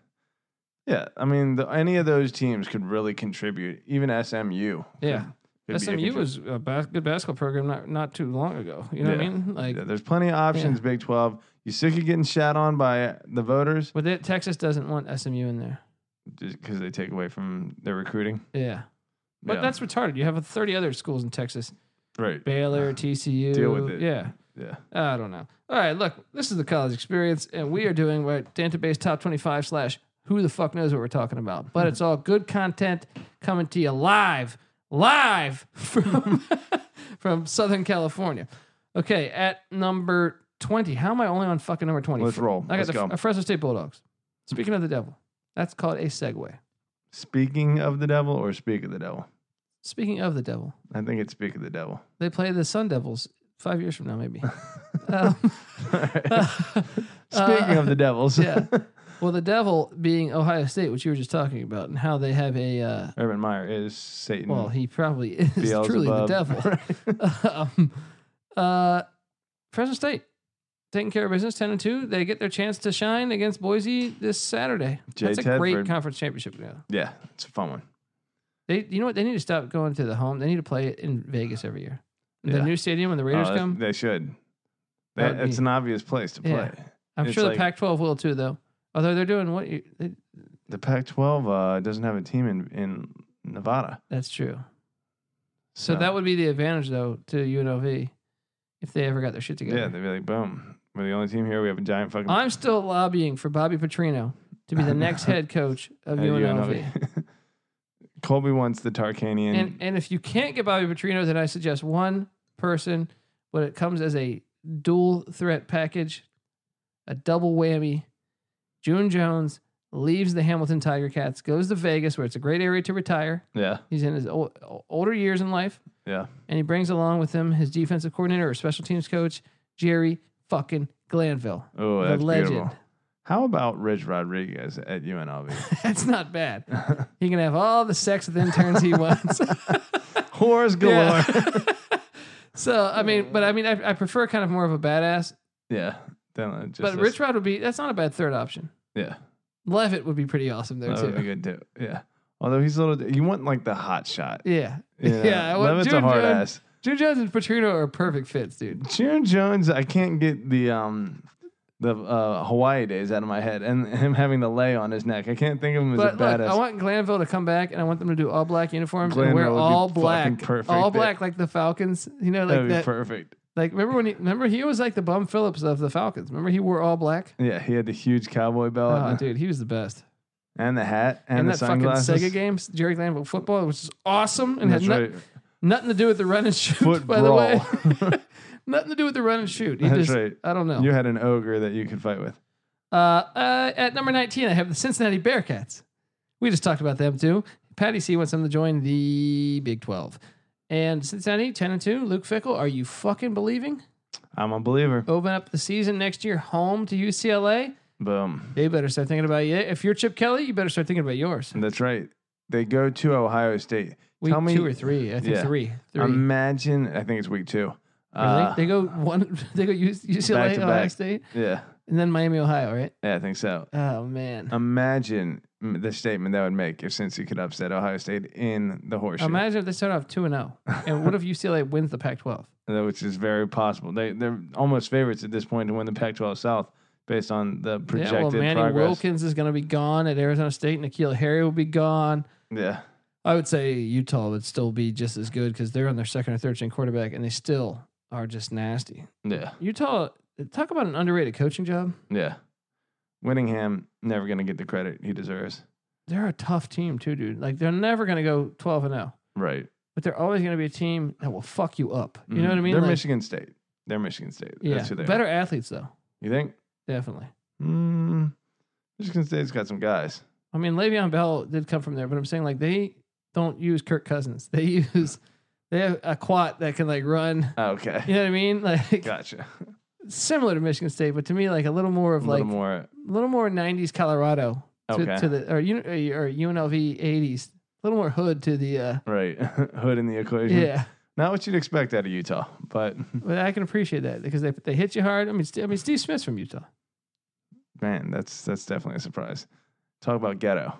Speaker 2: yeah. I mean, the, any of those teams could really contribute. Even SMU. could-
Speaker 1: Yeah.
Speaker 2: could be a
Speaker 1: SMU
Speaker 2: contrib-
Speaker 1: was a bas- good basketball program not not too long ago. You know what I
Speaker 2: Yeah.
Speaker 1: mean? Like,
Speaker 2: Yeah, there's plenty of options. Big Twelve. You sick of getting shat on by the voters
Speaker 1: but it, Texas doesn't want SMU in there.
Speaker 2: just because they take away from their recruiting.
Speaker 1: Yeah, but
Speaker 2: Yeah.
Speaker 1: that's retarded. You have thirty other schools in Texas:
Speaker 2: right.
Speaker 1: Baylor, TCU.
Speaker 2: Deal with it.
Speaker 1: Yeah,
Speaker 2: Yeah.
Speaker 1: I don't know. All right, look, this is the college experience, and we are doing our database top twenty-five slash who the fuck knows what we're talking about. But it's all good content coming to you live, live from from Southern California. Okay, at number twenty. How am I only on fucking number twenty?
Speaker 2: Let's roll.
Speaker 1: I got
Speaker 2: Let's
Speaker 1: the
Speaker 2: go.
Speaker 1: uh, Fresno State Bulldogs. Speaking of the devil, that's called a segue.
Speaker 2: Speaking of the devil or speak of the devil?
Speaker 1: Speaking of the devil,
Speaker 2: I think it's speak of the devil.
Speaker 1: they play the Sun Devils five years from now, maybe. um,
Speaker 2: Speaking of the devils,
Speaker 1: yeah. Well, the devil being Ohio State, which you were just talking about, and how they have a uh,
Speaker 2: Urban Meyer is Satan.
Speaker 1: well, he probably is truly the
Speaker 2: Beelzebub.
Speaker 1: devil. um, uh, Fresno State taking care of business, ten and two. They get their chance to shine against Boise this Saturday.
Speaker 2: Jay
Speaker 1: That's a great
Speaker 2: Tedford.
Speaker 1: conference championship. Yeah.
Speaker 2: yeah, it's a fun one.
Speaker 1: They, you know what? They need to stop going to the home. They need to play it in Vegas every year. The
Speaker 2: Yeah.
Speaker 1: new stadium when the
Speaker 2: Oh,
Speaker 1: Raiders
Speaker 2: that's-
Speaker 1: come.
Speaker 2: They should.
Speaker 1: That
Speaker 2: That,
Speaker 1: would
Speaker 2: it's
Speaker 1: be-
Speaker 2: an obvious place to play.
Speaker 1: Yeah. I'm
Speaker 2: it's
Speaker 1: sure the
Speaker 2: like-
Speaker 1: Pac-12 will too, though. Although they're doing what? You, they,
Speaker 2: The Pac-12 uh, doesn't have a team in in Nevada,
Speaker 1: that's true. So that would be the advantage, though, to UNLV if they ever got their shit together.
Speaker 2: yeah, they'd be like, boom, we're the only team here. We have a giant fucking
Speaker 1: I'm still lobbying for Bobby Petrino to be the next head coach of
Speaker 2: at
Speaker 1: UNLV.
Speaker 2: UNLV. Colby wants the Tarkanian.
Speaker 1: And and if you can't get Bobby Petrino, then I suggest one person, but it comes as a dual threat package, a double whammy. June Jones leaves the Hamilton Tiger Cats, goes to Vegas, where it's a great area to retire.
Speaker 2: yeah,
Speaker 1: He's in his old, older years in life,
Speaker 2: yeah.
Speaker 1: and he brings along with him his defensive coordinator or special teams coach, Jerry fucking Glanville.
Speaker 2: Oh,
Speaker 1: The
Speaker 2: that's
Speaker 1: legend.
Speaker 2: beautiful. How about Rich Rodriguez at UNLV?
Speaker 1: That's not bad. He can have all the sex with interns he wants.
Speaker 2: Whores galore.
Speaker 1: Yeah. So I mean, but I mean, I, I prefer kind of more of a badass.
Speaker 2: Yeah. Then uh, just
Speaker 1: But
Speaker 2: this-
Speaker 1: Rich Rod would be that's not a bad third option.
Speaker 2: Yeah.
Speaker 1: Levitt would be pretty awesome there
Speaker 2: That would be
Speaker 1: too.
Speaker 2: good too. Yeah. Although he's a little, you want like the hot shot.
Speaker 1: Yeah,
Speaker 2: you know?
Speaker 1: yeah. I want
Speaker 2: Levitt's a
Speaker 1: June
Speaker 2: hard
Speaker 1: Jones,
Speaker 2: ass.
Speaker 1: June Jones and Petrino are perfect fits, dude.
Speaker 2: Sharon Jones, I can't get the um the uh, Hawaii days out of my head, and him having the lay on his neck. I can't think of him as
Speaker 1: But
Speaker 2: a
Speaker 1: look,
Speaker 2: badass.
Speaker 1: I want Glanville to come back, and I want them to do all black uniforms and
Speaker 2: Glanville
Speaker 1: wear
Speaker 2: would be
Speaker 1: all
Speaker 2: fucking
Speaker 1: black,
Speaker 2: perfect
Speaker 1: all
Speaker 2: there.
Speaker 1: black like the Falcons. You know,
Speaker 2: That'd
Speaker 1: like
Speaker 2: be
Speaker 1: that.
Speaker 2: perfect.
Speaker 1: Like remember when he remember he was like the Bum Phillips of the Falcons. Remember he wore all black.
Speaker 2: Yeah, he had the huge cowboy belt.
Speaker 1: Oh, dude, he was the best.
Speaker 2: and the hat
Speaker 1: Uh-huh,
Speaker 2: and,
Speaker 1: and
Speaker 2: the
Speaker 1: that
Speaker 2: sunglasses.
Speaker 1: fucking Sega games, Jerry Glanville football, which is awesome and
Speaker 2: That's
Speaker 1: had no-
Speaker 2: right.
Speaker 1: nothing to do with the run and shoot.
Speaker 2: Foot
Speaker 1: by
Speaker 2: brawl.
Speaker 1: the way, nothing to do with the run and shoot. He
Speaker 2: That's
Speaker 1: just,
Speaker 2: right.
Speaker 1: I don't know.
Speaker 2: You had an ogre that you could fight with.
Speaker 1: Uh, uh, at number 19, I have the Cincinnati Bearcats. We just talked about them too. Patty C wants them to join the Big 12. And Cincinnati, 10 and 2. Luke Fickle, are you fucking believing?
Speaker 2: I'm a believer.
Speaker 1: Open up the season next year home to UCLA.
Speaker 2: Boom.
Speaker 1: They better start thinking about you. If you're Chip Kelly, you better start thinking about yours.
Speaker 2: That's right. They go to Ohio State.
Speaker 1: Week
Speaker 2: Tell me-
Speaker 1: two or three. I think
Speaker 2: Yeah.
Speaker 1: three. Three.
Speaker 2: Imagine. I think it's week two.
Speaker 1: Really?
Speaker 2: Uh,
Speaker 1: they go one. They go U- UCLA,
Speaker 2: back to
Speaker 1: Ohio
Speaker 2: back.
Speaker 1: State,
Speaker 2: yeah.
Speaker 1: and then Miami, Ohio. Right?
Speaker 2: Yeah, I think so.
Speaker 1: Oh man.
Speaker 2: Imagine mm, the statement that would make if Cincy could upset Ohio State in the horseshoe,
Speaker 1: Imagine if they start off two and zero, and what if UCLA wins the Pac-12?
Speaker 2: uh, which is very possible. They they're almost favorites at this point to win the Pac-12 South based on the projected
Speaker 1: yeah, well, Manny
Speaker 2: progress.
Speaker 1: Wilkins is going to be gone at Arizona State. Nikhil Harry will be gone.
Speaker 2: Yeah,
Speaker 1: I would say Utah would still be just as good because they're on their second or third string quarterback, and they still are just nasty.
Speaker 2: yeah,
Speaker 1: Utah, talk about an underrated coaching job.
Speaker 2: yeah. Winningham never going to get the credit he deserves.
Speaker 1: They're a tough team too, dude. Like they're never going to go twelve and zero,
Speaker 2: Right.
Speaker 1: but they're always going to be a team that will fuck you up. You know what I
Speaker 2: Mhm.
Speaker 1: mean?
Speaker 2: They're
Speaker 1: Like-
Speaker 2: Michigan State. They're Michigan State.
Speaker 1: Yeah,
Speaker 2: That's who they
Speaker 1: better
Speaker 2: Are.
Speaker 1: athletes though,
Speaker 2: You think?
Speaker 1: definitely.
Speaker 2: Mm, Michigan State's got some guys.
Speaker 1: I mean, Le'Veon Bell did come from there, but I'm saying like they don't use Kirk Cousins. They use they have a quat that can like run.
Speaker 2: Okay.
Speaker 1: You know what I mean? Like
Speaker 2: Gotcha.
Speaker 1: similar to Michigan State, but to me like a little more
Speaker 2: A
Speaker 1: of
Speaker 2: little
Speaker 1: like a
Speaker 2: more.
Speaker 1: little more 90s Colorado to,
Speaker 2: Okay.
Speaker 1: to the or, U- or UNLV 80s. A little more hood to the uh,
Speaker 2: Right. Hood in the equation.
Speaker 1: yeah.
Speaker 2: Not what you'd expect out of Utah, but
Speaker 1: But I can appreciate that because they they hit you hard. I mean, St- I mean Steve Smith's from Utah.
Speaker 2: man, that's that's definitely a surprise. Talk about ghetto.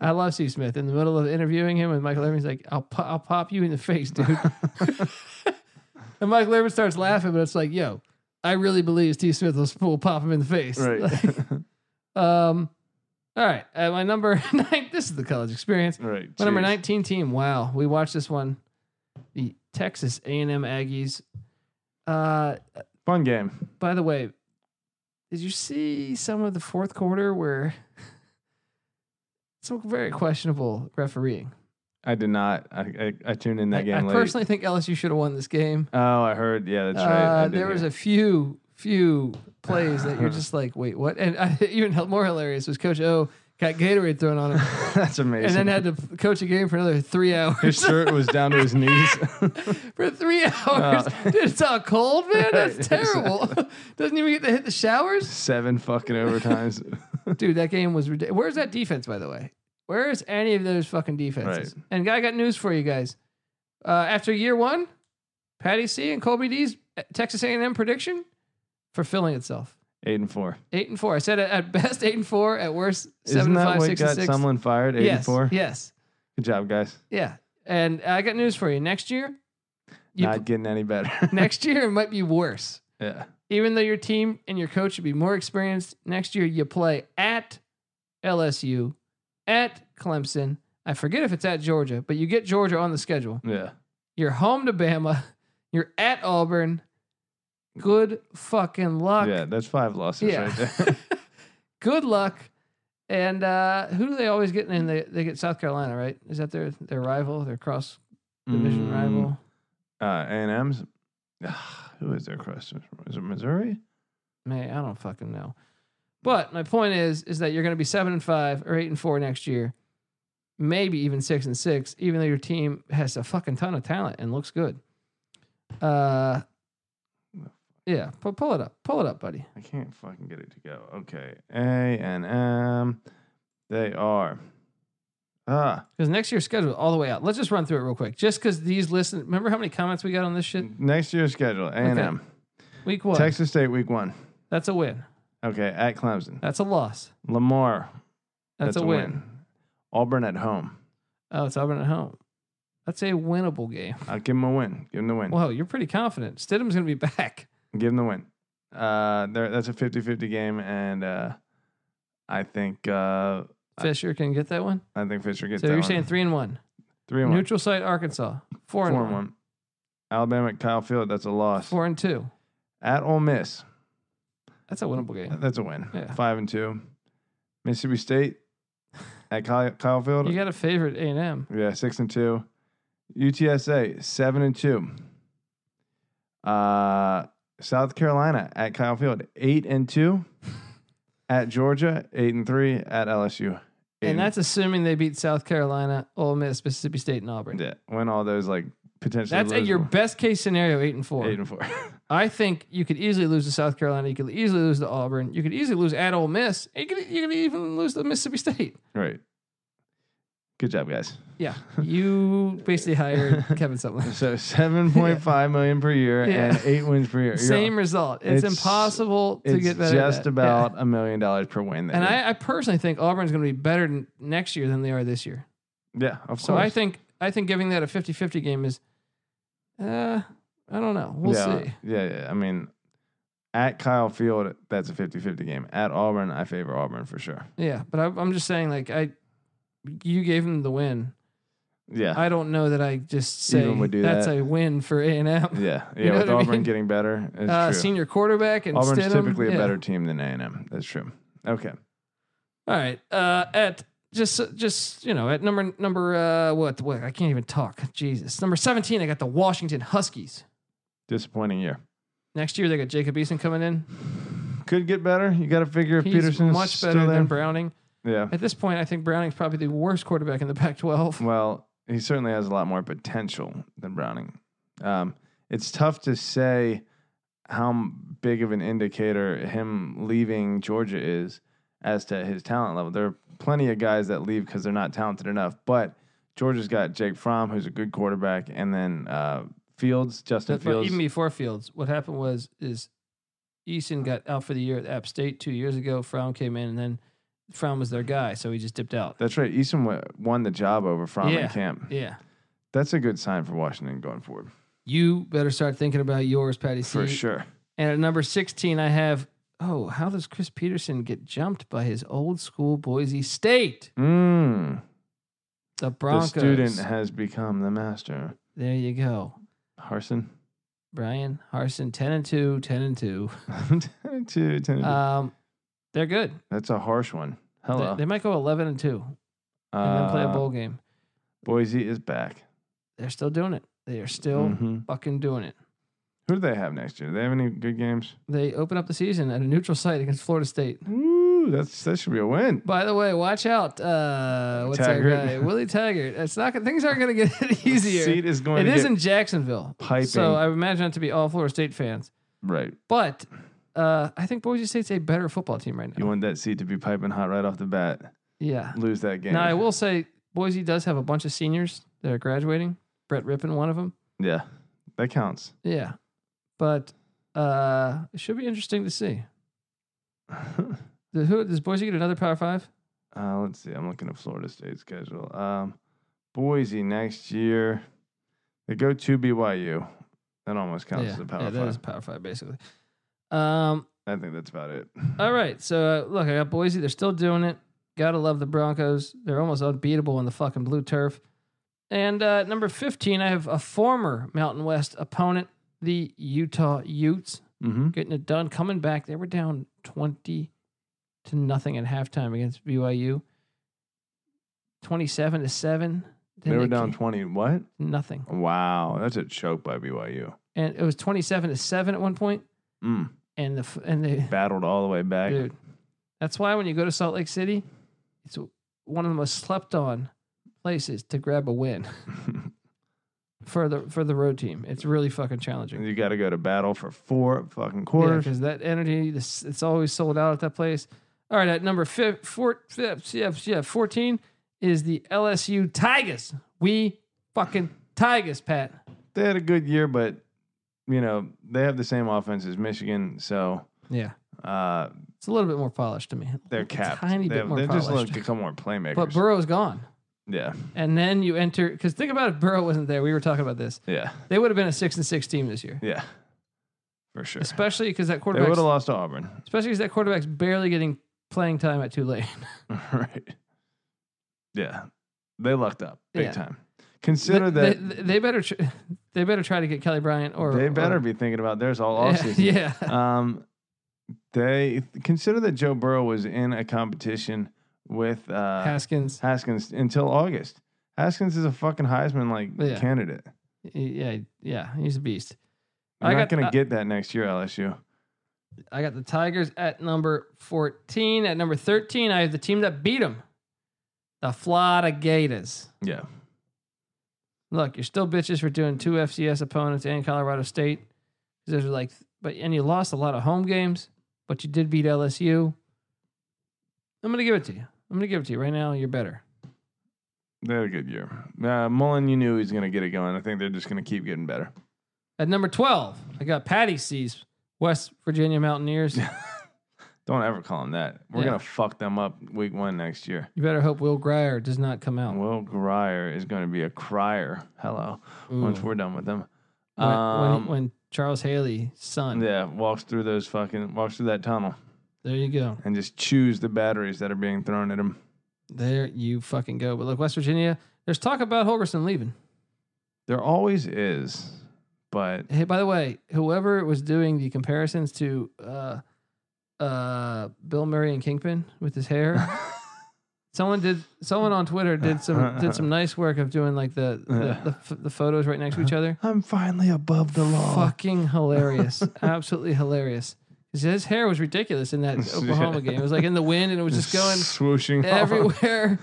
Speaker 1: I love Steve Smith. In the middle of interviewing him with Michael Irvin, he's like, "I'll po- I'll pop you in the face, dude." and Michael Irvin starts laughing, but it's like, "Yo, I really believe Steve Smith will, will pop him in the face."
Speaker 2: Right.
Speaker 1: um. All right. At my number nine. This is the college experience.
Speaker 2: right.
Speaker 1: My number
Speaker 2: jeez.
Speaker 1: nineteen team. Wow, we watched this one. The Texas A and M Aggies. Uh,
Speaker 2: Fun game.
Speaker 1: by the way, did you see some of the fourth quarter where some very questionable refereeing?
Speaker 2: I did not. I I, I tuned in that
Speaker 1: I,
Speaker 2: game
Speaker 1: I
Speaker 2: late.
Speaker 1: personally think LSU should have won this game.
Speaker 2: oh, I heard. Yeah, that's right. I
Speaker 1: Uh,
Speaker 2: did
Speaker 1: there was
Speaker 2: hear.
Speaker 1: a few few plays that you're just like, wait, what? And I, even hel- more hilarious was Coach O got Gatorade thrown on him,
Speaker 2: that's
Speaker 1: and
Speaker 2: amazing.
Speaker 1: then had to f- coach a game for another three
Speaker 2: his
Speaker 1: hours.
Speaker 2: shirt was down to his knees.
Speaker 1: for
Speaker 2: Uh.
Speaker 1: three hours, dude, it's all cold, man. That's
Speaker 2: Right,
Speaker 1: terrible. Doesn't even get to hit the showers,
Speaker 2: Seven fucking overtimes.
Speaker 1: dude. That game was ridiculous. Where's that defense, by the way? Where's any of those fucking defenses? And I got news for you guys. Uh, after year one, Patty C and Colby D's uh, Texas A&M prediction fulfilling itself.
Speaker 2: Eight and four.
Speaker 1: Eight and four. I said at- at best eight and four. At worst
Speaker 2: Isn't
Speaker 1: seven and
Speaker 2: that
Speaker 1: five,
Speaker 2: what
Speaker 1: six
Speaker 2: got
Speaker 1: and six.
Speaker 2: someone fired? Eight and
Speaker 1: yes,
Speaker 2: four.
Speaker 1: yes,
Speaker 2: Good job, guys.
Speaker 1: yeah. And I got news for you. Next year, you,
Speaker 2: not getting any better.
Speaker 1: next year it might be worse.
Speaker 2: yeah.
Speaker 1: Even though your team and your coach should be more experienced, next year you play at LSU, at Clemson. I forget if it's at Georgia, but you get Georgia on the schedule.
Speaker 2: Yeah.
Speaker 1: You're home to Bama. You're at Auburn. Good fucking luck.
Speaker 2: Yeah. That's five losses
Speaker 1: Yeah.
Speaker 2: right there.
Speaker 1: Good luck. And uh, who do they always get in? They, they get South Carolina, right? Is that their their rival, their cross division
Speaker 2: Mm.
Speaker 1: rival?
Speaker 2: Uh, A&M's. Ah, Who is their cross? Is it Missouri?
Speaker 1: Man, I don't fucking know. But my point is, is that you're going to be seven and five or eight and four next year, maybe even six and six, even though your team has a fucking ton of talent and looks good. Uh, yeah, pu- pull it up, pull it up, buddy.
Speaker 2: I can't fucking get it to go. Okay. A&M. They are. Ah,
Speaker 1: Because next year's schedule is all the way out. Let's just run through it real quick, just because these listen. Remember how many comments we got on this shit?
Speaker 2: next year's schedule. A&M.
Speaker 1: Week one.
Speaker 2: Texas State week one.
Speaker 1: That's a win.
Speaker 2: Okay. At Clemson.
Speaker 1: That's a loss.
Speaker 2: Lamar.
Speaker 1: Uh, That's, a, win.
Speaker 2: Auburn at home.
Speaker 1: Oh, it's Auburn at home. That's a winnable game.
Speaker 2: I'll give them a win. Give them the win.
Speaker 1: Whoa, you're pretty confident. Stidham's going to be back.
Speaker 2: Give them the win. Uh, there, that's a 50-50 game, and uh, I think uh,
Speaker 1: Fisher can get that one.
Speaker 2: I think Fisher gets
Speaker 1: So
Speaker 2: that
Speaker 1: you're
Speaker 2: one.
Speaker 1: saying three and one.
Speaker 2: three and one,
Speaker 1: Neutral site Arkansas. Four,
Speaker 2: four
Speaker 1: and
Speaker 2: and
Speaker 1: one.
Speaker 2: one. Alabama at Kyle Field. That's a loss.
Speaker 1: Four and two.
Speaker 2: At Ole Miss.
Speaker 1: That's a winnable game.
Speaker 2: That's a win.
Speaker 1: Yeah.
Speaker 2: Five and two. Mississippi State. at Kyle, Kyle Field.
Speaker 1: You got a favorite A and M.
Speaker 2: Yeah, six and two. UTSA seven and two. Uh, South Carolina at Kyle Field eight and two. at Georgia eight and three. At LSU. eight
Speaker 1: And that's assuming they beat South Carolina, Ole Miss, Mississippi State, and Auburn.
Speaker 2: yeah, when all those like potentially
Speaker 1: That's at your
Speaker 2: losable-
Speaker 1: best case scenario, eight and four.
Speaker 2: eight and four.
Speaker 1: I think you could easily lose to South Carolina. You could easily lose to Auburn. You could easily lose at Ole Miss. You could, you could even lose to Mississippi State.
Speaker 2: right. Good job, guys.
Speaker 1: Yeah, you basically hired Kevin Sutherland.
Speaker 2: So seven point five million per year
Speaker 1: Yeah.
Speaker 2: and eight wins per year. You're-
Speaker 1: Same result. It's,
Speaker 2: It's-
Speaker 1: impossible to
Speaker 2: It's
Speaker 1: get better. than
Speaker 2: just
Speaker 1: that.
Speaker 2: about a million dollars per win. There.
Speaker 1: Yeah. And I, I personally think Auburn's going to be better n- next year than they are this year.
Speaker 2: yeah, of
Speaker 1: So
Speaker 2: course.
Speaker 1: I think I think giving that a 50-50 game is, uh, I don't know. We'll
Speaker 2: yeah,
Speaker 1: see.
Speaker 2: Yeah, yeah. I mean, at Kyle Field, that's a 50-50 game. At Auburn, I favor Auburn for sure.
Speaker 1: Yeah, but I, I'm just saying, like I, you gave him the win.
Speaker 2: Yeah,
Speaker 1: I don't know that I just say
Speaker 2: Even would do
Speaker 1: that's
Speaker 2: that.
Speaker 1: a win for A and M.
Speaker 2: yeah, yeah.
Speaker 1: You know
Speaker 2: with
Speaker 1: what I
Speaker 2: Auburn
Speaker 1: mean?
Speaker 2: getting better, it's
Speaker 1: uh,
Speaker 2: true.
Speaker 1: senior quarterback and
Speaker 2: Auburn's
Speaker 1: Stidham.
Speaker 2: typically
Speaker 1: Yeah.
Speaker 2: a better team than A and M. That's true. Okay,
Speaker 1: All right. Uh, at just just you know at number number uh, what what I can't even talk. Jesus, number seventeen. I got the Washington Huskies.
Speaker 2: disappointing year.
Speaker 1: Next year they got Jacob Eason coming in.
Speaker 2: Could get better. You got to figure if
Speaker 1: He's
Speaker 2: Peterson's
Speaker 1: much
Speaker 2: still
Speaker 1: better
Speaker 2: there.
Speaker 1: than Browning.
Speaker 2: yeah.
Speaker 1: At this point, I think Browning's probably the worst quarterback in the Pac-12.
Speaker 2: Well, he certainly has a lot more potential than Browning. Um, it's tough to say how m- big of an indicator him leaving Georgia is as to his talent level. There are plenty of guys that leave because they're not talented enough, but Georgia's got Jake Fromm, who's a good quarterback, and then uh, Fields, Justin
Speaker 1: But, but
Speaker 2: Fields.
Speaker 1: even before Fields, what happened was is Eason got out for the year at App State two years ago. Frown came in, and then Frown was their guy, so he just dipped out.
Speaker 2: That's right. Easton w- won the job over Fromm
Speaker 1: Yeah.
Speaker 2: and Camp.
Speaker 1: Yeah.
Speaker 2: That's a good sign for Washington going forward,
Speaker 1: You better start thinking about yours, Patty C.
Speaker 2: for sure.
Speaker 1: And at number 16, I have, oh, how does Chris Peterson get jumped by his old school Boise State?
Speaker 2: Mm.
Speaker 1: The
Speaker 2: The
Speaker 1: Broncos.
Speaker 2: student has become the master.
Speaker 1: There you go.
Speaker 2: Harson.
Speaker 1: Brian Harson, 10 and 2, 10 and 2.
Speaker 2: I'm 10 and 2, 10 and two.
Speaker 1: Um, they're good.
Speaker 2: That's a harsh one.
Speaker 1: They-
Speaker 2: Hello.
Speaker 1: They, might go 11 and 2 and then play a
Speaker 2: Oh, Uh,
Speaker 1: bowl game.
Speaker 2: Boise is back.
Speaker 1: They're still doing it. They are still
Speaker 2: Mhm.
Speaker 1: fucking doing it.
Speaker 2: Who do they have next year? Do they have any good games?
Speaker 1: They open up the season at a neutral site against Florida State.
Speaker 2: Ooh, that's that should be a win.
Speaker 1: By the way, watch out. Uh, what's
Speaker 2: Taggart.
Speaker 1: that guy? Willie Taggart. It's not gonna- things aren't going to get easier.
Speaker 2: Seat is going
Speaker 1: It
Speaker 2: to
Speaker 1: is
Speaker 2: get
Speaker 1: in Jacksonville.
Speaker 2: piping.
Speaker 1: So I would imagine it to be all Florida State fans.
Speaker 2: right.
Speaker 1: But uh, I think Boise State's a better football team right
Speaker 2: You
Speaker 1: now.
Speaker 2: want that seat to be piping hot right off the bat.
Speaker 1: Yeah.
Speaker 2: Lose that game.
Speaker 1: Now I will say Boise does have a bunch of seniors that are graduating. Brett Rippon, one of them.
Speaker 2: Yeah, that counts.
Speaker 1: Yeah. But uh, it should be interesting to see.
Speaker 2: uh,
Speaker 1: Does, who, does Boise get another Power Five?
Speaker 2: let's see. I'm looking at Florida State's schedule. Um, Boise next year. They go to BYU. That almost counts
Speaker 1: yeah.
Speaker 2: as a power
Speaker 1: yeah, that
Speaker 2: five.
Speaker 1: is Power Five basically. Um.
Speaker 2: I think that's about it.
Speaker 1: All right. So uh, look, I got Boise. They're still doing it. Gotta love the Broncos. They're almost unbeatable in the fucking blue turf. And uh, at number fifteen, I have a former Mountain West opponent, the Utah Utes,
Speaker 2: Mm-hmm.
Speaker 1: getting it done, coming back. They were down twenty to nothing at halftime against BYU. Twenty-seven to seven. Then
Speaker 2: They were down
Speaker 1: ca-
Speaker 2: 20. What?
Speaker 1: nothing,
Speaker 2: Wow. That's a choke by BYU.
Speaker 1: and it was twenty-seven to seven at one point,
Speaker 2: Mm.
Speaker 1: and the f- and they
Speaker 2: Battled all the way back.
Speaker 1: Dude, that's why when you go to Salt Lake City, it's one of the most slept on places to grab a win for the for the road team. It's really fucking challenging.
Speaker 2: you got to go to battle for four fucking
Speaker 1: Yeah,
Speaker 2: quarters.
Speaker 1: because that energy, this, it's always sold out at that place. All right, at number fi- four, fif- yeah, yeah, 14 is the LSU Tigers. We fucking Tigers, Pat.
Speaker 2: they had a good year, but, you know, they have the same offense as Michigan. So
Speaker 1: Yeah.
Speaker 2: uh,
Speaker 1: It's a little bit more polished to me.
Speaker 2: they're
Speaker 1: A
Speaker 2: capped.
Speaker 1: tiny
Speaker 2: they
Speaker 1: bit
Speaker 2: have-
Speaker 1: more
Speaker 2: they just look
Speaker 1: polished.
Speaker 2: a couple more playmakers.
Speaker 1: But Burrow's gone.
Speaker 2: yeah.
Speaker 1: And then you enter, because think about if Burrow wasn't there. We were talking about this.
Speaker 2: Yeah.
Speaker 1: They would have been a six and six team this year,
Speaker 2: Yeah. For sure.
Speaker 1: especially because that
Speaker 2: They would have
Speaker 1: quarterback,
Speaker 2: lost to Auburn.
Speaker 1: especially because that quarterback's barely getting playing time at Tulane.
Speaker 2: right. Yeah. They lucked up big
Speaker 1: Yeah.
Speaker 2: time. Consider
Speaker 1: they,
Speaker 2: that
Speaker 1: they, they better, tr- they better try to get Kelly Bryant or
Speaker 2: they better
Speaker 1: or-
Speaker 2: be thinking about theirs all
Speaker 1: yeah,
Speaker 2: offseason.
Speaker 1: Yeah,
Speaker 2: um, they consider that Joe Burrow was in a competition with uh,
Speaker 1: Haskins.
Speaker 2: Haskins until August. Haskins is a fucking Heisman like
Speaker 1: Yeah.
Speaker 2: candidate.
Speaker 1: Yeah, yeah, he's a beast.
Speaker 2: You're
Speaker 1: I
Speaker 2: not
Speaker 1: got- uh,
Speaker 2: gonna
Speaker 1: I-
Speaker 2: get that next year, LSU.
Speaker 1: I got the Tigers at number 14. At number 13, I have the team that beat them, the Florida Gators.
Speaker 2: Yeah,
Speaker 1: Look, you're still bitches for doing two FCS opponents and Colorado State. 'Cause Those are like, but and you lost a lot of home games, but you did beat LSU. I'm gonna give it to you. I'm gonna give it to you right now. You're better.
Speaker 2: they had a good year. Uh, Mullen, you knew he was gonna get it going. I think they're just gonna keep getting better.
Speaker 1: At number 12, I got Patty C's West Virginia Mountaineers.
Speaker 2: Don't ever call them that. We're
Speaker 1: Yeah.
Speaker 2: gonna fuck them up week one next year.
Speaker 1: You better hope Will Grier does not come out.
Speaker 2: Will Grier is gonna be a crier. Hello. Once
Speaker 1: Ooh.
Speaker 2: we're done with them.
Speaker 1: when,
Speaker 2: um,
Speaker 1: when, when Charles Haley's son.
Speaker 2: Yeah, walks through those fucking walks through that tunnel
Speaker 1: There you go.
Speaker 2: and just chews the batteries that are being thrown at him.
Speaker 1: There you fucking go. But look, West Virginia, there's talk about Holgerson leaving.
Speaker 2: There always is, but
Speaker 1: Hey, by the way, whoever was doing the comparisons to uh, uh, Bill Murray and Kingpin with his hair, someone did someone on Twitter did some did some nice work of doing like the the, the, f- the photos right next to each other.
Speaker 2: I'm finally above the law.
Speaker 1: Fucking hilarious, absolutely hilarious. 'Cause His hair was ridiculous in that Oklahoma game. It was like in the wind and it was just going
Speaker 2: swooshing off.
Speaker 1: everywhere.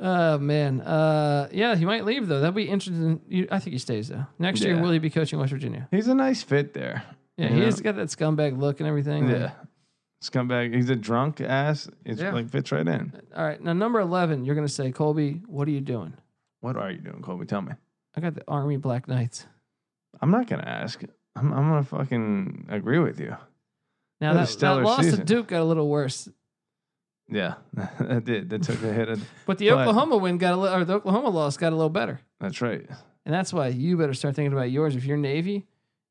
Speaker 1: oh man, uh, yeah, he might leave though. That'd be interesting. You- I think he stays though. Next year,
Speaker 2: Yeah.
Speaker 1: will he be coaching West Virginia?
Speaker 2: He's a nice fit there.
Speaker 1: Yeah,
Speaker 2: You
Speaker 1: he
Speaker 2: know?
Speaker 1: has got that scumbag look and everything.
Speaker 2: Yeah. Scumbag. He's a drunk ass. It's
Speaker 1: Yeah. Uh,
Speaker 2: like fits right in.
Speaker 1: All right, now number eleven, you're gonna say, Colby, what are you doing?
Speaker 2: What are you doing, Colby? Tell me.
Speaker 1: I got the Army Black Knights.
Speaker 2: I'm not gonna ask. I'm, I'm gonna fucking agree with you.
Speaker 1: Now that,
Speaker 2: That was a
Speaker 1: that
Speaker 2: stellar
Speaker 1: loss to
Speaker 2: season.
Speaker 1: Duke got a little worse,
Speaker 2: Yeah, that did. That took a hit. Of,
Speaker 1: but the
Speaker 2: But-
Speaker 1: Oklahoma win got a little, or the Oklahoma loss got a little better,
Speaker 2: that's right.
Speaker 1: and that's why you better start thinking about yours if you're Navy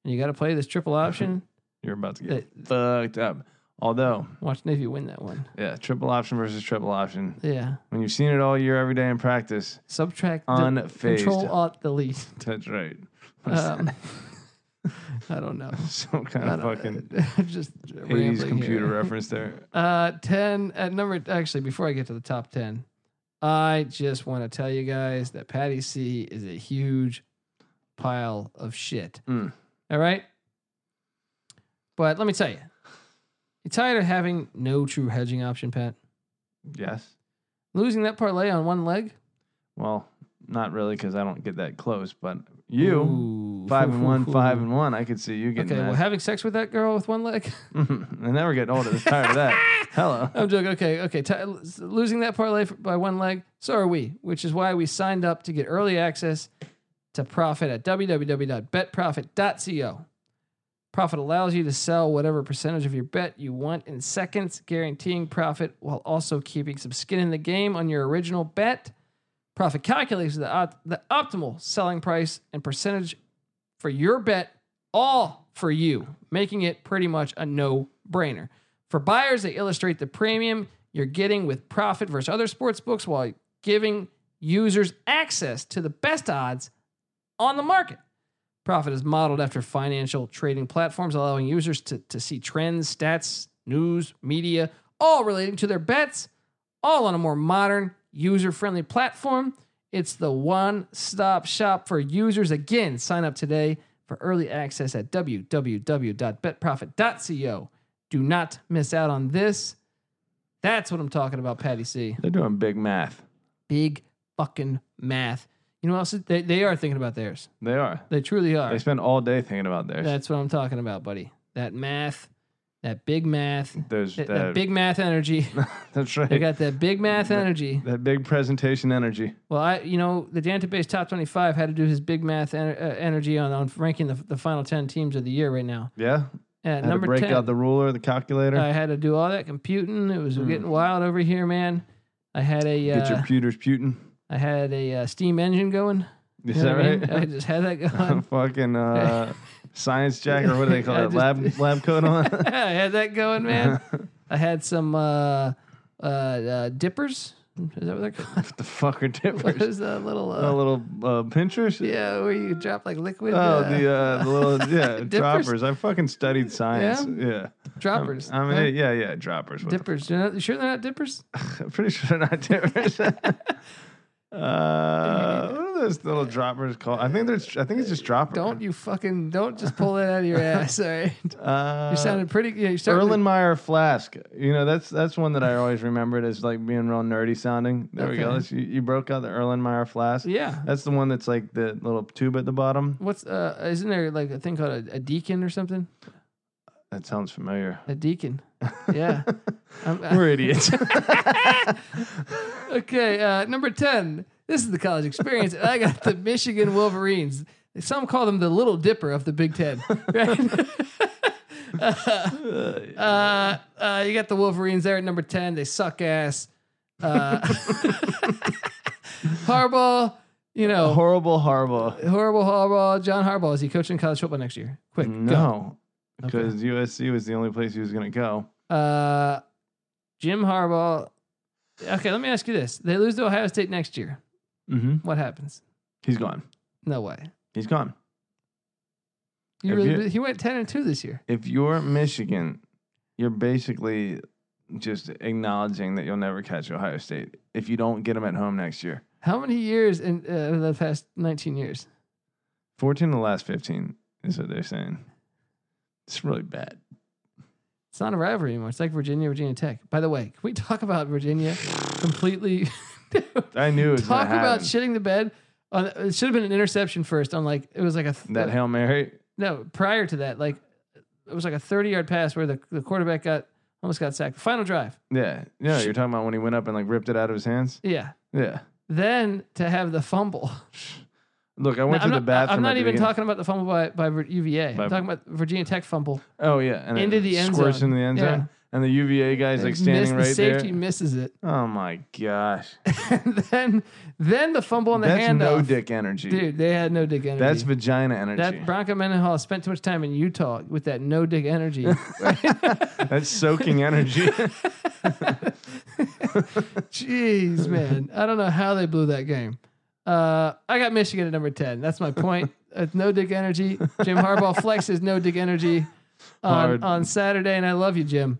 Speaker 1: and you got to play this triple option.
Speaker 2: You're about to get fucked up. Although,
Speaker 1: Watch Navy win that one.
Speaker 2: yeah, triple option versus triple option.
Speaker 1: Yeah,
Speaker 2: When you've seen it all year, every day in practice,
Speaker 1: subtract the-
Speaker 2: Unfazed.
Speaker 1: control alt delete.
Speaker 2: that's right.
Speaker 1: Um, I don't know.
Speaker 2: Some kind
Speaker 1: I
Speaker 2: of
Speaker 1: don't-
Speaker 2: fucking
Speaker 1: just
Speaker 2: 80s
Speaker 1: rambling
Speaker 2: computer
Speaker 1: here.
Speaker 2: reference there.
Speaker 1: Uh, ten at number. Actually, before I get to the top ten, I just want to tell you guys that Patty C is a huge pile of shit.
Speaker 2: Mm.
Speaker 1: All right, but let me tell you, you tired of having no true hedging option, Pat?
Speaker 2: Yes.
Speaker 1: Losing that parlay on one leg.
Speaker 2: Well, not really because I don't get that close, but you,
Speaker 1: Ooh,
Speaker 2: five
Speaker 1: foo,
Speaker 2: and
Speaker 1: foo,
Speaker 2: one,
Speaker 1: foo.
Speaker 2: five and one, I could see you getting
Speaker 1: Okay, well,
Speaker 2: that.
Speaker 1: having sex with that girl with one leg.
Speaker 2: I never get older. I'm tired of that. Hello.
Speaker 1: I'm joking. Okay, okay. T- losing that parlay f- by one leg, so are we, which is why we signed up to get early access to profit at www.betprofit.co. Profit allows you to sell whatever percentage of your bet you want in seconds, guaranteeing profit while also keeping some skin in the game on your original bet. Profit calculates the, op- the optimal selling price and percentage for your bet, all for you, making it pretty much a no brainer. For buyers, they illustrate the premium you're getting with profit versus other sports books while giving users access to the best odds on the market. Profit is modeled after financial trading platforms, allowing users to, to see trends, stats, news, media, all relating to their bets, all on a more modern, user friendly platform. It's the one stop shop for users. Again, sign up today for early access at www.betprofit.co. Do not miss out on this. That's what I'm talking about, Patty C
Speaker 2: They're doing big math.
Speaker 1: big fucking math. You know what else? They, they are thinking about theirs.
Speaker 2: They are.
Speaker 1: They truly are.
Speaker 2: They spend all day thinking about theirs.
Speaker 1: That's what I'm talking about, buddy. That math, that big math,
Speaker 2: There's
Speaker 1: that,
Speaker 2: that,
Speaker 1: that big math energy.
Speaker 2: That's right.
Speaker 1: they got that big math energy.
Speaker 2: that big presentation energy.
Speaker 1: Well, I, you know, the Dantabase Top 25 had to do his big math en- uh, energy on, on ranking the, the final 10 teams of the year right now.
Speaker 2: Yeah.
Speaker 1: At
Speaker 2: Had to
Speaker 1: number
Speaker 2: break
Speaker 1: 10,
Speaker 2: out the ruler, the calculator.
Speaker 1: I had to do all that computing. It was getting wild over here, man. I had a,
Speaker 2: Get your
Speaker 1: uh,
Speaker 2: pewters putin.
Speaker 1: I had a uh, steam engine going.
Speaker 2: Is
Speaker 1: You know
Speaker 2: that
Speaker 1: what I mean?
Speaker 2: right?
Speaker 1: I just had that going.
Speaker 2: fucking uh, science jacket or what do they call
Speaker 1: I
Speaker 2: it?
Speaker 1: just-
Speaker 2: lab lab coat on.
Speaker 1: I had that going, man. I had some uh, uh, uh, dippers. Is that what they're called?
Speaker 2: the fucker
Speaker 1: What
Speaker 2: dippers.
Speaker 1: is that little?
Speaker 2: the
Speaker 1: Uh,
Speaker 2: little uh, pinchers.
Speaker 1: yeah, where you drop like liquid.
Speaker 2: Oh,
Speaker 1: uh,
Speaker 2: the uh, the little yeah
Speaker 1: Dippers?
Speaker 2: droppers. I fucking studied science. Yeah,
Speaker 1: droppers.
Speaker 2: I mean,
Speaker 1: huh?
Speaker 2: yeah, yeah, droppers. What the
Speaker 1: dippers. You're not- you sure they're not dippers?
Speaker 2: I'm pretty sure they're not dippers. uh, what Uh, are those little droppers called? I think there's. I think it's just dropper.
Speaker 1: Don't you fucking don't just pull that out of your ass. All right. You
Speaker 2: Uh,
Speaker 1: sounded pretty. Yeah, you started.
Speaker 2: Erlenmeyer flask. You know that's that's one that I always remembered as like being real nerdy sounding. There we go.
Speaker 1: Okay.
Speaker 2: That's, you, you broke out the Erlenmeyer flask.
Speaker 1: yeah.
Speaker 2: That's the one that's like the little tube at the bottom.
Speaker 1: What's uh? Isn't there like a thing called a, a deacon or something?
Speaker 2: That sounds familiar.
Speaker 1: A deacon. Yeah. I'm- I-
Speaker 2: We're idiots.
Speaker 1: okay. Uh, number ten. This is the college experience. and I got the Michigan Wolverines. Some call them the Little Dipper of the Big Ten. Right.
Speaker 2: Oh.
Speaker 1: Uh, uh, you got the Wolverines there at number 10. They suck ass. Uh, Harbaugh, you know,
Speaker 2: horrible, horrible.
Speaker 1: horrible Harbaugh. John Harbaugh, is he coaching college football next year? Quick,
Speaker 2: Mm. No, because USC was the only place he was going to go.
Speaker 1: go. Uh, Jim Harbaugh. Okay, let me ask you this. They lose to Ohio State next year.
Speaker 2: Mm-hmm.
Speaker 1: What happens?
Speaker 2: He's gone.
Speaker 1: No way.
Speaker 2: He's gone.
Speaker 1: You
Speaker 2: If
Speaker 1: really,
Speaker 2: you-
Speaker 1: he went 10 and 2 this year.
Speaker 2: if you're Michigan, you're basically just acknowledging that you'll never catch Ohio State if you don't get them at home next year.
Speaker 1: How many years in uh, over the past 19 years?
Speaker 2: 14 of the last 15 is what they're saying. It's really bad.
Speaker 1: It's not a rivalry anymore. It's like Virginia, Virginia Tech. By the way, can we talk about Virginia completely?
Speaker 2: I knew it was
Speaker 1: talk
Speaker 2: gonna
Speaker 1: about
Speaker 2: happen.
Speaker 1: shitting the bed. On, it should have been an interception first. On like it was like a th-
Speaker 2: That Hail Mary,
Speaker 1: no prior to that like it was like a thirty yard pass where the, the quarterback got almost got sacked. Final drive,
Speaker 2: yeah, yeah. You're talking about when he went up and like ripped it out of his hands.
Speaker 1: yeah.
Speaker 2: Yeah.
Speaker 1: Then to have the fumble.
Speaker 2: Look, I went
Speaker 1: I'm
Speaker 2: to
Speaker 1: not,
Speaker 2: the
Speaker 1: I'm
Speaker 2: bathroom. at
Speaker 1: not
Speaker 2: the
Speaker 1: even
Speaker 2: beginning.
Speaker 1: talking about the fumble by by Vir- UVA.
Speaker 2: By-
Speaker 1: I'm talking about Virginia Tech fumble.
Speaker 2: Oh yeah, and it
Speaker 1: Into the end
Speaker 2: squirts
Speaker 1: zone.
Speaker 2: into the end
Speaker 1: Yeah.
Speaker 2: zone, and the UVA guy's like
Speaker 1: Miss-
Speaker 2: standing
Speaker 1: the
Speaker 2: right
Speaker 1: safety
Speaker 2: there.
Speaker 1: misses it.
Speaker 2: Oh my gosh,
Speaker 1: and then then the fumble on the
Speaker 2: that's
Speaker 1: handoff.
Speaker 2: no dick energy.
Speaker 1: Dude, they had no dick energy.
Speaker 2: That's vagina energy.
Speaker 1: that Bronco Mendenhall spent too much time in Utah with that no dick energy.
Speaker 2: That's soaking energy.
Speaker 1: Jeez, man. I don't know how they blew that game. Uh, I got Michigan at number 10. That's my point. It's no dig energy. Jim Harbaugh flexes no dig energy on,
Speaker 2: Hard.
Speaker 1: on Saturday. And I love you, Jim.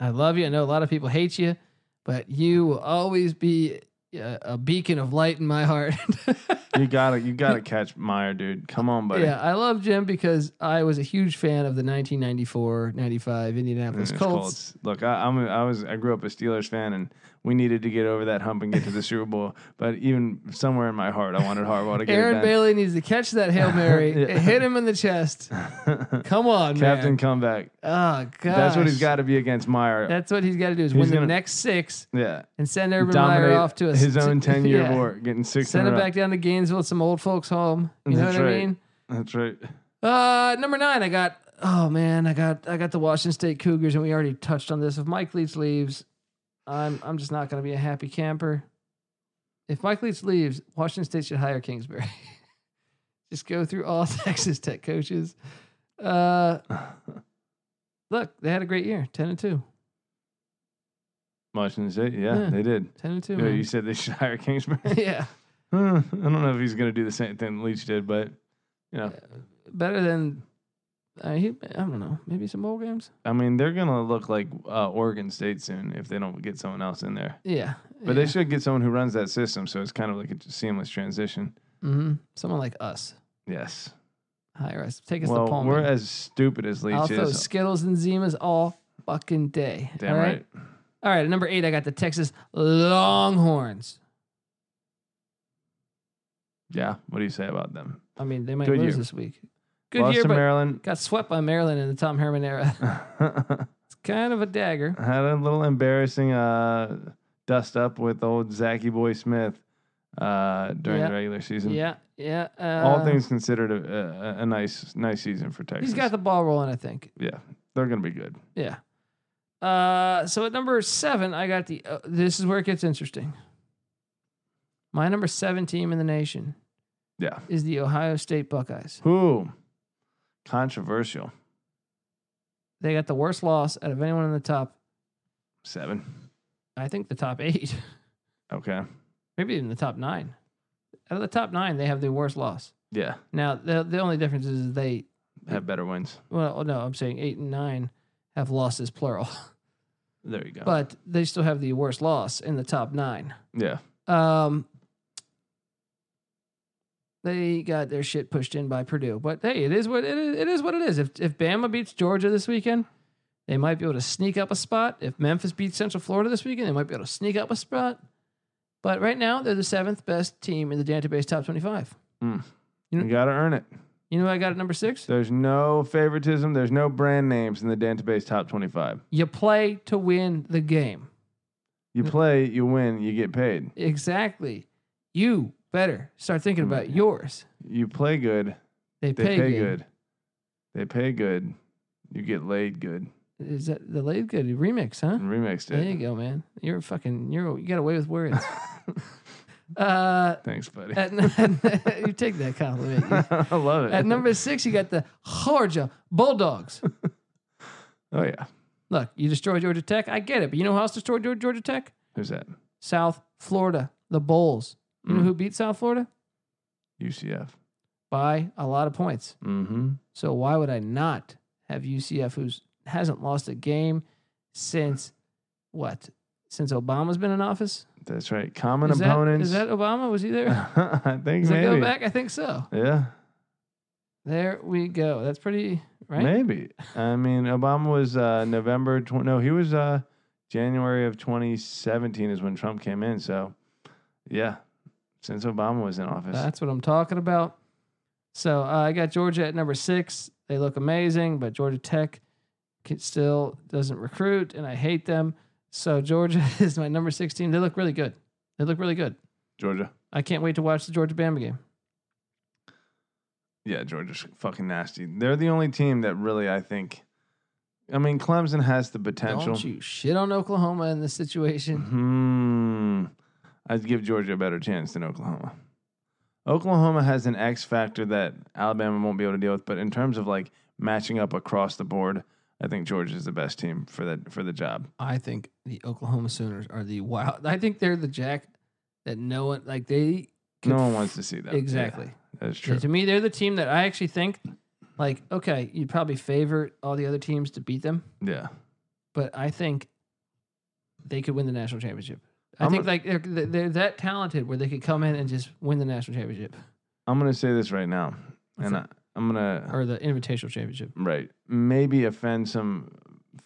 Speaker 1: I love you. I know a lot of people hate you, but you will always be a, a beacon of light in my heart.
Speaker 2: you gotta, you gotta catch Meyer, dude. Come on, buddy.
Speaker 1: yeah, I love Jim because I was a huge fan of the 1994 95 Indianapolis
Speaker 2: It's
Speaker 1: Colts.
Speaker 2: Colts. Look, I, I'm, a, I was, I grew up a Steelers fan, and we needed to get over that hump and get to the Super Bowl. But even somewhere in my heart, I wanted Harbaugh to get
Speaker 1: Aaron
Speaker 2: it done.
Speaker 1: Bailey needs to catch that Hail Mary,
Speaker 2: Yeah.
Speaker 1: and hit him in the chest. Come on,
Speaker 2: Captain
Speaker 1: man.
Speaker 2: comeback.
Speaker 1: Oh, God.
Speaker 2: That's what he's got to be against Meyer.
Speaker 1: That's what he's got to do is
Speaker 2: He's
Speaker 1: win the
Speaker 2: gonna-
Speaker 1: next six
Speaker 2: yeah,
Speaker 1: and send Urban
Speaker 2: dominate
Speaker 1: Meyer off to a
Speaker 2: his own
Speaker 1: to-
Speaker 2: ten year
Speaker 1: yeah.
Speaker 2: war, getting six.
Speaker 1: Send
Speaker 2: in
Speaker 1: him
Speaker 2: a row.
Speaker 1: back down to Gainesville, some old folks home. You know
Speaker 2: That's
Speaker 1: what I
Speaker 2: right.
Speaker 1: mean?
Speaker 2: That's right.
Speaker 1: Uh, number nine, I got. Oh man, I got I got the Washington State Cougars, and we already touched on this. If Mike Leach leaves, I'm I'm just not going to be a happy camper. If Mike Leach leaves, Washington State should hire Kingsbury. just go through all Texas Tech coaches. Uh, look, they had a great year, ten and two,
Speaker 2: Washington State. Yeah,
Speaker 1: Yeah.
Speaker 2: they did.
Speaker 1: 10 and two.
Speaker 2: Yeah, you
Speaker 1: man.
Speaker 2: said they should hire Kingsbury.
Speaker 1: yeah,
Speaker 2: Huh, I don't know if he's going to do the same thing Leach did, but you know,
Speaker 1: better than. I he, I don't know. Maybe some bowl games.
Speaker 2: I mean, they're going to look like uh, Oregon State soon if they don't get someone else in there.
Speaker 1: Yeah,
Speaker 2: But they should get someone who runs that system, so it's kind of like a seamless transition.
Speaker 1: hmm Someone like us,
Speaker 2: Yes.
Speaker 1: hire us. Take us to
Speaker 2: well,
Speaker 1: Palm.
Speaker 2: we're as stupid as Leach
Speaker 1: I'll throw
Speaker 2: is.
Speaker 1: Skittles and Zimas all fucking day.
Speaker 2: Damn
Speaker 1: all
Speaker 2: right.
Speaker 1: All right. At number eight, I got the Texas Longhorns.
Speaker 2: Yeah. What do you say about them?
Speaker 1: I mean, they might
Speaker 2: Good
Speaker 1: lose
Speaker 2: year.
Speaker 1: this week. Good
Speaker 2: Lost
Speaker 1: year,
Speaker 2: to
Speaker 1: but
Speaker 2: Maryland.
Speaker 1: got swept by Maryland in the Tom Herman era.
Speaker 2: Had
Speaker 1: It's kind of a dagger.
Speaker 2: a little embarrassing uh, dust up with old Zachy Boy Smith uh, during
Speaker 1: Yeah.
Speaker 2: the regular season.
Speaker 1: Yeah, yeah. Uh,
Speaker 2: All things considered, a, a, a nice, nice season for Texas.
Speaker 1: He's got the ball rolling, I think.
Speaker 2: yeah, they're gonna be good.
Speaker 1: Yeah. Uh, so at number seven, I got the. Uh, this is where it gets interesting. My number seven team in the nation
Speaker 2: Yeah.
Speaker 1: is the Ohio State Buckeyes.
Speaker 2: Who? Controversial.
Speaker 1: They got the worst loss out of anyone in the top.
Speaker 2: Seven.
Speaker 1: I think the top eight.
Speaker 2: Okay.
Speaker 1: maybe even the top nine. Out of the top nine, they have the worst loss.
Speaker 2: Yeah.
Speaker 1: Now the the only difference is they
Speaker 2: Have better wins.
Speaker 1: well no I'm saying eight and nine have losses plural,
Speaker 2: There you go.
Speaker 1: but they still have the worst loss in the top nine.
Speaker 2: yeah.
Speaker 1: Um, they got their shit pushed in by Purdue, but hey, it is what it is. It is what it is. If if Bama beats Georgia this weekend, they might be able to sneak up a spot. If Memphis beats Central Florida this weekend, they might be able to sneak up a spot. But right now, they're the seventh best team in the database top twenty-five.
Speaker 2: You got to earn it.
Speaker 1: You know, who I got at number six.
Speaker 2: There's no favoritism. There's no brand names in the database top 25.
Speaker 1: You play to win the game. Mm.
Speaker 2: You play, you win, you get paid.
Speaker 1: Exactly. You better start thinking about yours.
Speaker 2: You play good,
Speaker 1: Mm. They,
Speaker 2: they
Speaker 1: pay, good.
Speaker 2: They pay good, you get laid good.
Speaker 1: Is that the Lade Good remix? Huh?
Speaker 2: And remixed
Speaker 1: There you
Speaker 2: it.
Speaker 1: go, man. You're fucking. You're you got away with words. uh,
Speaker 2: Thanks, buddy.
Speaker 1: at, you take that compliment.
Speaker 2: I love it.
Speaker 1: At number six, you got the Georgia Bulldogs.
Speaker 2: oh, yeah.
Speaker 1: Look, you destroyed Georgia Tech. I get it, but you know who else destroyed Geor- Georgia Tech?
Speaker 2: Who's that?
Speaker 1: South Florida, the Bulls. You know
Speaker 2: Mm.
Speaker 1: who beat South Florida
Speaker 2: UCF.
Speaker 1: by a lot of points.
Speaker 2: Mm-hmm.
Speaker 1: So why would I not have UCF, who's hasn't lost a game since what? Since Obama's been in office?
Speaker 2: That's right. Common
Speaker 1: is, that,
Speaker 2: opponents.
Speaker 1: is that Obama? Was he there?
Speaker 2: I think
Speaker 1: Does it
Speaker 2: maybe.
Speaker 1: go back? I think so.
Speaker 2: Yeah,
Speaker 1: There we go. That's pretty right.
Speaker 2: maybe. I mean, Obama was uh, November. Tw- no, he was uh, January of 2017 is when Trump came in. So, yeah, since Obama was in office,
Speaker 1: That's what I'm talking about. So uh, I got Georgia at number six. They look amazing, but Georgia Tech can, still doesn't recruit, and I hate them. So Georgia is my number six team. They look really good. They look really good.
Speaker 2: Georgia.
Speaker 1: I can't wait to watch the Georgia Bama game.
Speaker 2: Yeah, Georgia's fucking nasty. They're the only team that really, I think. I mean, Clemson has the potential.
Speaker 1: Don't you shit on Oklahoma in this
Speaker 2: Mm-hmm.
Speaker 1: situation?
Speaker 2: Hmm. I'd give Georgia a better chance than Oklahoma. Oklahoma has an X factor that Alabama won't be able to deal with, but in terms of like matching up across the board, I think Georgia is the best team for that for the job.
Speaker 1: I think the Oklahoma Sooners are the wild. I think they're the jack that no one like they.
Speaker 2: No one wants to see that.
Speaker 1: exactly.
Speaker 2: that's
Speaker 1: Yeah,
Speaker 2: true.
Speaker 1: to me, they're the team that I actually think, like, okay, you'd probably favor all the other teams to beat them,
Speaker 2: Yeah.
Speaker 1: but I think they could win the national championship. I
Speaker 2: I'm
Speaker 1: think
Speaker 2: a-
Speaker 1: like they're, they're they're that talented where they could come in and just win the national championship
Speaker 2: I'm gonna say this right now,
Speaker 1: What's
Speaker 2: and I, I'm gonna
Speaker 1: or the invitational championship.
Speaker 2: right maybe offend some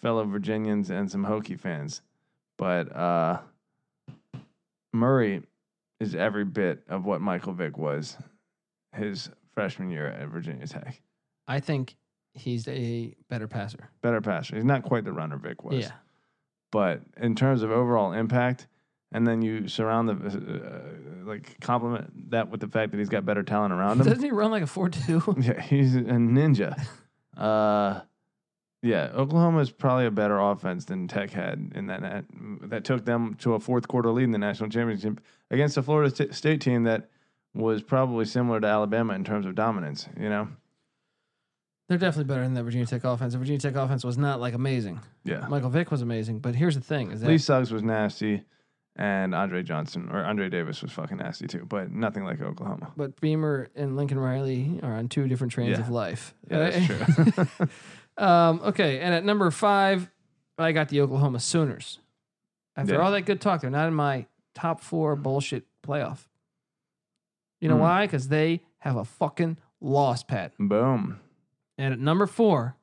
Speaker 2: fellow Virginians and some Hokie fans, but uh, Murray is every bit of what Michael Vick was his freshman year at Virginia Tech.
Speaker 1: I think he's a better passer.
Speaker 2: Better passer. He's not quite the runner Vick was,
Speaker 1: Yeah,
Speaker 2: but in terms of overall impact, and then you surround the uh, like complement that with the fact that he's got better talent around him.
Speaker 1: doesn't he run like a four two?
Speaker 2: Yeah, he's a ninja. Uh, yeah, Oklahoma is probably a better offense than Tech had in that that, that took them to a fourth quarter lead in the national championship against the Florida Sta- State team that was probably similar to Alabama in terms of dominance. You know,
Speaker 1: They're definitely better than that Virginia Tech offense. The Virginia Tech offense was not like amazing.
Speaker 2: yeah.
Speaker 1: Michael Vick was amazing, but here's the thing: is that
Speaker 2: Lee Suggs was nasty, and Andre Johnson or Andre Davis was fucking nasty too, but nothing like Oklahoma.
Speaker 1: but Beamer and Lincoln Riley are on two different trains
Speaker 2: Yeah.
Speaker 1: of life.
Speaker 2: Yeah, that's
Speaker 1: right?
Speaker 2: true.
Speaker 1: Um, okay, and at number five, I got the Oklahoma Sooners. After
Speaker 2: Yeah.
Speaker 1: all that good talk, they're not in my top four bullshit playoff. You know
Speaker 2: Hmm.
Speaker 1: why? Because they have a fucking loss, Pat.
Speaker 2: Boom.
Speaker 1: And at number four,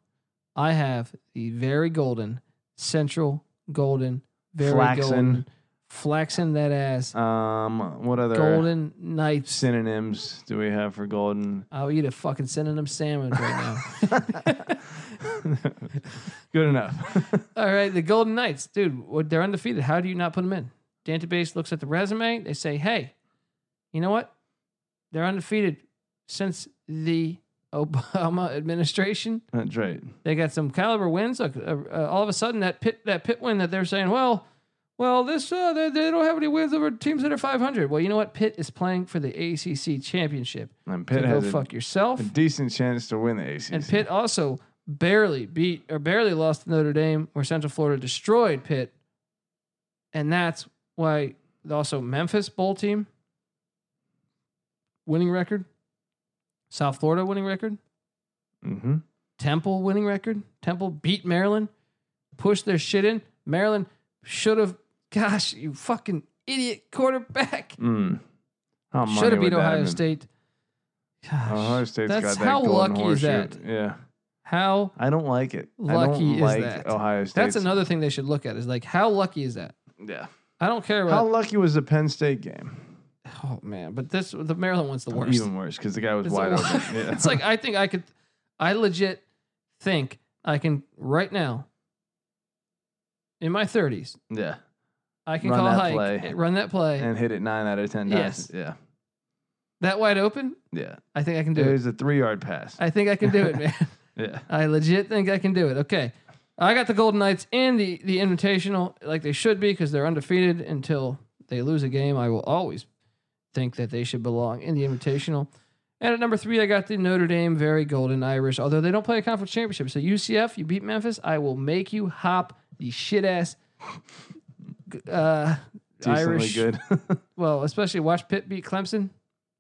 Speaker 1: I have the very golden Central Golden, very
Speaker 2: Flaxen.
Speaker 1: golden, flaxen that ass,
Speaker 2: Um, what other
Speaker 1: Golden Knights.
Speaker 2: synonyms do we have for golden?
Speaker 1: I'll eat a fucking synonym salmon right now.
Speaker 2: Good enough.
Speaker 1: All right, the Golden Knights, dude, what- they're undefeated. How do you not put them in? Database looks at the resume. They say, hey, you know what? They're undefeated since the Obama administration.
Speaker 2: That's right.
Speaker 1: They got some caliber wins. Look, uh, uh, all of a sudden, that pit that pit win that they're saying, well, well, this uh, they, they don't have any wins over teams that are 500. Well, you know what? Pitt is playing for the ACC championship.
Speaker 2: And Pitt
Speaker 1: Pitt go
Speaker 2: has a,
Speaker 1: fuck yourself.
Speaker 2: a decent chance to win the ACC.
Speaker 1: And Pitt also barely beat or barely lost to Notre Dame, where Central Florida destroyed Pitt. And that's why Also, Memphis bowl team winning record. South Florida winning record.
Speaker 2: Mm-hmm.
Speaker 1: Temple winning record. Temple beat Maryland, pushed their shit in. Maryland should have, gosh, you fucking idiot quarterback.
Speaker 2: Mm. How money
Speaker 1: Should have
Speaker 2: would
Speaker 1: beat
Speaker 2: that
Speaker 1: Ohio
Speaker 2: been?
Speaker 1: State. Gosh,
Speaker 2: Ohio State's
Speaker 1: that's
Speaker 2: got that
Speaker 1: how
Speaker 2: golden
Speaker 1: lucky is
Speaker 2: horseshoe.
Speaker 1: that?
Speaker 2: Yeah,
Speaker 1: How
Speaker 2: I don't like it. I
Speaker 1: Lucky
Speaker 2: don't
Speaker 1: is
Speaker 2: like
Speaker 1: that?
Speaker 2: Ohio State.
Speaker 1: that's another thing they should look at is like how lucky is that?
Speaker 2: Yeah.
Speaker 1: I don't care
Speaker 2: How
Speaker 1: about.
Speaker 2: lucky was the Penn State game?
Speaker 1: oh man, but this the Maryland one's the worst.
Speaker 2: Oh, Even worse because the guy was
Speaker 1: It's
Speaker 2: wide
Speaker 1: a-
Speaker 2: open. Yeah.
Speaker 1: it's like I think I could, I legit think I can right now. In my thirties,
Speaker 2: yeah,
Speaker 1: I can
Speaker 2: Run
Speaker 1: call
Speaker 2: that
Speaker 1: Hike,
Speaker 2: play.
Speaker 1: run that play,
Speaker 2: and hit it nine out of ten times.
Speaker 1: Yes.
Speaker 2: Yeah,
Speaker 1: that wide open.
Speaker 2: yeah.
Speaker 1: I think I can do
Speaker 2: It
Speaker 1: it.
Speaker 2: was a three-yard pass.
Speaker 1: I think I can do it, man.
Speaker 2: yeah,
Speaker 1: I legit think I can do it. Okay, I got the Golden Knights in the the Invitational like they should be because they're undefeated until they lose a game. I will always think that they should belong in the Invitational. And at number three, I got the Notre Dame very golden Irish. Although they don't play a conference championship, so UCF, you beat Memphis, I will make you hop the shit ass. Uh,
Speaker 2: decently
Speaker 1: Irish.
Speaker 2: good.
Speaker 1: Well, especially watch Pitt beat Clemson.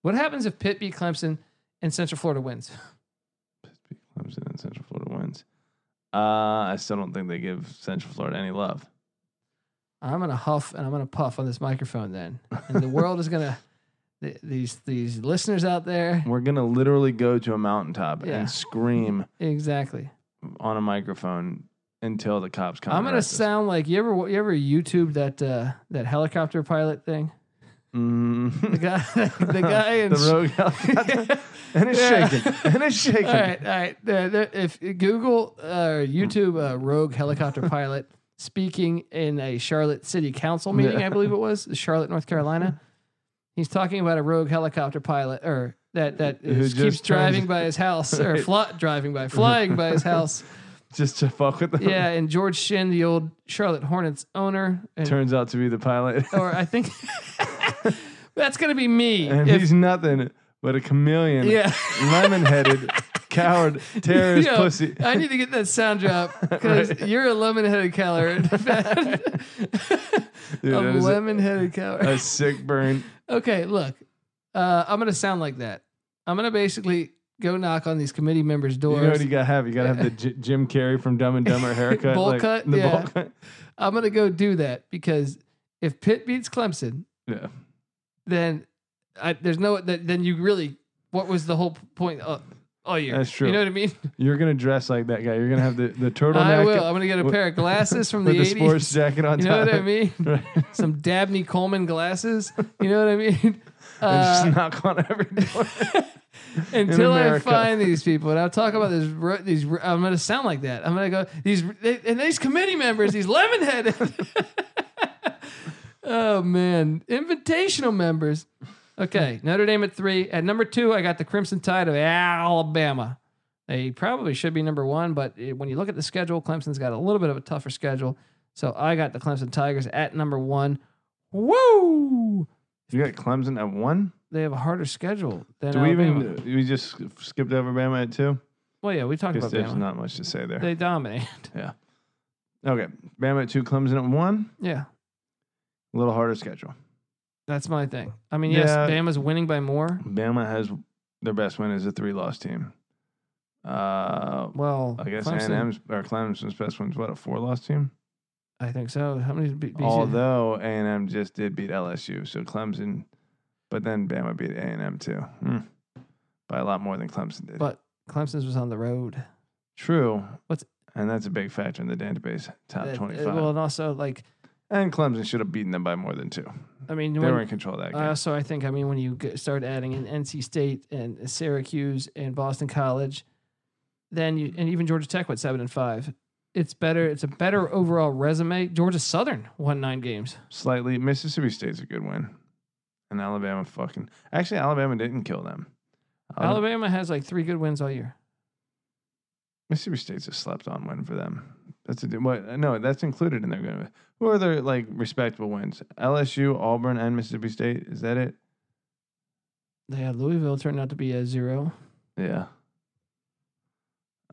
Speaker 1: What happens if Pitt beat Clemson and Central Florida wins?
Speaker 2: Clemson and Central Florida wins. Uh, I still don't think they give Central Florida any love.
Speaker 1: I'm gonna huff and I'm gonna puff on this microphone then, and the world is gonna th- these these listeners out there
Speaker 2: We're gonna literally go to a mountaintop
Speaker 1: Yeah.
Speaker 2: and scream
Speaker 1: exactly.
Speaker 2: on a microphone until the cops come.
Speaker 1: I'm gonna sound like you ever you ever YouTube that uh, that helicopter pilot thing. The guy, the guy in.
Speaker 2: Mm-hmm. the rogue helicopter. and it's
Speaker 1: Yeah.
Speaker 2: shaking. And it's shaking.
Speaker 1: all right, all right. There- there- if Google uh, YouTube uh, rogue helicopter pilot speaking in a Charlotte City Council meeting,
Speaker 2: Yeah.
Speaker 1: I believe it was Charlotte, North Carolina. He's talking about a rogue helicopter pilot, or that that
Speaker 2: Who
Speaker 1: is,
Speaker 2: just
Speaker 1: keeps
Speaker 2: turns-
Speaker 1: driving by his house, or fly, driving by, flying by his house.
Speaker 2: Just to fuck with them.
Speaker 1: Yeah, and George Shin, the old Charlotte Hornets owner, and,
Speaker 2: Turns out to be the pilot.
Speaker 1: or I think that's gonna be me.
Speaker 2: and
Speaker 1: if-
Speaker 2: he's nothing but a chameleon,
Speaker 1: yeah.
Speaker 2: lemon headed, coward, terrorist
Speaker 1: Yo,
Speaker 2: pussy.
Speaker 1: I need to get that sound drop because you're a lemon headed coward.
Speaker 2: Dude,
Speaker 1: a
Speaker 2: that is a,
Speaker 1: lemon headed
Speaker 2: a
Speaker 1: coward.
Speaker 2: sick burn.
Speaker 1: Okay, look, uh, I'm going to sound like that. I'm going to basically go knock on these committee members'
Speaker 2: You know what
Speaker 1: doors.
Speaker 2: you gotta have? You gotta have the J- Jim Carrey from Dumb and Dumber haircut.
Speaker 1: Bowl cut?
Speaker 2: The bowl
Speaker 1: Yeah.
Speaker 2: cut.
Speaker 1: I'm going to go do that because if Pitt beats Clemson,
Speaker 2: Yeah.
Speaker 1: then I, there's no, th- then you really, what was the whole p- point of, all year?
Speaker 2: That's true.
Speaker 1: You know what I mean?
Speaker 2: You're gonna dress like that guy. You're gonna have the, the turtleneck
Speaker 1: I will. I'm going to get a
Speaker 2: with-
Speaker 1: pair of glasses from the
Speaker 2: with the,
Speaker 1: 80s.
Speaker 2: sports jacket on
Speaker 1: you know
Speaker 2: top.
Speaker 1: what I mean?
Speaker 2: Right.
Speaker 1: Some Dabney Coleman glasses. You know what I mean?
Speaker 2: and
Speaker 1: Uh,
Speaker 2: just knock on every door.
Speaker 1: until I
Speaker 2: America.
Speaker 1: find these people, and I'll talk about this. ro- These ro- I'm going to sound like that. I'm going to go these they, and these committee members, these lemon headed. oh man, invitational members. Okay, Notre Dame at three. At number two, I got the Crimson Tide of Alabama. They probably should be number one, but eh, when you look at the schedule, Clemson's got a little bit of a tougher schedule. So I got the Clemson Tigers at number one. Woo!
Speaker 2: you got Clemson at one.
Speaker 1: They have a harder schedule than
Speaker 2: Do we
Speaker 1: Alabama.
Speaker 2: even? We just skipped over Bama at two.
Speaker 1: Well, yeah, we talked
Speaker 2: Because
Speaker 1: about
Speaker 2: there's
Speaker 1: Bama.
Speaker 2: not much to say there.
Speaker 1: They dominate.
Speaker 2: okay, Bama at two, Clemson at one.
Speaker 1: Yeah,
Speaker 2: A little harder schedule.
Speaker 1: that's my thing. I mean, yes,
Speaker 2: Yeah.
Speaker 1: Bama's winning by more.
Speaker 2: Bama has their best win is a three loss team. Uh,
Speaker 1: Well,
Speaker 2: I guess
Speaker 1: Clemson,
Speaker 2: A&M's or Clemson's best one's what a four loss team.
Speaker 1: I think so. How many beat BC?
Speaker 2: Although A&M just did beat LSU, so Clemson, but then Bama beat A&M too Hmm. by a lot more than Clemson did.
Speaker 1: But Clemson's was on the road.
Speaker 2: True.
Speaker 1: What's-
Speaker 2: and that's a big factor in the database top
Speaker 1: Uh, uh,
Speaker 2: twenty five.
Speaker 1: Well, and also like
Speaker 2: and Clemson should have beaten them by more than two.
Speaker 1: I mean,
Speaker 2: They
Speaker 1: when-
Speaker 2: were in control of that game.
Speaker 1: I also I think I mean when you get- start adding in NC State and Syracuse and Boston College, then you and even Georgia Tech went seven and five. It's better. It's a better overall resume. Georgia Southern won nine games.
Speaker 2: Slightly. Mississippi State's a good win. And Alabama fucking. Actually, Alabama didn't kill them. Ala-
Speaker 1: Alabama has like three good wins all year.
Speaker 2: Mississippi State's a slept on win for them. That's a what? No, that's included in their good. Who are their like respectable wins? LSU, Auburn, and Mississippi State. Is that it?
Speaker 1: They had Louisville turned out to be a zero.
Speaker 2: Yeah.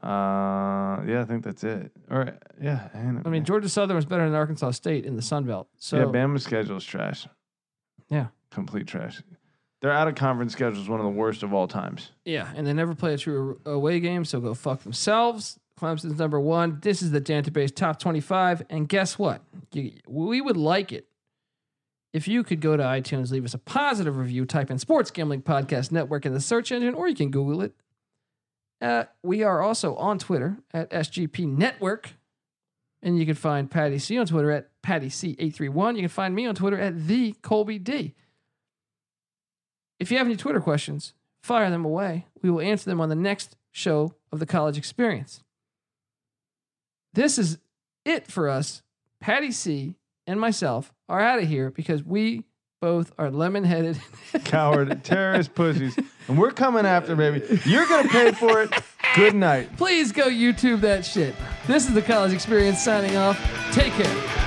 Speaker 2: Uh, yeah, I think that's it. Or yeah,
Speaker 1: I mean, Georgia Southern was better than Arkansas State in the Sun Belt. So
Speaker 2: yeah, Bama's schedule's trash.
Speaker 1: Yeah.
Speaker 2: Complete trash. Their out of conference schedule is one of the worst of all times.
Speaker 1: Yeah, and they never play a true away game, so go fuck themselves. Clemson's number one. This is the Dantabase top 25. And guess what? You, we would like it if you could go to iTunes, leave us a positive review, type in Sports Gambling Podcast Network in the search engine, or you can Google it. Uh, we are also on Twitter at SGP Network. And you can find Patty C on Twitter at Patty C831. You can find me on Twitter at the Colby D. If you have any Twitter questions, fire them away. We will answer them on the next show of the college experience. This is it for us. Patty C and myself are out of here because we both are lemon headed.
Speaker 2: Coward, terrorist pussies. And we're coming after, baby. You're going to pay for it. Good night.
Speaker 1: Please go YouTube that shit. This is the college experience signing off. Take care.